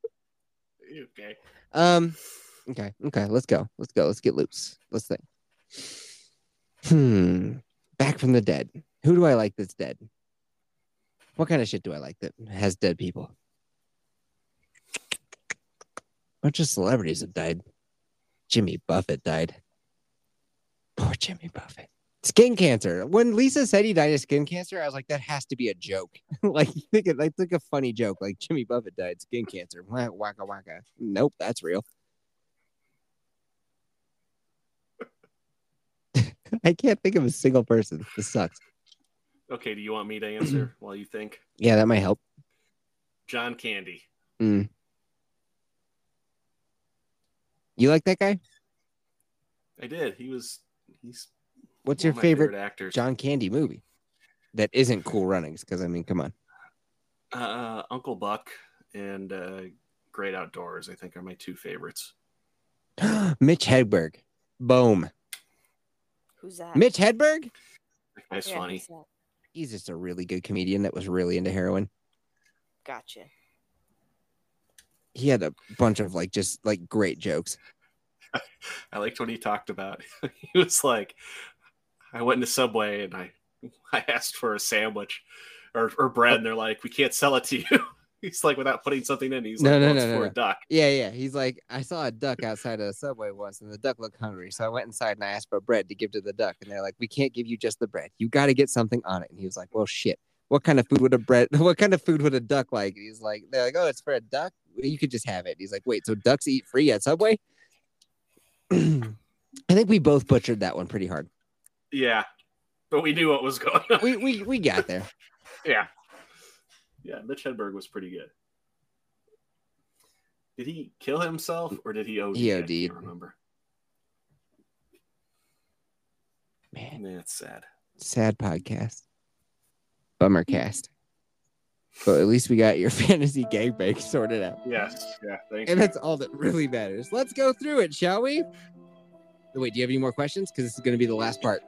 Speaker 4: Okay.
Speaker 1: Um. Okay. Okay. Let's go. Let's go. Let's get loose. Let's think. Hmm. Back from the dead. Who do I like that's dead? What kind of shit do I like that has dead people? Bunch of celebrities have died. Jimmy Buffett died. Poor Jimmy Buffett. Skin cancer. When Lisa said he died of skin cancer, I was like, that has to be a joke. <laughs> like, think it, like, think a funny joke. Like Jimmy Buffett died skin cancer. Wah- Waka waka. Nope, that's real. <laughs> I can't think of a single person. This sucks.
Speaker 4: Okay. Do you want me to
Speaker 1: <clears throat>
Speaker 4: answer while you think?
Speaker 1: Yeah, that might help.
Speaker 4: John Candy.
Speaker 1: You like that guy?
Speaker 4: I did. He was. He's.
Speaker 1: What's
Speaker 4: one
Speaker 1: your
Speaker 4: of my
Speaker 1: favorite
Speaker 4: actor?
Speaker 1: John Candy movie? That isn't Cool Runnings, because I mean, come on.
Speaker 4: Uh, Uncle Buck and uh, Great Outdoors. I think are my two favorites.
Speaker 1: <gasps> Mitch Hedberg. Boom.
Speaker 7: Who's that?
Speaker 1: Mitch Hedberg?
Speaker 4: That guy's
Speaker 7: Yeah,
Speaker 4: funny.
Speaker 7: who's that?
Speaker 1: He's just a really good comedian that was really into heroin.
Speaker 7: Gotcha.
Speaker 1: he had a bunch of like just like great jokes.
Speaker 4: I liked what he talked about. <laughs> he was like, I went into Subway and I, <laughs> I asked for a sandwich or, or bread, and they're like, we can't sell it to you. <laughs> He's like, without putting something in, he's
Speaker 1: No,
Speaker 4: like,
Speaker 1: no,
Speaker 4: "Well, it's
Speaker 1: no, no,
Speaker 4: for
Speaker 1: no.
Speaker 4: a duck.
Speaker 1: Yeah, yeah. He's like, I saw a duck outside of a subway once, and the duck looked hungry, so I went inside and I asked for bread to give to the duck, and they're like, we can't give you just the bread. You got to get something on it. And he was like, well, shit. What kind of food would a bread? <laughs> What kind of food would a duck like? And he's like, they're like, oh, it's for a duck. You could just have it. He's like, wait, so ducks eat free at Subway? <clears throat> I think we both butchered that one pretty hard.
Speaker 4: Yeah. But we knew what was going on.
Speaker 1: We we we got there.
Speaker 4: <laughs> yeah. Yeah. Mitch Hedberg was pretty good. Did he kill himself or did he OD?
Speaker 1: He
Speaker 4: I
Speaker 1: OD'd.
Speaker 4: can't remember.
Speaker 1: Man,
Speaker 4: Man, it's sad.
Speaker 1: sad podcast, bummer cast. But at least we got your <laughs> fantasy gangbang sorted out,
Speaker 4: Yes. Yeah. Thank
Speaker 1: and
Speaker 4: you.
Speaker 1: that's all that really matters. Let's go through it, shall we? Wait, do you have any more questions? Because this is going to be the last part.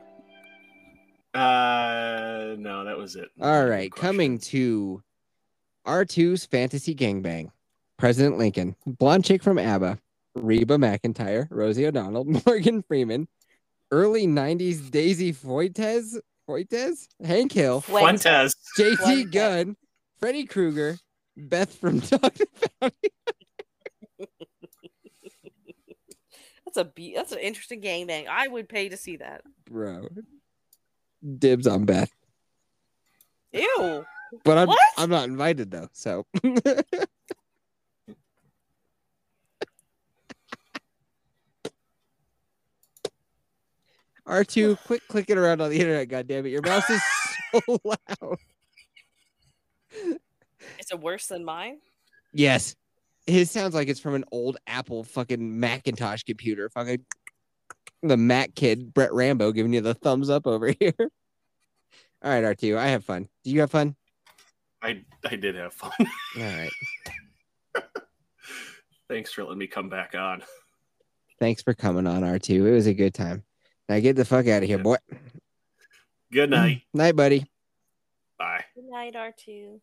Speaker 4: Uh, no, that was it.
Speaker 1: All right, coming to R2's Fantasy Gangbang. President Lincoln, blonde chick from ABBA, Reba McIntyre, Rosie O'Donnell, <laughs> Morgan Freeman, early 90s Daisy Fuentes, Fuentes, Hank Hill,
Speaker 4: Fuentes.
Speaker 1: JT
Speaker 7: Fuentes.
Speaker 1: Gunn, Freddy Krueger, Beth from <laughs> Dog County.
Speaker 7: That's a be- that's an interesting gangbang. I would pay to see that.
Speaker 1: Bro. Dibs on Beth.
Speaker 7: Ew.
Speaker 1: But I'm,
Speaker 7: What?
Speaker 1: I'm not invited though, so <laughs> R2, quit clicking around on the internet, goddammit. Your mouse is so loud.
Speaker 7: Is it worse than mine?
Speaker 1: Yes. His sounds like it's from an old Apple fucking Macintosh computer. Fucking the Mac kid, Brett Rambo, giving you the thumbs up over <laughs> here. All right, R2, I have fun. Do you have fun?
Speaker 4: I I did have fun. <laughs>
Speaker 1: All right.
Speaker 4: Thanks for letting me come back on.
Speaker 1: Thanks for coming on, R2. It was a good time. Now get the fuck out of here, boy.
Speaker 4: Good night.
Speaker 1: <clears throat> Night, buddy.
Speaker 4: Bye.
Speaker 7: Good night, R two.